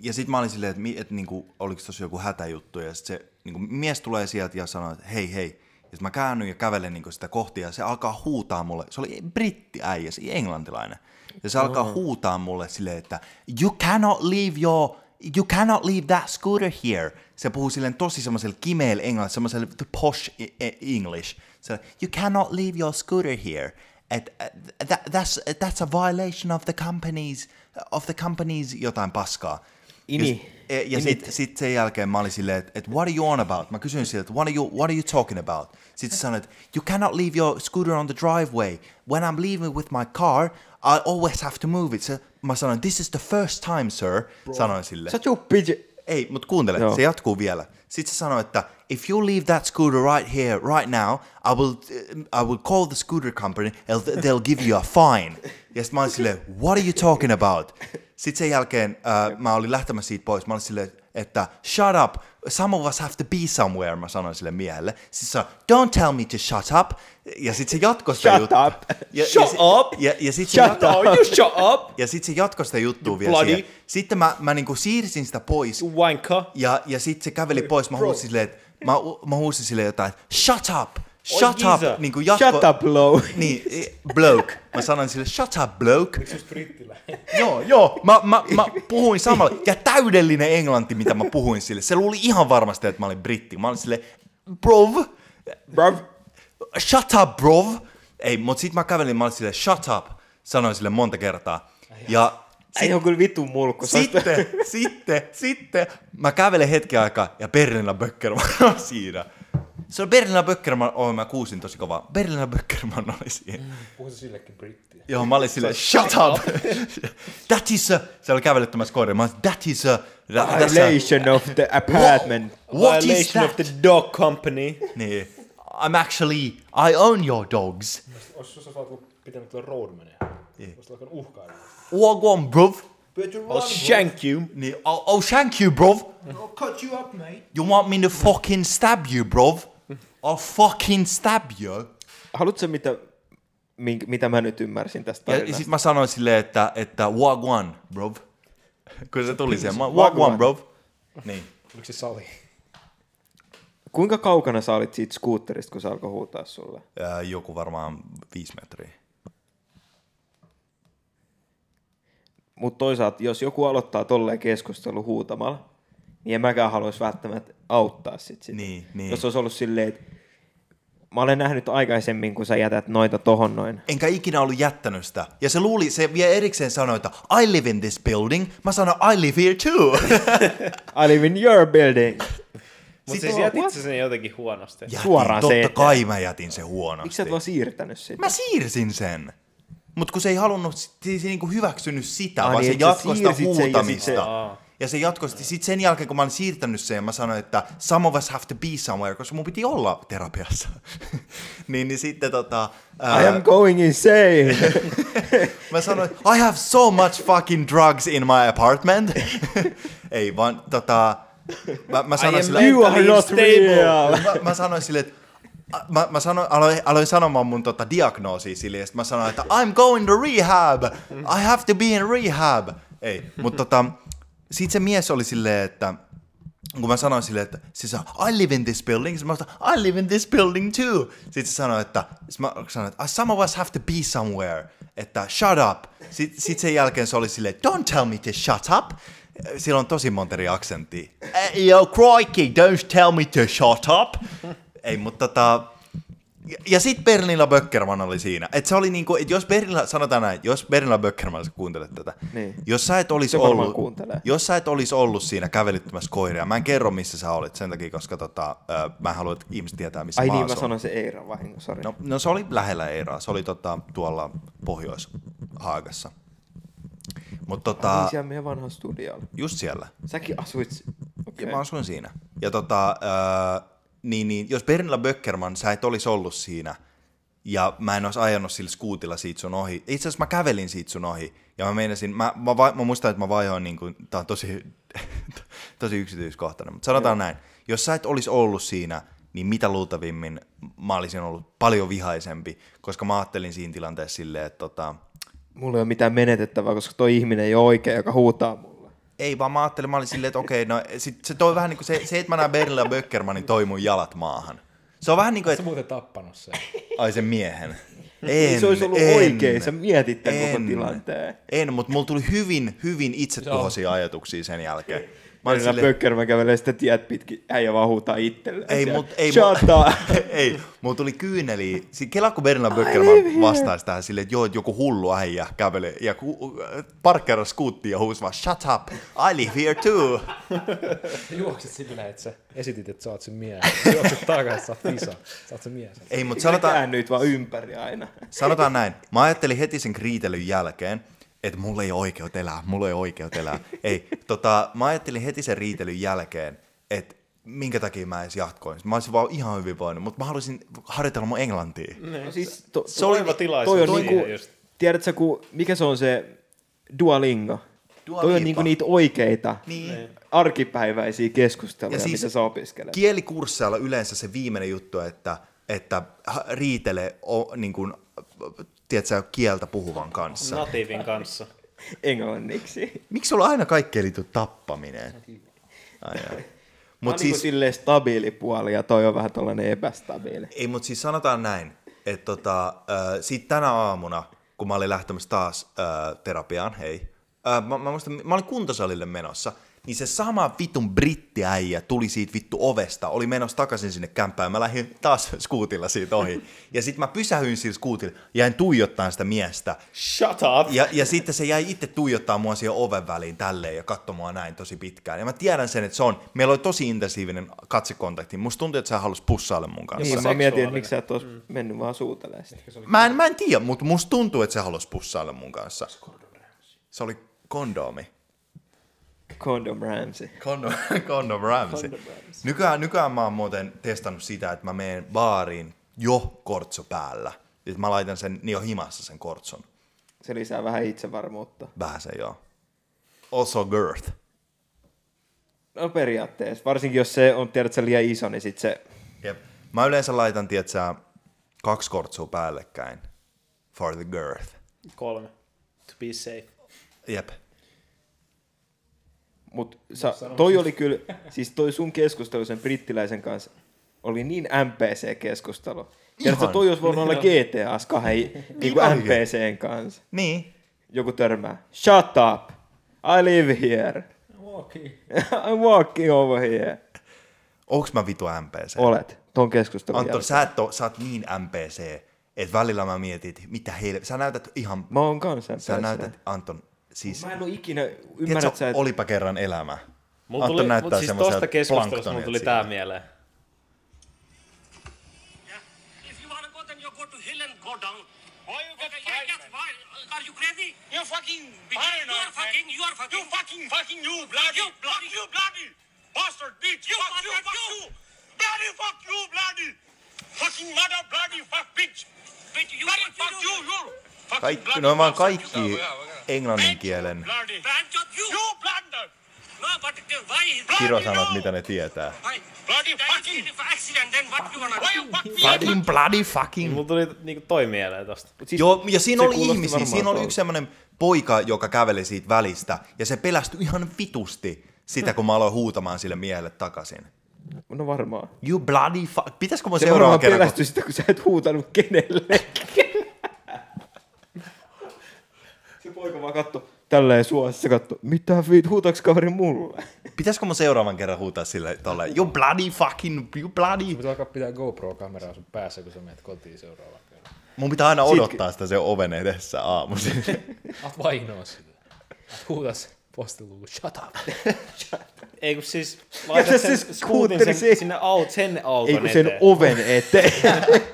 ja sitten mä olin silleen, että, mi- että niinku, oliko tuossa joku hätäjuttu, ja sitten se niinku, mies tulee sieltä ja sanoo, että hei, hei. Ja sit mä käännyn ja kävelen niinku sitä kohti, ja se alkaa huutaa mulle, se oli brittiäijä, se englantilainen. Ja se alkaa huutaa mulle silleen, että you cannot leave your, you cannot leave that scooter here. Se puhuu silleen tosi semmoisella kimeellä englannilla, semmoisella posh e- e- English. Se, you cannot leave your scooter here. Et, äh, that, that's, that's a violation of the company's, of the company's jotain paskaa. eh,
Ini.
Ja, s- ja sitten sit sen jälkeen mä olin silleen, että et, what are you on about? Mä kysyin siltä, että what are you, what are you talking about? Sitten se sanoi, että you cannot leave your scooter on the driveway. When I'm leaving with my car, I always have to move it. Se, mä sanoin, this is the first time, sir. Sanoin sille.
Sä bitch.
Ei, mutta kuuntele,
Joo.
Joo. se jatkuu vielä. Sitten se sanoi, että if you leave that scooter right here, right now, I will, eh, I will call the scooter company and th- they'll give you a fine. Ja sitten mä olin silleen, what are you talking about? Sitten sen jälkeen äh, mä olin lähtemässä siitä pois. Mä olin silleen, että shut up, some of us have to be somewhere, mä sanoin sille miehelle. Sitten se sanoi, don't tell me to shut up. Ja sitten se jatkoi sitä
Shut
juttua.
up.
Ja,
Shut
ja, si-
up.
Ja, ja sit se
Shut up, you shut up,
Ja sitten se jatkoi sitä juttua vielä
bloody-
siihen. Sitten mä, mä niinku siirsin sitä pois.
you wanker.
Ja, ja sitten se käveli pois, mä huusin silleen, että mä, mä huusin silleen jotain, että shut up, shut
Oi, Giza.
up, niin kuin jatko...
Shut up, low.
Niin, e, bloke. Mä sanoin sille, shut up, bloke. Joo, joo. Mä, mä, mä puhuin samalla. Ja täydellinen englanti, mitä mä puhuin sille. Se luuli ihan varmasti, että mä olin britti. Mä olin silleen, brov,
Bruv.
shut up, brov. Ei, mut sit mä kävelin, mä olin silleen, shut up. Sanoin sille monta kertaa. Ja
Ei on kyllä vitun mulkku. sä oot-
sitten, sitten, sitten. Mä kävelen hetken aikaa ja Berlina Böckerman on siinä. Se on Berlina Böckerman, oh mä kuusin tosi kovaa. Berlina Böckerman oli siinä.
Puhuisin sillekin brittiä.
Joo, mä olin silleen, shut up! that is a... Se oli kävelyttämässä koiria. Mä olin, that is a... That, that's a
Violation of the apartment.
what is
Violation
that?
of the dog company.
Niin. I'm actually... I own your dogs.
Olisi sinussa saatu pitänyt tulla roadmania. Olisi alkanut uhkailla.
Walk on, bruv.
I'll shank you.
Niin, I'll, I'll shank you, bruv.
I'll cut you up, mate.
You want me to fucking stab you, bruv? I'll fucking stab you.
Haluatko mitä, mink, mitä mä nyt ymmärsin tästä
Ja, ja
tarinasta?
sit mä sanoin silleen, että, että Wagwan, bro. Kun se tuli siihen, mä-
Wagwan.
Wagwan, bro. Niin.
Oliko se sali?
Kuinka kaukana sä olit siitä skuutterista, kun se alkoi huutaa sulle?
Ää, joku varmaan viisi metriä.
Mutta toisaalta, jos joku aloittaa tolleen keskustelun huutamalla, niin en mäkään haluaisi välttämättä auttaa sit sitä.
Niin, niin.
Jos olisi ollut silleen, että mä olen nähnyt aikaisemmin, kun sä jätät noita tohon noin.
Enkä ikinä ollut jättänyt sitä. Ja se luuli, se vielä erikseen sanoi, että I live in this building. Mä sanoin, I live here too.
I live in your building.
Mutta siis jätit sä sen jotenkin huonosti.
Jätin,
Suoraan se
totta
eteen.
kai mä jätin se huonosti.
Miksi sä et vaan siirtänyt sitä?
Mä siirsin sen. Mut kun se ei halunnut, se ei niinku hyväksynyt sitä,
Ah,
vaan
niin,
se
et sä
jatkoi sitä
siirsit sen ja sit
huutamista.
se-
Ja, se jatkoi sitä. Sitten sen jälkeen, kun mä olin siirtänyt sen, mä sanoin, että some of us have to be somewhere, koska mun piti olla terapiassa. niin, niin sitten tota...
I am going insane.
Mä sanoin, I have so much fucking drugs in my apartment. Ei vaan, tota... Mä, mä sanoin sillä,
you are not real.
mä, mä sanoin sille, että a- Mä, mä sanoin, aloin, aloin sanomaan mun tota diagnoosia sille, ja sit mä sanoin, että I'm going to rehab, I have to be in rehab. Ei, mutta tota, sit se mies oli silleen, että kun mä sanoin silleen, että siis I live in this building, sit mä sanoin, I live in this building too. Sitten se sanoi, että, sit mä sanoin, että some of us have to be somewhere, että shut up. Sitten sit sen jälkeen se oli silleen, don't tell me to shut up. Sillä on tosi monta eri aksenttia. Eh, Yo, crikey, don't tell me to shut up. Ei, mutta tota, ja, ja sitten Bernilla Böckerman oli siinä. Et se oli niinku, et jos Bernilla, sanotaan näin, jos Bernilla Böckerman, sä kuuntelet tätä.
Niin.
Jos sä et olisi
Se varmaan
ollut,
kuuntelee.
jos sä et olisi ollut siinä kävelyttämässä koiria, mä en kerro missä sä olit sen takia, koska tota, ö, mä haluan, että ihmiset tietää missä
Ai
mä
niin, mä
asun.
sanoin se Eira vahingossa, sori.
No, no se oli lähellä Eiraa, se oli tota, tuolla Pohjois-Haagassa. Mutta tota,
Niin siellä meidän vanha studiolla.
just siellä.
Säkin asuit... s-
Ja
Okei.
mä asuin siinä. Ja tota, öö, niin, niin, jos Bernilla Böckerman, sä et olisi ollut siinä, ja mä en olisi ajanut sillä skuutilla siitä sun ohi. Itse asiassa mä kävelin siitä sun ohi, ja mä meinasin, mä, mä, va- mä muistan, että mä vaihoin, niin kuin, tää on tosi, tosi yksityiskohtainen, mutta sanotaan näin, jos sä et olisi ollut siinä, niin mitä luultavimmin mä olisin ollut paljon vihaisempi, koska mä ajattelin siinä tilanteessa silleen, että tota,
Mulla ei ole mitään menetettävää, koska toi ihminen ei ole oikea, joka huutaa mulle.
ei vaan mä ajattelin, mä olin silleen, että okei, no sit se toi vähän niin kuin se, se että mä näin Berlillä Böckermanin toi mun jalat maahan. Se on vähän niin kuin,
Sä
että
muuten tappanut sen.
ai sen miehen.
Ei,
En,
se olisi ollut
en,
oikein, sä mietit tämän
en,
koko tilanteen.
En, mutta mulla tuli hyvin, hyvin itsetuhoisia ajatuksia sen jälkeen. Mä olin
Marina
silleen,
Pökkermä kävelee sitä tiet pitkin, äijä vaan huutaa itselleen.
Ei,
siellä,
mut, ei,
Shut up!
ei, mulla tuli kyyneli. Si- Kela, kun Bernan Böckerman vastaisi tähän silleen, että joo, että joku hullu äijä kävelee ja ku- parkkeraa skuuttiin ja huusi vaan, shut up, I live here too.
Juoksit sillä, että sä esitit, että sä oot sen mies. Juoksit takaisin, sä oot visa. Sä oot sen mies.
Ei, mutta
Sanotaan...
sanotaan,
Käännyit vaan ympäri aina.
Sanotaan näin. Mä ajattelin heti sen kriitelyn jälkeen, että mulla ei ole oikeut elää, mulla ei ole oikeut elää. Ei, tota, mä ajattelin heti sen riitelyn jälkeen, että minkä takia mä edes jatkoin. Mä olisin vaan ihan hyvin voinut, mutta mä halusin harjoitella mun englantia.
No siis, to,
Se oli
Oiva tilaisuus
toi on
siihen
niinku,
just.
tiedätkö, kun, mikä se on se Duolingo?
Dua
toi
Lipa.
on niinku niitä oikeita
Niin.
arkipäiväisiä
Ja
keskusteluja, ja
siis-
siis, mitä sä opiskelet.
Kielikursseilla yleensä se viimeinen juttu, että, että ha- riitele o, niin kuin, tiedätkö, kieltä puhuvan kanssa.
Natiivin kanssa.
Englanniksi.
Miksi sulla aina kaikkeen liittyy tappaminen? Ai, ai.
Mut on
Mut
siis... niinku
siis,
silleen stabiili puoli ja toi on vähän tollanen epästabiili.
Ei, mutta siis sanotaan näin, että tota, sitten tänä aamuna, kun mä olin lähtemässä taas ö, terapiaan, hei, ö, mä, mä, muistan, mä olin kuntosalille menossa, niin se sama vitun brittiäijä tuli siitä vittu ovesta, oli menossa takaisin sinne kämppään, mä lähdin taas skuutilla siitä ohi. Ja sitten mä pysähyin sillä skuutilla, jäin tuijottaan sitä miestä,
Shut up!
ja, ja sitten se jäi itse tuijottaa mua siihen oven väliin tälleen ja katsomaan mua näin tosi pitkään. Ja mä tiedän sen, että se on, meillä oli tosi intensiivinen katsekontakti. Musta tuntuu, että sä halusi pussailla mun kanssa.
Niin, mä mietin, että miksi sä et ois mm. mennyt vaan suutelemaan sitä.
Mä en, mä en tiedä, mutta musta tuntuu, että se halusi pussailla mun kanssa. Se oli kondomi.
Condom Ramsey.
Kondom, kondom Ramsey. Nykyään, nykyään mä oon muuten testannut sitä, että mä menen baariin jo kortso päällä. Et mä laitan sen niin jo himassa sen kortson.
Se lisää vähän itsevarmuutta.
Vähän se joo. Also girth.
No periaatteessa. Varsinkin jos se on, tiedät sä, liian iso, niin sit se...
Jep. Mä yleensä laitan, tietsä, kaksi kortsua päällekkäin. For the girth.
Kolme. To be safe.
Jep.
Mut sä, toi oli kyllä, siis toi sun keskustelu sen brittiläisen kanssa oli niin MPC-keskustelu. Tiedätkö, toi olisi voinut olla GTAs kahden niin kuin
Ihan
MPCn kanssa.
Niin.
Joku törmää. Shut up! I live here. I'm walking over here.
Onks mä vitu MPC?
Olet. Ton keskustelun
Anton,
jälkeen.
sä, et oo, sä oot niin MPC, että välillä mä mietin, että mitä heille... Sä näytät ihan...
Mä oon kanssa
Sä
MPC.
näytät, Anton, siis...
Mä en oo ikinä,
Tiedätkö,
ymmärrät sä, että...
olipa kerran elämä.
Mulla tuli, mut siis
semmoselta
tosta keskustelusta mulla
planktonilta
tuli
siinä.
tää mieleen.
If you want to go, then you go to hill and go down. Why you get okay, fired? Yes, why? Are you crazy? You're fucking fired. You are fucking. You are fucking. You fucking fucking you bloody. You bloody. You bloody. Bastard bitch. You fuck you. Fuck you. Bloody fuck you bloody. Fucking mother bloody fuck bitch. Bitch you bloody fuck you. You. fucking
Kaikki,
bloody
no vaan
bastard.
kaikki englannin kielen
Bloody. Branch of you. You blunder. No, but it is why? is-
kirosanat, mitä ne tietää.
Why? Bloody fucking. If accident, then what you gonna Why you fuck me?
Fucking bloody fucking
Mulla tuli niinku toi mieleen tosta.
Mut siis-
Joo, ja siinä
se
oli
kuulosti
ihmisiä.
varmaan
Siinä oli
tuolta.
yksi semmoinen poika, joka käveli siitä välistä, ja se pelästyi ihan vitusti sitä, kun mä aloin huutamaan sille miehelle takaisin.
No varmaan.
You bloody fuck. Pitäisikö mun
Se
seuraava
varmaan
kerran, kun
pelästyi sitä, kun sä et huutanut kenellekään. se poika vaan katto tälleen suossa, katto, mitä viit, huutaks kaveri mulle?
Pitäisikö mun seuraavan kerran huutaa sille tolle, you bloody fucking, you bloody.
Pitää alkaa pitää GoPro-kameraa sun päässä, kun sä menet kotiin seuraavaan kerran.
Mun pitää aina odottaa sitä se oven edessä aamuisin.
Alat vainoa sitä. Huuta se postiluku, shut up.
Ei kun siis
Ja
laitat
se
sen
skuutteri
skuutin sen,
siihen.
sinne aut, sen
Ei
auton
kun sen
eteen.
oven eteen.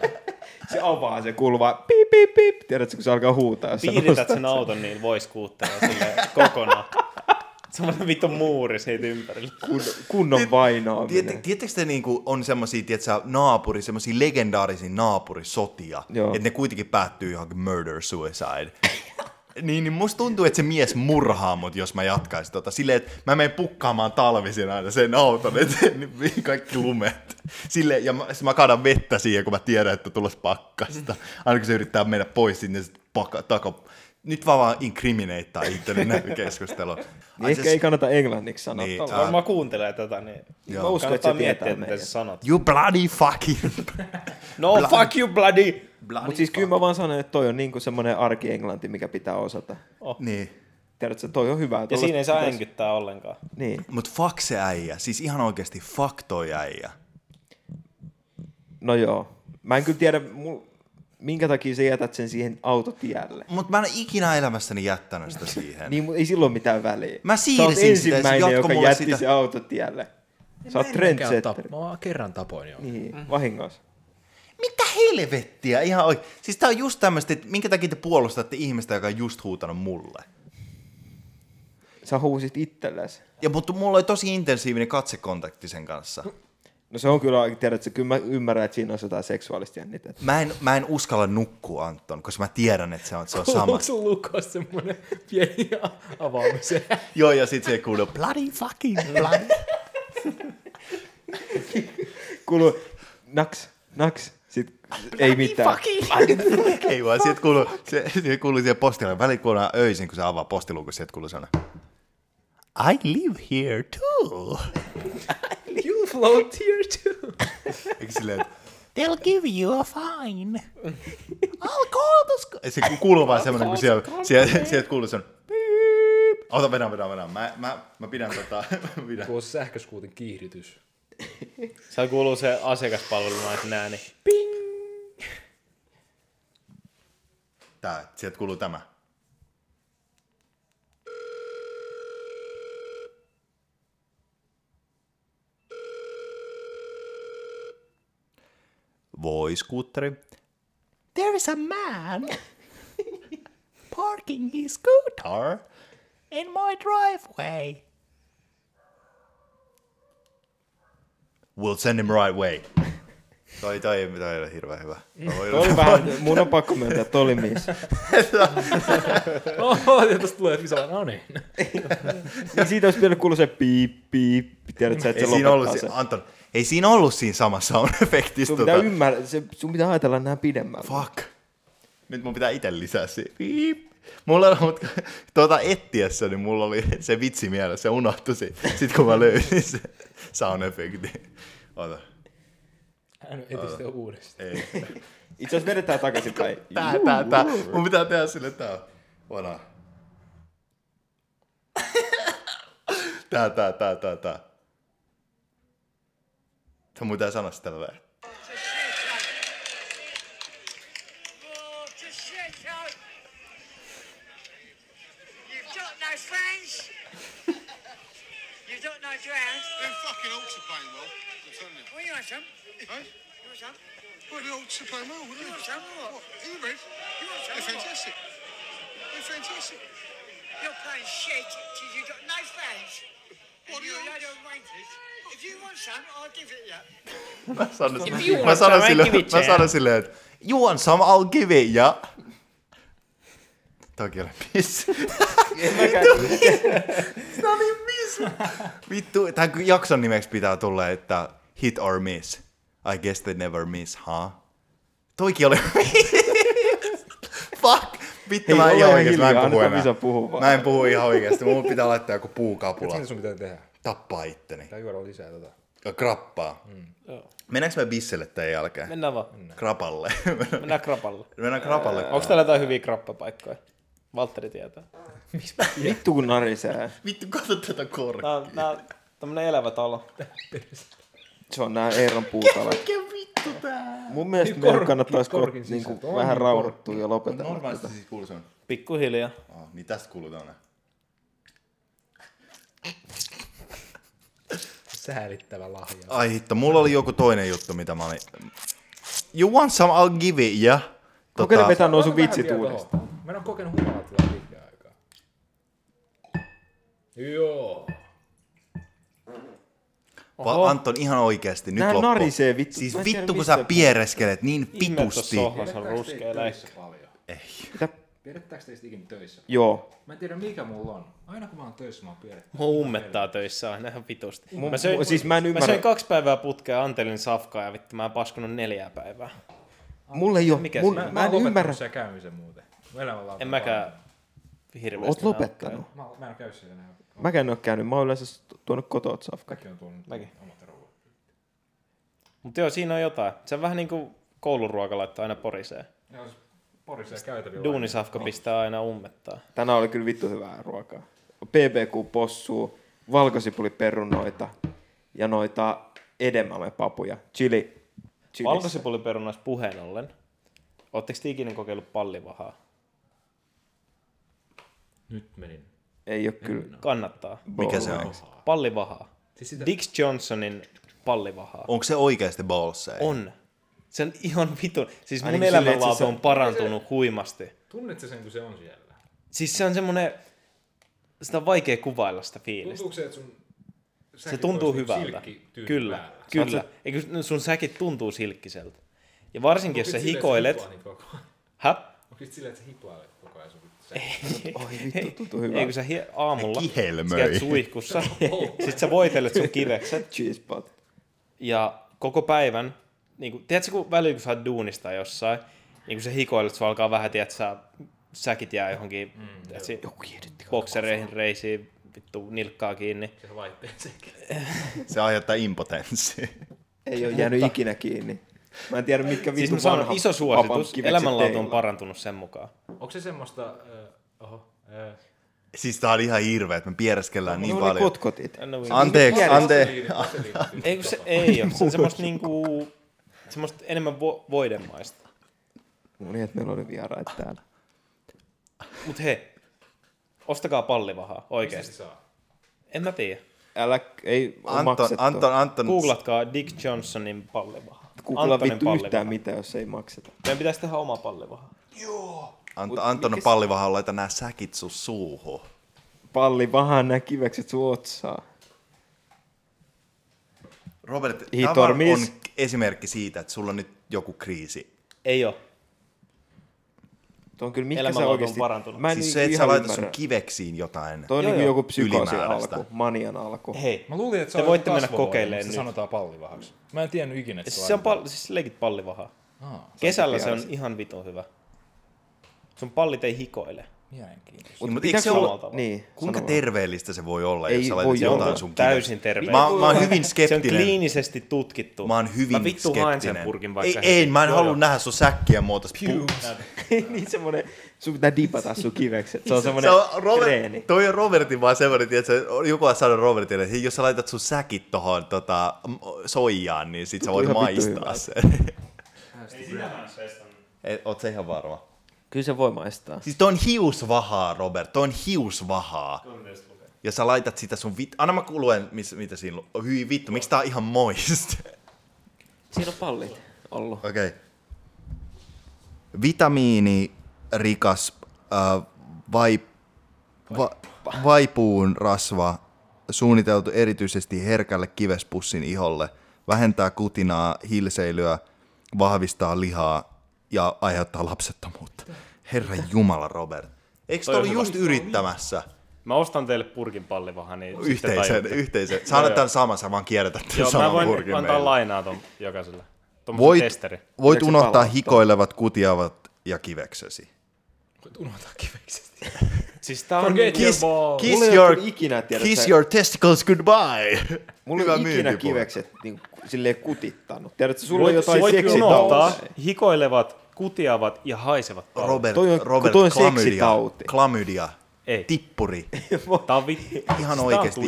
se avaa se kulva, pip, pip, pip. Tiedätkö, kun se alkaa huutaa. jos sä
Piirität
nostat
sen auton, niin voi skuuttaa sille kokonaan. Semmoinen vittu muuri siitä ympärillä.
kun- kunnon vainoaminen.
Tiedättekö te niinku, on semmosia, tietsä, naapuri, semmosia legendaarisia naapurisotia,
Joo.
että ne kuitenkin päättyy johonkin murder suicide. niin, niin musta tuntuu, että se mies murhaa mut, jos mä jatkaisin tota. Silleen, että mä menen pukkaamaan talvisin aina sen auton eteen, niin kaikki lumet. Silleen, ja mä, sit mä kaadan vettä siihen, kun mä tiedän, että tulos pakkasta. Aina kun se yrittää mennä pois sinne, sit paka, taka, nyt vaan vaan incriminateaa itteni näin keskustelua.
Niin ehkä ei kannata englanniksi sanoa.
siis- niin,
Niin.
ah,
Varmaan kuuntelee tätä, niin
joo.
Mä uskon, että
kannattaa
se tietää
miettiä, mitä
meidät.
sä sanot.
You bloody fucking...
No fuck you bloody!
bloody
Mutta siis kyllä mä vaan sanon, että toi on niinku semmoinen arkienglanti, mikä pitää osata.
fuck. Niin.
Tiedätkö, toi on hyvä.
Ja siinä ei saa
Pitäis-
änkyttää ollenkaan.
Niin.
Mut fuck se äijä, siis ihan oikeesti fuck toi äijä.
No joo. Mä en kyllä tiedä, mul... minkä takia sä jätät sen siihen autotielle.
Mut mä en oo ikinä elämässäni jättänyt sitä siihen.
Niin, mut ei silloin mitään väliä.
Mä
Sä oot
siirsin sitä ja se
ensimmäinen,
jatkoi
joka
mulle
jätti
sitä.
se autotielle. Sä oot
Mikä tap-
trendsetter.
Mä vaan kerran tapoin joo.
Mm-hmm.
Niin, vahingossa.
Mitä helvettiä? Ihan oikein. Siis tää on just tämmöistä, että minkä takia te puolustatte ihmistä, joka on just huutanut mulle.
Sä huusit itsellesi.
Ja mutta mulla oli tosi intensiivinen katsekontakti sen kanssa.
No se on kyllä, aika- tiedätkö, kyllä mä ymmärrän, että siinä on jotain seksuaalista jännitettä.
Mä en, mä en uskalla nukkua, Anton, koska mä tiedän, että se on, se on sama.
Onko sun lukossa semmoinen pieni avaamisen?
Joo, ja sit se kuuluu, bloody fucking bloody.
Kuuluu naks, naks, sit ei mitään.
Ei vaan, sieltä kuuluu, se, se kuuluu siihen postille. Välillä kuuluu öisin, kun se avaa postiluku, sieltä kuuluu sellainen. I live here too.
You float here too.
Eikö silleen, että
They'll give you a fine.
I'll call the school. Se ku- kuuluu vaan semmoinen, kun siellä, siellä, sieltä kuuluu semmoinen. piip. Ota, vedän, vedän, vedän. Mä, mä, mä pidän tota, mä pidän.
Tuo sähköskuutin kiihdytys.
Siellä kuuluu se asiakaspalvelun aina nääni.
Tää, sieltä kuuluu tämä. Voi, skuutteri.
There is a man parking his scooter
Tar.
in my driveway.
We'll send him right way. Toi, toi, toi oli hirveän hyvä. Toi
Toi
oli-
oli vähän, mun on pakko myöntää, että toi oli miss.
Oho, ja tosta tulee visa. No niin.
Niin siitä olisi vielä kuullut se piip, piip, tiedätkö, että
ei
se
siinä ollut,
lopettaa
si-
se.
Anton, ei siinä ollut siinä samassa tota- on efektissä.
Sun pitää ymmärrä, se, sun pitää ajatella nämä pidemmälle.
Fuck. Nyt mun pitää itse lisää se. Piip. Mulla oli, mut, tuota etsiessä, niin mulla oli se vitsi mielessä, se unohtui se. Sitten kun mä löysin se sound effekti. Ota.
Hän eti sitä uudestaan.
Ei.
Itse asiassa vedetään takaisinpäin.
Tää, tää, tää. Mun pitää tehdä sille tää. Ota. Tää, tää, tää, tää, tää. Tää mun pitää sanoa sitä tällä.
You've got no friends. You've got no friends.
They're fucking ultra playing well. I'm telling you.
Well, you want some?
Hey?
You want some?
Well, they're ultra playing well, wouldn't
You
they?
want some or what?
Are you ready?
You want some
They're
or what?
fantastic. They're fantastic.
You're playing shit because you've got no friends. And
What do
you're a
you-
load of wankers. If you want some, I'll give it you.
Mä sanon, mä sanon,
some, I
silleen,
give it
mä
to
sanon silleen, että you want some, I'll give it, ja... Toki ole miss. Tämä oli miss. Vittu, tämän jakson nimeksi pitää tulla, että hit or miss. I guess they never miss, huh? Toikin oli miss. Fuck. Vittu,
Hei,
mä en
ole
ihan
ihan
oikeesti, mä en
hiljaa,
puhu
annetaan
enää.
Visa puhua vaan.
Mä en puhu ihan oikeesti, mun pitää laittaa joku puukapula.
Mitä sun pitää tehdä?
Tappaa itteni.
Tää juoda lisää tota.
Ja Krappaa. Mennäänkö me bisselle tämän jälkeen?
Mennään vaan.
Krapalle.
Mennään krapalle.
Mennään krapalle.
Onko Mm. täällä jotain hyviä krappapaikkoja? Valtteri tietää.
Vittu kun narisee.
Vittu, katso tätä korkea.
Tää on, tää on tämmönen elävä talo.
Se on nämä Eeron puutalat.
Mikä vittu tää?
Mun mielestä
Niin
meidän
korkki-
kannattaisi
korkin
korkin, niin kuin,
sisältö on
vähän
niin
rauhoittua ja lopetella.
Normaalisti siis kuuluu sun.
Pikkuhiljaa.
Oh, niin tästä kuuluu tämmönen.
Säälittävä lahja.
Ai hitto, mulla oli joku toinen juttu, mitä mä olin... You want some, I'll give it, Tota, ja...
Kokeile vetää nuo sun
Vähän
vitsit
vielä
uudestaan.
tohon. Mä en oo kokenut humalatilaa pitkään aikaa. Joo.
Va- Anton, ihan oikeesti, nyt
Nää
loppu.
narisee vittu.
Siis
Mä en tiedä,
vittu, kun
mistä
sä
puhuu.
piereskelet niin
Ihme, että
vitusti.
sohvassa on ruskea läikkä.
paljon?
Mitä?
Pidettääkö teistä ikinä töissä?
Joo.
Mä en tiedä mikä mulla on. Aina kun mä oon töissä, mä oon pidettävä.
Mua ummettaa töissä aina ihan vitusti. Mä
mu-
söin,
siis mä en
mä
ymmärrä.
söin kaksi päivää putkea Antelin safkaa ja vittu mä en paskunut neljää päivää.
Mulla ei oo.
Mikä
Mun,
siinä?
mä, en ymmärrä.
sen käymisen muuten. Mun elämä on
En mäkään hirveästi.
Oot
enää
lopettanut.
käynyt.
Mä, mä en oo käy siellä enää.
Mä en ole käynyt, mä oon yleensä s- tuonut kotoa safkaa.
Kaikki on tuonut
Mäkin.
omat ruuat.
Mutta joo, siinä on jotain. Se on vähän niin kuin kouluruoka laittaa aina porisee.
Ne on porisee käytävillä.
Duunisafka pistää aina ummettaa.
Tänään oli kyllä vittu hyvää ruokaa. PPQ-possuu, valkosipuliperunoita ja noita edemamepapuja. Chili. chilissä.
Valkosipuliperunoista puheen ollen. Oletteko te ikinä kokeillut pallivahaa?
Nyt menin.
Ei ole kyllä.
Kannattaa.
Mikä se on?
Pallivahaa.
Siis sitä,
Dix Johnsonin pallivahaa.
Onko se oikeasti ballseja?
On. Se on ihan vitun. Siis
Ai
mun
niin kuin silleen,
elämänlaatu
että se-
on parantunut huimasti.
tunnet sä sen, kun se on siellä?
Siis se on semmonen... Sitä on vaikea kuvailla sitä fiilistä.
Tuntuuko se, että sun...
Se
säkin
tuntuu
olisi niinku
hyvältä.
silkkityyny
Kyllä,
päällä?
kyllä. Eikö sun- sun säkit tuntuu silkkiseltä. Ja varsinkin, jos sä
Onko No sit silleen,
hikoilet...
että hiplailet niin koko ajan?
Hä?
Onko sit silleen, että sä hiplailet koko ajan sun sä-
Oi vittu, tuntuu hyvältä.
Ei, kun sä hie- aamulla
Kihelmöi.
sä käyt suihkussa,
Oh.
sit sä voitelet sun kivekset
Cheese pot.
ja koko päivän, niin kun, tiedätkö kun välillä kun sä oot duunista jossain, niin kun sä hikoilet, sun alkaa vähän, tiedät sä, säkit jää johonkin, mm, tiedätkö, boksereihin, reisiin, vittu nilkkaa kiinni.
Se vaihteen sekin.
Se aiheuttaa impotenssia.
Ei ole jäänyt ikinä kiinni. Mä en tiedä, mitkä
Siis
vittu
mä sanon,
vanha
iso
papan
suositus,
kivekset
elämänlaatu on
teillä.
parantunut sen mukaan.
Onko se semmoista... Äh, oho, äh,
Siis tää on ihan hirveä, että me piereskellään
Ne
niin
oli
paljon.
kotkotit.
No niin.
Anteeksi, anteeksi.
liini, se liittyy.
Ei, kun se ei ole, se on semmoista niinku, semmoista enemmän vo- voidemaista.
No niin, että meillä oli vieraita täällä.
Mut he, ostakaa pallivahaa,
Mistä se
oikeesti.
saa?
En mä tiedä.
Älä, ei oo
Anton,
maksettu.
Anton, Anton,
Googlatkaa Dick Johnsonin pallivaha.
Googlaa
Antonin
vittu yhtään
pallivaha.
mitään, jos ei makseta.
Meidän pitäisi tehdä oma pallivaha.
Anton, Anton on pallivahan laita nää säkit sun suuhun.
Palli vähän nämä kivekset sun otsaa.
Robert,
Hitor
tämä on
miss.
esimerkki siitä, että sulla on nyt joku kriisi.
Ei oo.
Tuo on kyllä, mitkä sä
Elämänlaatu on
oikeesti...
parantunut.
Mä en
Siis
niinku
se, että sä
ihan
laitat sun
ymmärrä.
kiveksiin jotain.
Toi on
Joo,
niinku
joo.
joku psykoosin
Ylimääräistä.
alku, manian alku.
Hei.
Mä luulin, että se
Te
on
voitte
joku
mennä
kasvovoima,
kokeilemaan
mistä
nyt.
sanotaan pallivahaksi. Mä en tiennyt ikinä, että
Siis se on pal- siis leikit pallivahaa. Kesällä se on ihan vitun hyvä. Sun pallit ei hikoile.
Mielenkiintoista.
Niin, mutta
Pitääkö
eikö se ole,
olla- tavalla.
Niin.
kuinka
sano vaan.
terveellistä se voi olla,
Ei
jos sä laitat
voi olla.
jotain
on
sun
täysin
kiveksiin?
terve.
Mä, oon- mä oon hyvin
se on
skeptinen.
kliinisesti tutkittu.
Mä oon hyvin
Mä vittu haen sen
skeptinen.
purkin
ei,
vaikka. heti.
ei, mä en
Joo,
halua
joo.
nähdä sun säkkien muotoista. Pu-
niin semmonen, sun pitää dipata sun kivekset. Se on
se
semmonen
on
treeni.
Robert, toi on Robertin vaan semmoinen, että joku on sanonut Robertille, että hei, jos sä laitat sun säkit tohon tota, m- soijaan, niin sit sä voit
Tuntuu ihan vittu
maistaa
hyvältä.
sen. Ei, Oot sä ihan varma?
Kyllä se voi maistaa.
Siis toi on hiusvahaa, Robert. Toi on hiusvahaa. Ja sä laitat sitä sun vit... Anna mä kuluen, mis, mitä siinä lu- Hyi vittu, miksi tää on ihan moist?
Siinä on pallit ollut.
Okei. Okay. Vitamiini, rikas, äh, vai, va, vaipuun rasva, suunniteltu erityisesti herkälle kivespussin iholle, vähentää kutinaa, hilseilyä, vahvistaa lihaa ja aiheuttaa lapsettomuutta. Herra Jumala, Robert. Eikö toi ollut just yrittämässä
Mä ostan teille purkin pallivahaa, niin sitten
yhteisen?
tajutte.
yhteisen. Sä annat tämän saman, sä vaan kierrätät tämän
Joo,
saman
mä voin
purkin
antaa
meille.
lainaa ton jokaiselle. Tuommoisen
Voit,
testeri.
voit
Pitääkö se
unohtaa
palauttaa?
hikoilevat, kutiavat ja kiveksesi.
Voit unohtaa kivekset.
Siis tää on
Forget
niinku-
your balls.
Mulla ei ole kyllä ikinä, tiedätkö
kiss
sä-
your testicles goodbye.
Mulla
Hyvä
ei ole ikinä
myyntipuhe.
kivekset niin, silleen kutittanut. Tiedätkö, sulla on
Voit,
jotain
voit unohtaa
seksitauteja.
hikoilevat, kutiavat ja haisevat pallit.
Robert,
Toi on-
Robert
toi on
klamydia,
seksitauti.
klamydia,
Ei.
tippuri,
Tää on vittu.
ihan oikeesti.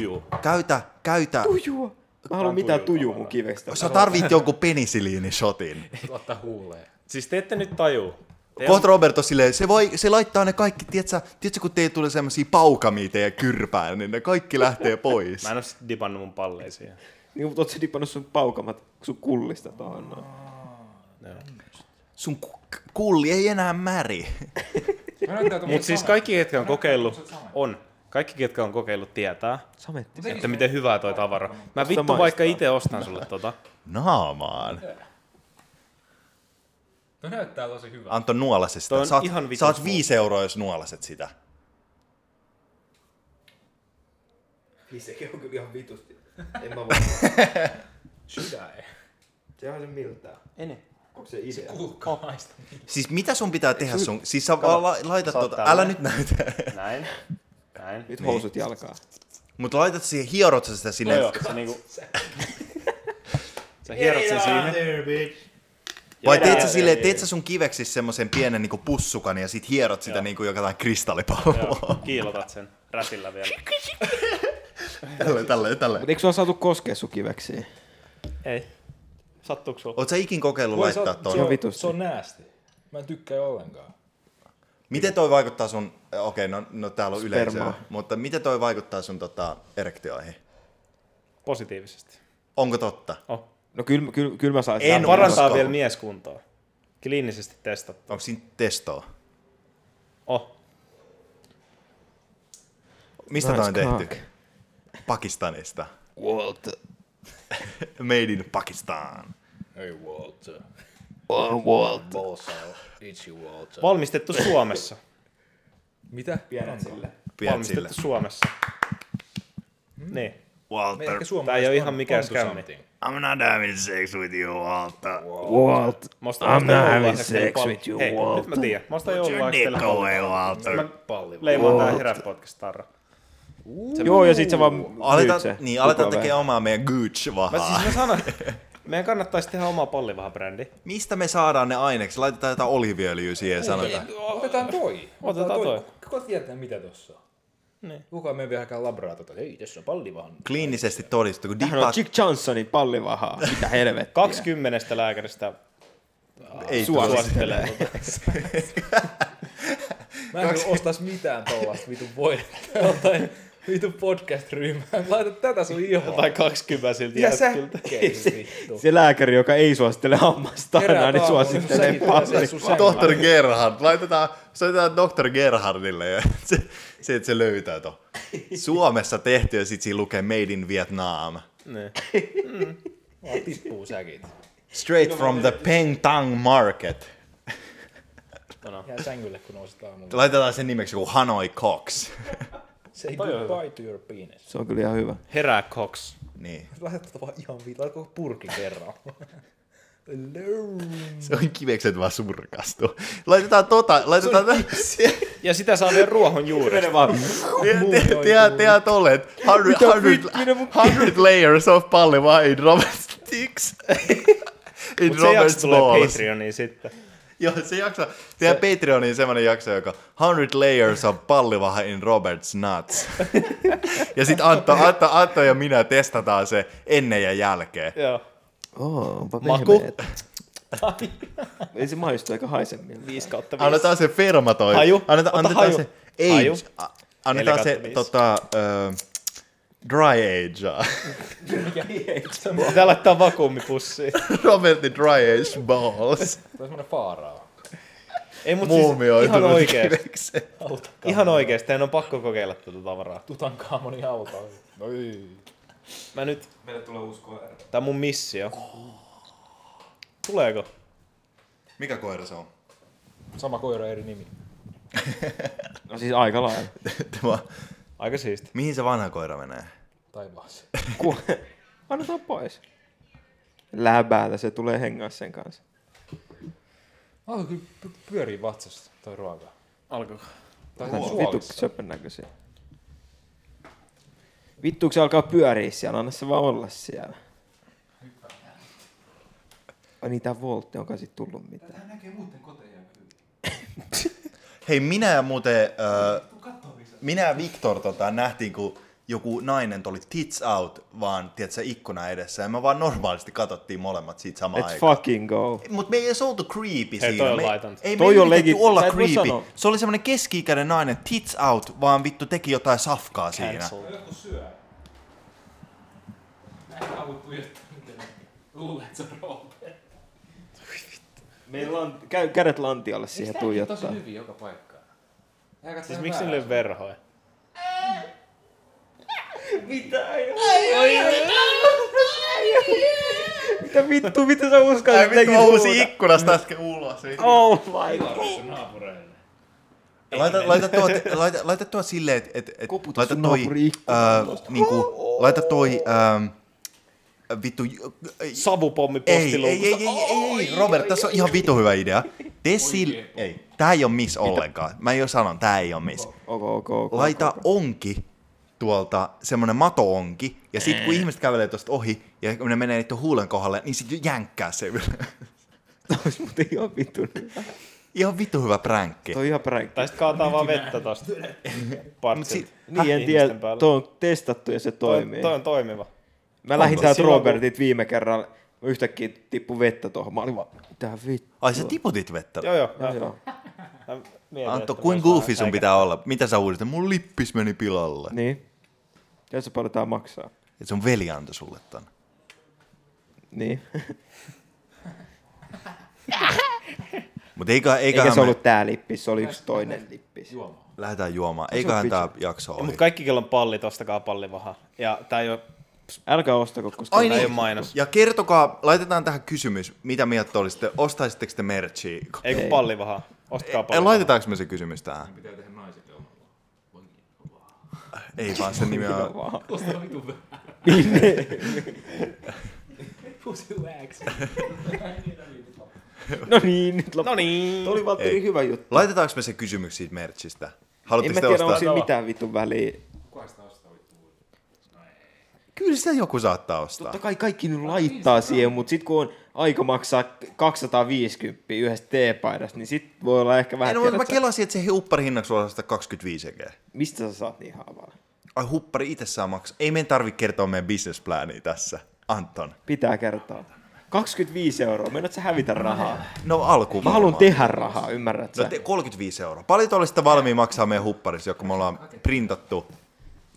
Käytä, käytä.
Tujua. Mä haluan mitään tujua mun kiveksestä.
Sä tarvit jonkun penisiliinishotin.
Ottaa huuleen.
Siis te ette nyt tajuu.
Kohta Robert on silleen, se, voi, se laittaa ne kaikki, tietsä, tietsä kun teille tulee semmosia paukamia teidän kyrpään, niin ne kaikki lähtee pois.
Mä en oo sit dipannut mun palleisiin.
Niin, mutta oot sä dipannut sun paukamat sun kullista tuohon noin.
Sun ku- kulli ei enää märi.
Mä näytän
Mut siis kaikki, ketkä on kokeillut, on. Kaikki, ketkä on kokeillut, tietää,
Sametti.
että miten hyvää toi tavara. Mä vittu
maistaa?
vaikka itse ostan sulle tota.
Naamaan.
No näyttää tosi hyvältä.
Anton nuolase sitä.
Toi on
Saat,
ihan vitun
saat
smooth.
viisi euroa, jos nuolaset sitä.
Niin, Sekin on kyllä ihan vitusti. En mä voi.
Sydä ei.
Se on se miltää.
Ene.
Onko se idea?
Kuukkaamaista.
Siis mitä sun pitää tehdä sun... Siis sä vaan la, laitat
Sä oot
tota...
täällä.
Älä nyt näytä.
Näin. Näin.
Nyt housut jalkaa.
Mut laitat siihen, hierot sä sitä sinne.
Joo, joo, sä niinku... sä hierot sen siinä.
Vai teet sä, silleen, teet sä sun kiveksissä semmosen pienen niinku pussukan ja sit hierot sitä niinku jotain kristallipalloa.
Joo, kiilotat sen rätillä vielä.
Tällä, tällä, tällä.
Mutta eikö sua saatu koskea sun kiveksiin?
Ei. Sattuuko sulla?
Oot sä ikin kokeillut laittaa
se,
ton?
on,
vitusti.
se on näästi. Mä en tykkää ollenkaan.
Miten toi vaikuttaa sun... Okei, no, no täällä on yleisöä.
Spermaa.
Mutta miten toi vaikuttaa sun tota, erektioihin?
Positiivisesti.
Onko totta?
Oh.
No kyllä, kyllä, kyllä mä saisin.
En
sanoa.
Parantaa
usko.
vielä mieskuntaa. Kliinisesti testattu.
Onko siinä testoa?
Oh.
Mistä toi on
Nice cock.
tehty? Pakistanista. Walt. Made in Pakistan.
Ei Walter.
Oh, Walt.
Bolsal. Itchy Walter.
Valmistettu Suomessa.
Mitä?
Pienet sille. Hmm?
Pidät sillä.
Valmistettu Suomessa. Niin.
Me ehkä
Walter,
suomalaiset
Tää ei oo
on-
ihan mikään
onto
skämmi.
something.
I'm not having sex with you, Walter.
Walt.
Musta
I'm
musta
not having
joululahjaksi teille
sex
pal-
with you,
Hei, nyt mä
Walter.
tiedän. Mä ostan
Put your
joululahjaksi
dick
teille palloa.
away, Walter.
Mä
Palli.
leimaan tää
Walter.
herät podcast tarra.
Joo, ja sit sä vaan
Aleta,
myyt se
niin, aletaan
koko ajan.
tekee omaa meidän gooch
Mä siis
vahaa.
mä sanon, meidän kannattaisi tehdä oma pallivahbrändi.
Mistä me saadaan ne aineeksi? Laitetaan jotain oliiviöljyä siihen ja sanotaan.
Otetaan toi.
Otetaan toi.
Kuka tietää mitä tossa on?
Niin.
Kuka me vielä hakea labraa tota? Hei, tässä on palli vaan.
Kliinisesti todistettu, kun
Hän on
dippaat,
Chick Johnsonin pallivahaa. Mitä helvettiä.
20 lääkäristä
ei suosittu.
suosittelee.
Mä en kyllä ostais mitään tollasta vitun voidetta. Jotain vitun podcast-ryhmää. Laita tätä sun ihoon.
tai 20 silti
Ja sä...
jätkiltä.
Okei, vittu.
Se lääkäri, joka ei suosittele hammastainaa, niin
aamulla,
suosittelee
kun säkin pääset sun
palli.
sängylle.
Tohtori Gerhard, laitetaan, soitetaan Dr. Gerhardille ja se, se, että se löytää to. Suomessa tehty ja sit siinä lukee Made in Vietnam.
Vaan tippuu säkit.
Straight from the Peng Tang Market.
Jää sängylle, kun nouset aamulla.
Laitetaan sen nimeksi joku Hanoi Cox.
Say goodbye to your penis.
Se on kyllä ihan hyvä.
Herää Cox.
Niin.
Laita tota vaan ihan viitaa, laita koko purki kerran. Hello.
Se on kivekset vaan surkastu. Laitetaan tota, laitetaan...
Ja sitä saa vielä ruohon juuri.
Tiedät, tiedät olleet. 100 layers of palli vaan in Robert Sticks. In
Mutta se jakso
Robert's
tulee
balls.
Patreoniin sitten.
Joo, se jakso. Tehdään Patreoniin niin semmonen jakso, joka 100 layers of pallivaha in Robert's nuts. ja sit Antto, Antto, Antto ja minä testataan se ennen ja jälkeen.
Joo.
Oh, onpa
Maku.
pehmeet. Ei se maistu eikä haise millään.
5 kautta 5.
Annetaan se firma toi.
Haju. Ota
Annetaan, annetaan
haju.
se age.
Haju.
A- Annetaan se
4/5.
tota, ö, dry age.
Pitää laittaa vakuumipussiin.
Robertin dry age balls.
Tämä on semmonen faaraa.
Ei mut siis ihan
Muumioitunut
oikeesti.
kivekseen.
Ihan oikeesti, teidän on pakko kokeilla tätä tavaraa.
Tutankhamoni hauta. Noi.
Mä nyt,
Meille tulee uusi koira.
tää on mun missio. Tuleeko?
Mikä koira se on?
Sama koira eri nimi.
No siis aika lailla.
Tämä,
Aika siisti.
mihin se vanha koira menee?
Taivaassa.
Ku... Annetaan pois. Läbäätä se tulee hengaa sen kanssa.
Alkoi Ah, kyllä py- pyörii vatsasta toi ruoka.
Alkoiko?
Tai tän
Vittu
suolissa.
söpön näköisiä. Vittu, kun se alkaa pyöriä siellä, anna se vaan olla siellä. Ai niin, tää Volt, onko sit tullut mitään?
Hei, minä ja muuten... Ö, minä ja Viktor tota, nähtiin, kun joku nainen oli tits out vaan, tiedätkö, ikkuna edessä. Ja me vaan normaalisti katsottiin molemmat siitä samaan
Let's
aikaan.
fucking go.
Mutta me ei edes oltu creepy
Hei,
siinä.
toi on
me,
laitonta.
ei
Toi
me
on
yritetty
legit-
olla
sä et voi
creepy.
sanoa.
Se oli semmoinen keski-ikäinen nainen, tits out, vaan vittu teki jotain safkaa siinä.
Meillä on käy kädet lantialle siihen tuijottaa.
hyvin joka paikkaan.
Siis miksi niille on verhoja?
Mitä vittu, mitä sä
Ai
uskallit
vittu, mä uusi ikkunasta äsken ulos.
Oh my god.
naapureille?
Laita, laita, tuo, laita, laita tuo silleen, että et, et,
Koputa
laita
sun
toi,
naapuri ikkunan
äh, niinku, laita toi ähm, vittu... Ei, ei, ei,
Savupommipostiluukusta.
ei, ei, ei, ei, Robert, tässä on ihan vitu hyvä idea. Tee sil... Ei, tää ei ole miss ollenkaan. Mä jo sanon, tää ei ole miss.
Ok, ok, ok.
Laita onki tuolta, semmonen mato-onki, ja sit kun ihmiset kävelee tosta ohi, ja kun ne menee niiden huulen kohdalle, niin sit jänkkää se ylös.
Ois muuten ihan vittu.
Ihan vittu hyvä pränkki.
Toi on ihan pränkki.
Tai sitten kaataa vaan vettä tosta partsilta.
Niin en tiedä, toi on testattu ja se toimii.
toi, toi on toimiva.
Mä lähdin täältä
Silloin, kun-
Robertit viime kerralla. Mä yhtäkkiä tippu vettä tuohon. Mä olin vaan, mitä vittu.
Ai sä tiputit vettä.
Joo, joo.
Joo, joo.
Mä mietin,
Antto,
että
kuin
voisi vähän
goofy sun
säikähtää.
pitää olla? Mitä sä uudet? Mun lippis meni pilalle.
Niin. Tiedätkö paljon tää maksaa?
Et sun veli antoi sulle ton.
Niin.
Mut eikä,
Eikä
eiköhän
se
me
ollut tää lippis, se oli yksi toinen lippis.
lähdetään juomaan. Eiköhän tää jakso ohi.
Mut kaikki, kello on pallit, ostakaa pallivahaa. Ja tää ei oo,
Älkää ostako, koska
Ai
tää ei oo
niin.
mainos.
Ja kertokaa, laitetaan tähän kysymys, mitä mieltä te olisitte, ostaisitteko te merchia?
Ei kun pallivahaa. Ostakaa
Ei,
pallivahaa.
laitetaanko me se kysymys tähän? Ei vaan sen nimi on...
vaan. No niin, nyt loppu.
No niin.
Tuo oli Valtteri
Ei.
hyvä juttu.
Laitetaanko me se kysymys siitä merchistä?
En
Haluatteko
mä
te
tiedä, onko
ostaa?
siinä mitään vitun väliä.
Kyllä sitä joku saattaa ostaa.
Totta kai kaikki nyt laittaa siihen, mutta sitten kun on aika maksaa 250 yhdestä teepaidasta, niin sitten voi olla ehkä vähän...
En, mutta mä
tiedätkö,
kelasin, että se huppari hinnaksi voi olla 125 ekeä.
Mistä sä saat niin haavaa?
Ai huppari itse saa maksaa. Ei meidän tarvitse kertoa meidän businessplania tässä. Anton.
Pitää kertoa. 25 euroa, meinaat sä hävitä rahaa?
No alkuun.
Mä haluan
varmaan.
tehdä rahaa, ymmärrät
No
sä?
te 35 euroa. Paljon te olisitte valmiin maksaa meidän hupparissa, joka me ollaan printattu.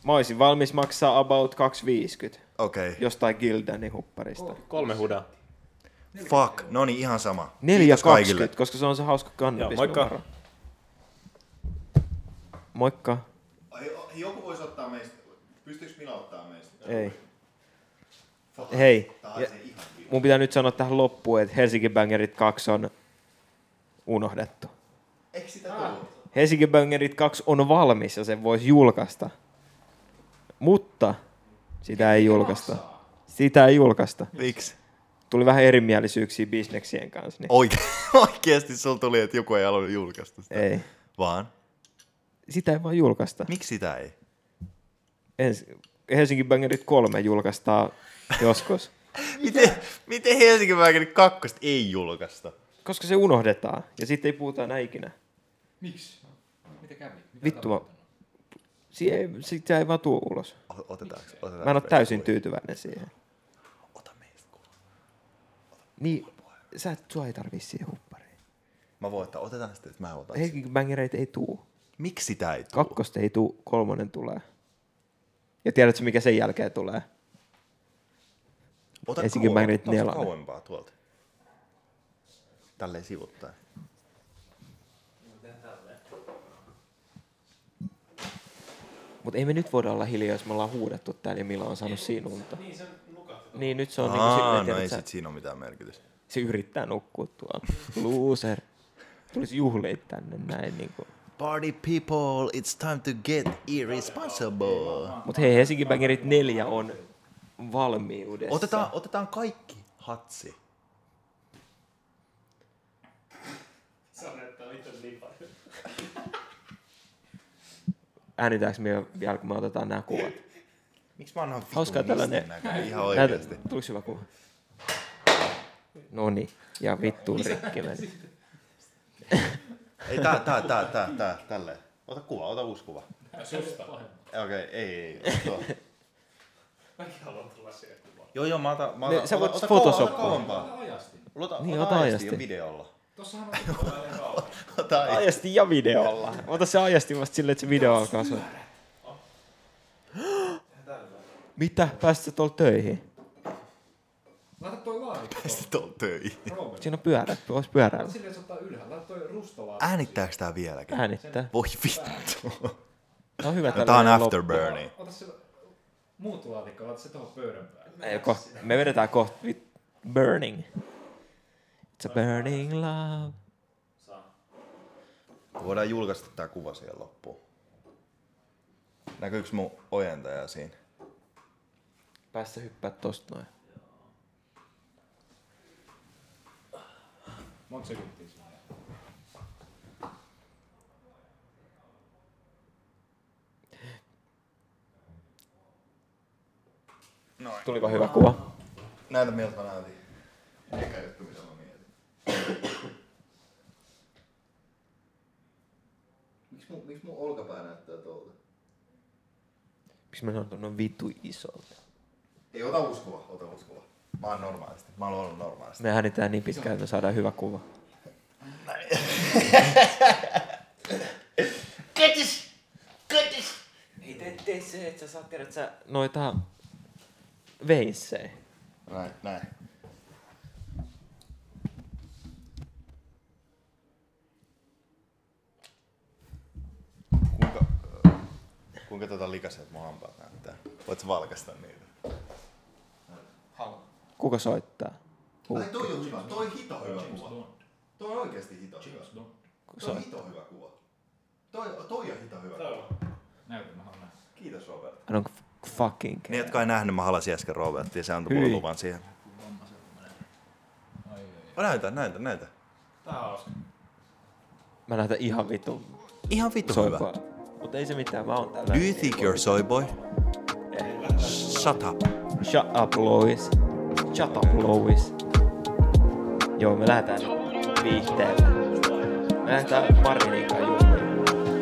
Mä olisin valmis maksaa about 250
Okei. Okay.
jostain Gildanin hupparista.
Kolme hudaa.
Fuck. No niin, ihan sama.
4,20, koska se on se hauska kannabis.
Joo, moikka.
numero. Moikka.
Joku voisi ottaa meistä. Pystyykö minä ottaa meistä?
Ei. Hei. Ja mun pitää nyt sanoa tähän loppuun, että Helsinki Bangerit 2 on unohdettu.
Eikö sitä tullut?
Helsinki Bangerit 2 on valmis ja sen voisi julkaista. Mutta sitä ei julkaista. Sitä ei julkaista.
Miksi?
Tuli vähän erimielisyyksiä bisneksien kanssa. Niin
Oike- oikeesti sulla tuli, että joku ei halunnut julkaista sitä.
ei.
Vaan?
Sitä ei vaan julkaista.
Miksi sitä ei?
Ens, Helsinki Bangerit 3 julkaistaan joskus.
Miten, miten Helsingin Väkäri kakkosta ei julkaista?
Koska se unohdetaan ja sitten ei puhuta enää ikinä.
Miksi? Mitä kävi? Mitä
Vittu, mä... Si- ei, sitä ei vaan tuu ulos.
O- Otetaanko? otetaanko
Mä en ole
meistä
täysin
kuva?
tyytyväinen siihen.
Ota meistä kuva.
Niin, sä et, sua ei tarvii siihen huppariin.
Mä voin ottaa. Otetaan sitten, että mä otan. Hei.
Helsinki Bangereita ei tuu.
Miksi sitä ei tule?
Kakkosta ei tuu, kolmonen tulee. Ja tiedätkö, mikä sen jälkeen tulee?
Ota
Helsingin
kauemmin,
Magnet
ota se
nelonen.
kauempaa tuolta. Tälleen
Niin
sivuttaa.
Mutta ei me nyt voida olla hiljaa, jos me ollaan huudettu täällä ja Mila on saanut sinulta. Niin, se Niin, nyt se on niinku silleen,
no
tiedät
ei
sä,
sit siinä ole mitään merkitystä.
se yrittää nukkua tuolla. Loser. Tulisi juhleet tänne näin niinku.
Party people, it's time to get irresponsible.
Mut hei, Helsinki Bangerit 4 on valmiudessa.
Otetaan, otetaan kaikki hatsi.
äänitäänkö me vielä, kun me otetaan nämä kuvat?
Miksi mä annan
Hauskaa
vitun tällainen...
tällainen-
näköinen ihan
Näytä,
oikeesti?
tuliko hyvä kuva? No niin, ja vittu rikki meni.
Ei, tää, tää, tää, tää, tää, tälleen. Ota kuva, ota uusi kuva. Susta. Okei, okay, ei, ei, ota tuo. Mäkin haluan tulla siihen kuvaan. Joo, joo, mä otan, mä
Ne-
otan,
sä voit
ota,
photoshoppaa.
Ota kauempaa. Ota,
Niin,
ota,
ota
ota
ajasti.
ajasti. ja videolla. Tossahan on ota ajasti.
Ajasti ja videolla. Ota se ajasti vasta silleen, että se video alkaa soida. Mitä? Pääsit sä tuolla töihin?
Laita toi laajempi.
Sitten on töihin.
Siinä on pyörä. Vois pyörällä.
Silleen se ottaa ylhäällä. Laita toi rustola.
Äänittääks tää vieläkin?
Äänittää.
Voi vittu.
Tää on hyvä
No, tää on
tällainen
Afterburni.
Ota se muut laatikko, laita se tohon pöydän päälle.
loppu. Ei, ko- Me vedetään kohta vit- burning. It's a burning love.
Voidaan julkaista tää kuva siihen loppuun. Näkyykö mun ojentaja siinä?
Päästä hyppää tosta noin.
Monta sekuntia siinä on?
Tuliko hyvä kuva?
Näytä miltä mä näytin. Eikä juttu mitä mä mietin. Miksi mun, miksi mun olkapää näyttää tuolta?
Miksi mä sanon tuon vittu isolta?
Ei ota uskova, ota uskova. Mä oon normaalisti. Mä oon ollut normaalisti.
Me äänitään niin pitkään, että me saadaan hyvä kuva.
Kötis! Kötis!
Ei tee, tee se, että sä saat tiedät, sä noita veissejä.
Näin, näin. Kuinka, äh, kuinka tota likaset mun hampaat näyttää? Voit sä valkaista niitä?
Kuka soittaa?
Ai toi on hyvä, toi on hito hyvä kuva. Toi on oikeesti hito hyvä. Toi on hito hyvä kuva. Toi, toi on hito hyvä kuva.
Näytä, mä haluan nähdä.
Kiitos Robert.
I don't fucking
Ne,
care.
Niin, jotka ei nähnyt, mä halasin äsken Robertia, se antoi
Hyi.
mulle luvan siihen. Oh, näytä, näytä, näytä.
Mä näytän ihan vitun
Ihan vittu hyvä.
soipaa. Mutta ei se mitään, mä oon tällä.
Do you think you're soy boy? Shut up.
Shut up, Lois. Shut up, Lois. Joo, me lähdetään viihteelle. Me lähdetään Marinin kanssa juhliin.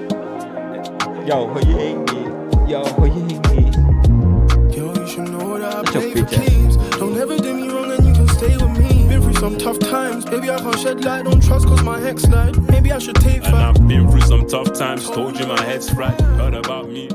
Jauho jengi, jauho jengi.
Yo, you should know that I
That's your
play for
feature.
kings. Don't ever do me wrong and you can stay with me. Been through some tough times, baby. I can't shed light. Don't trust cause my ex lied. Maybe I should take
And
five.
I've been through some tough times, told you my head's fried. Heard about me,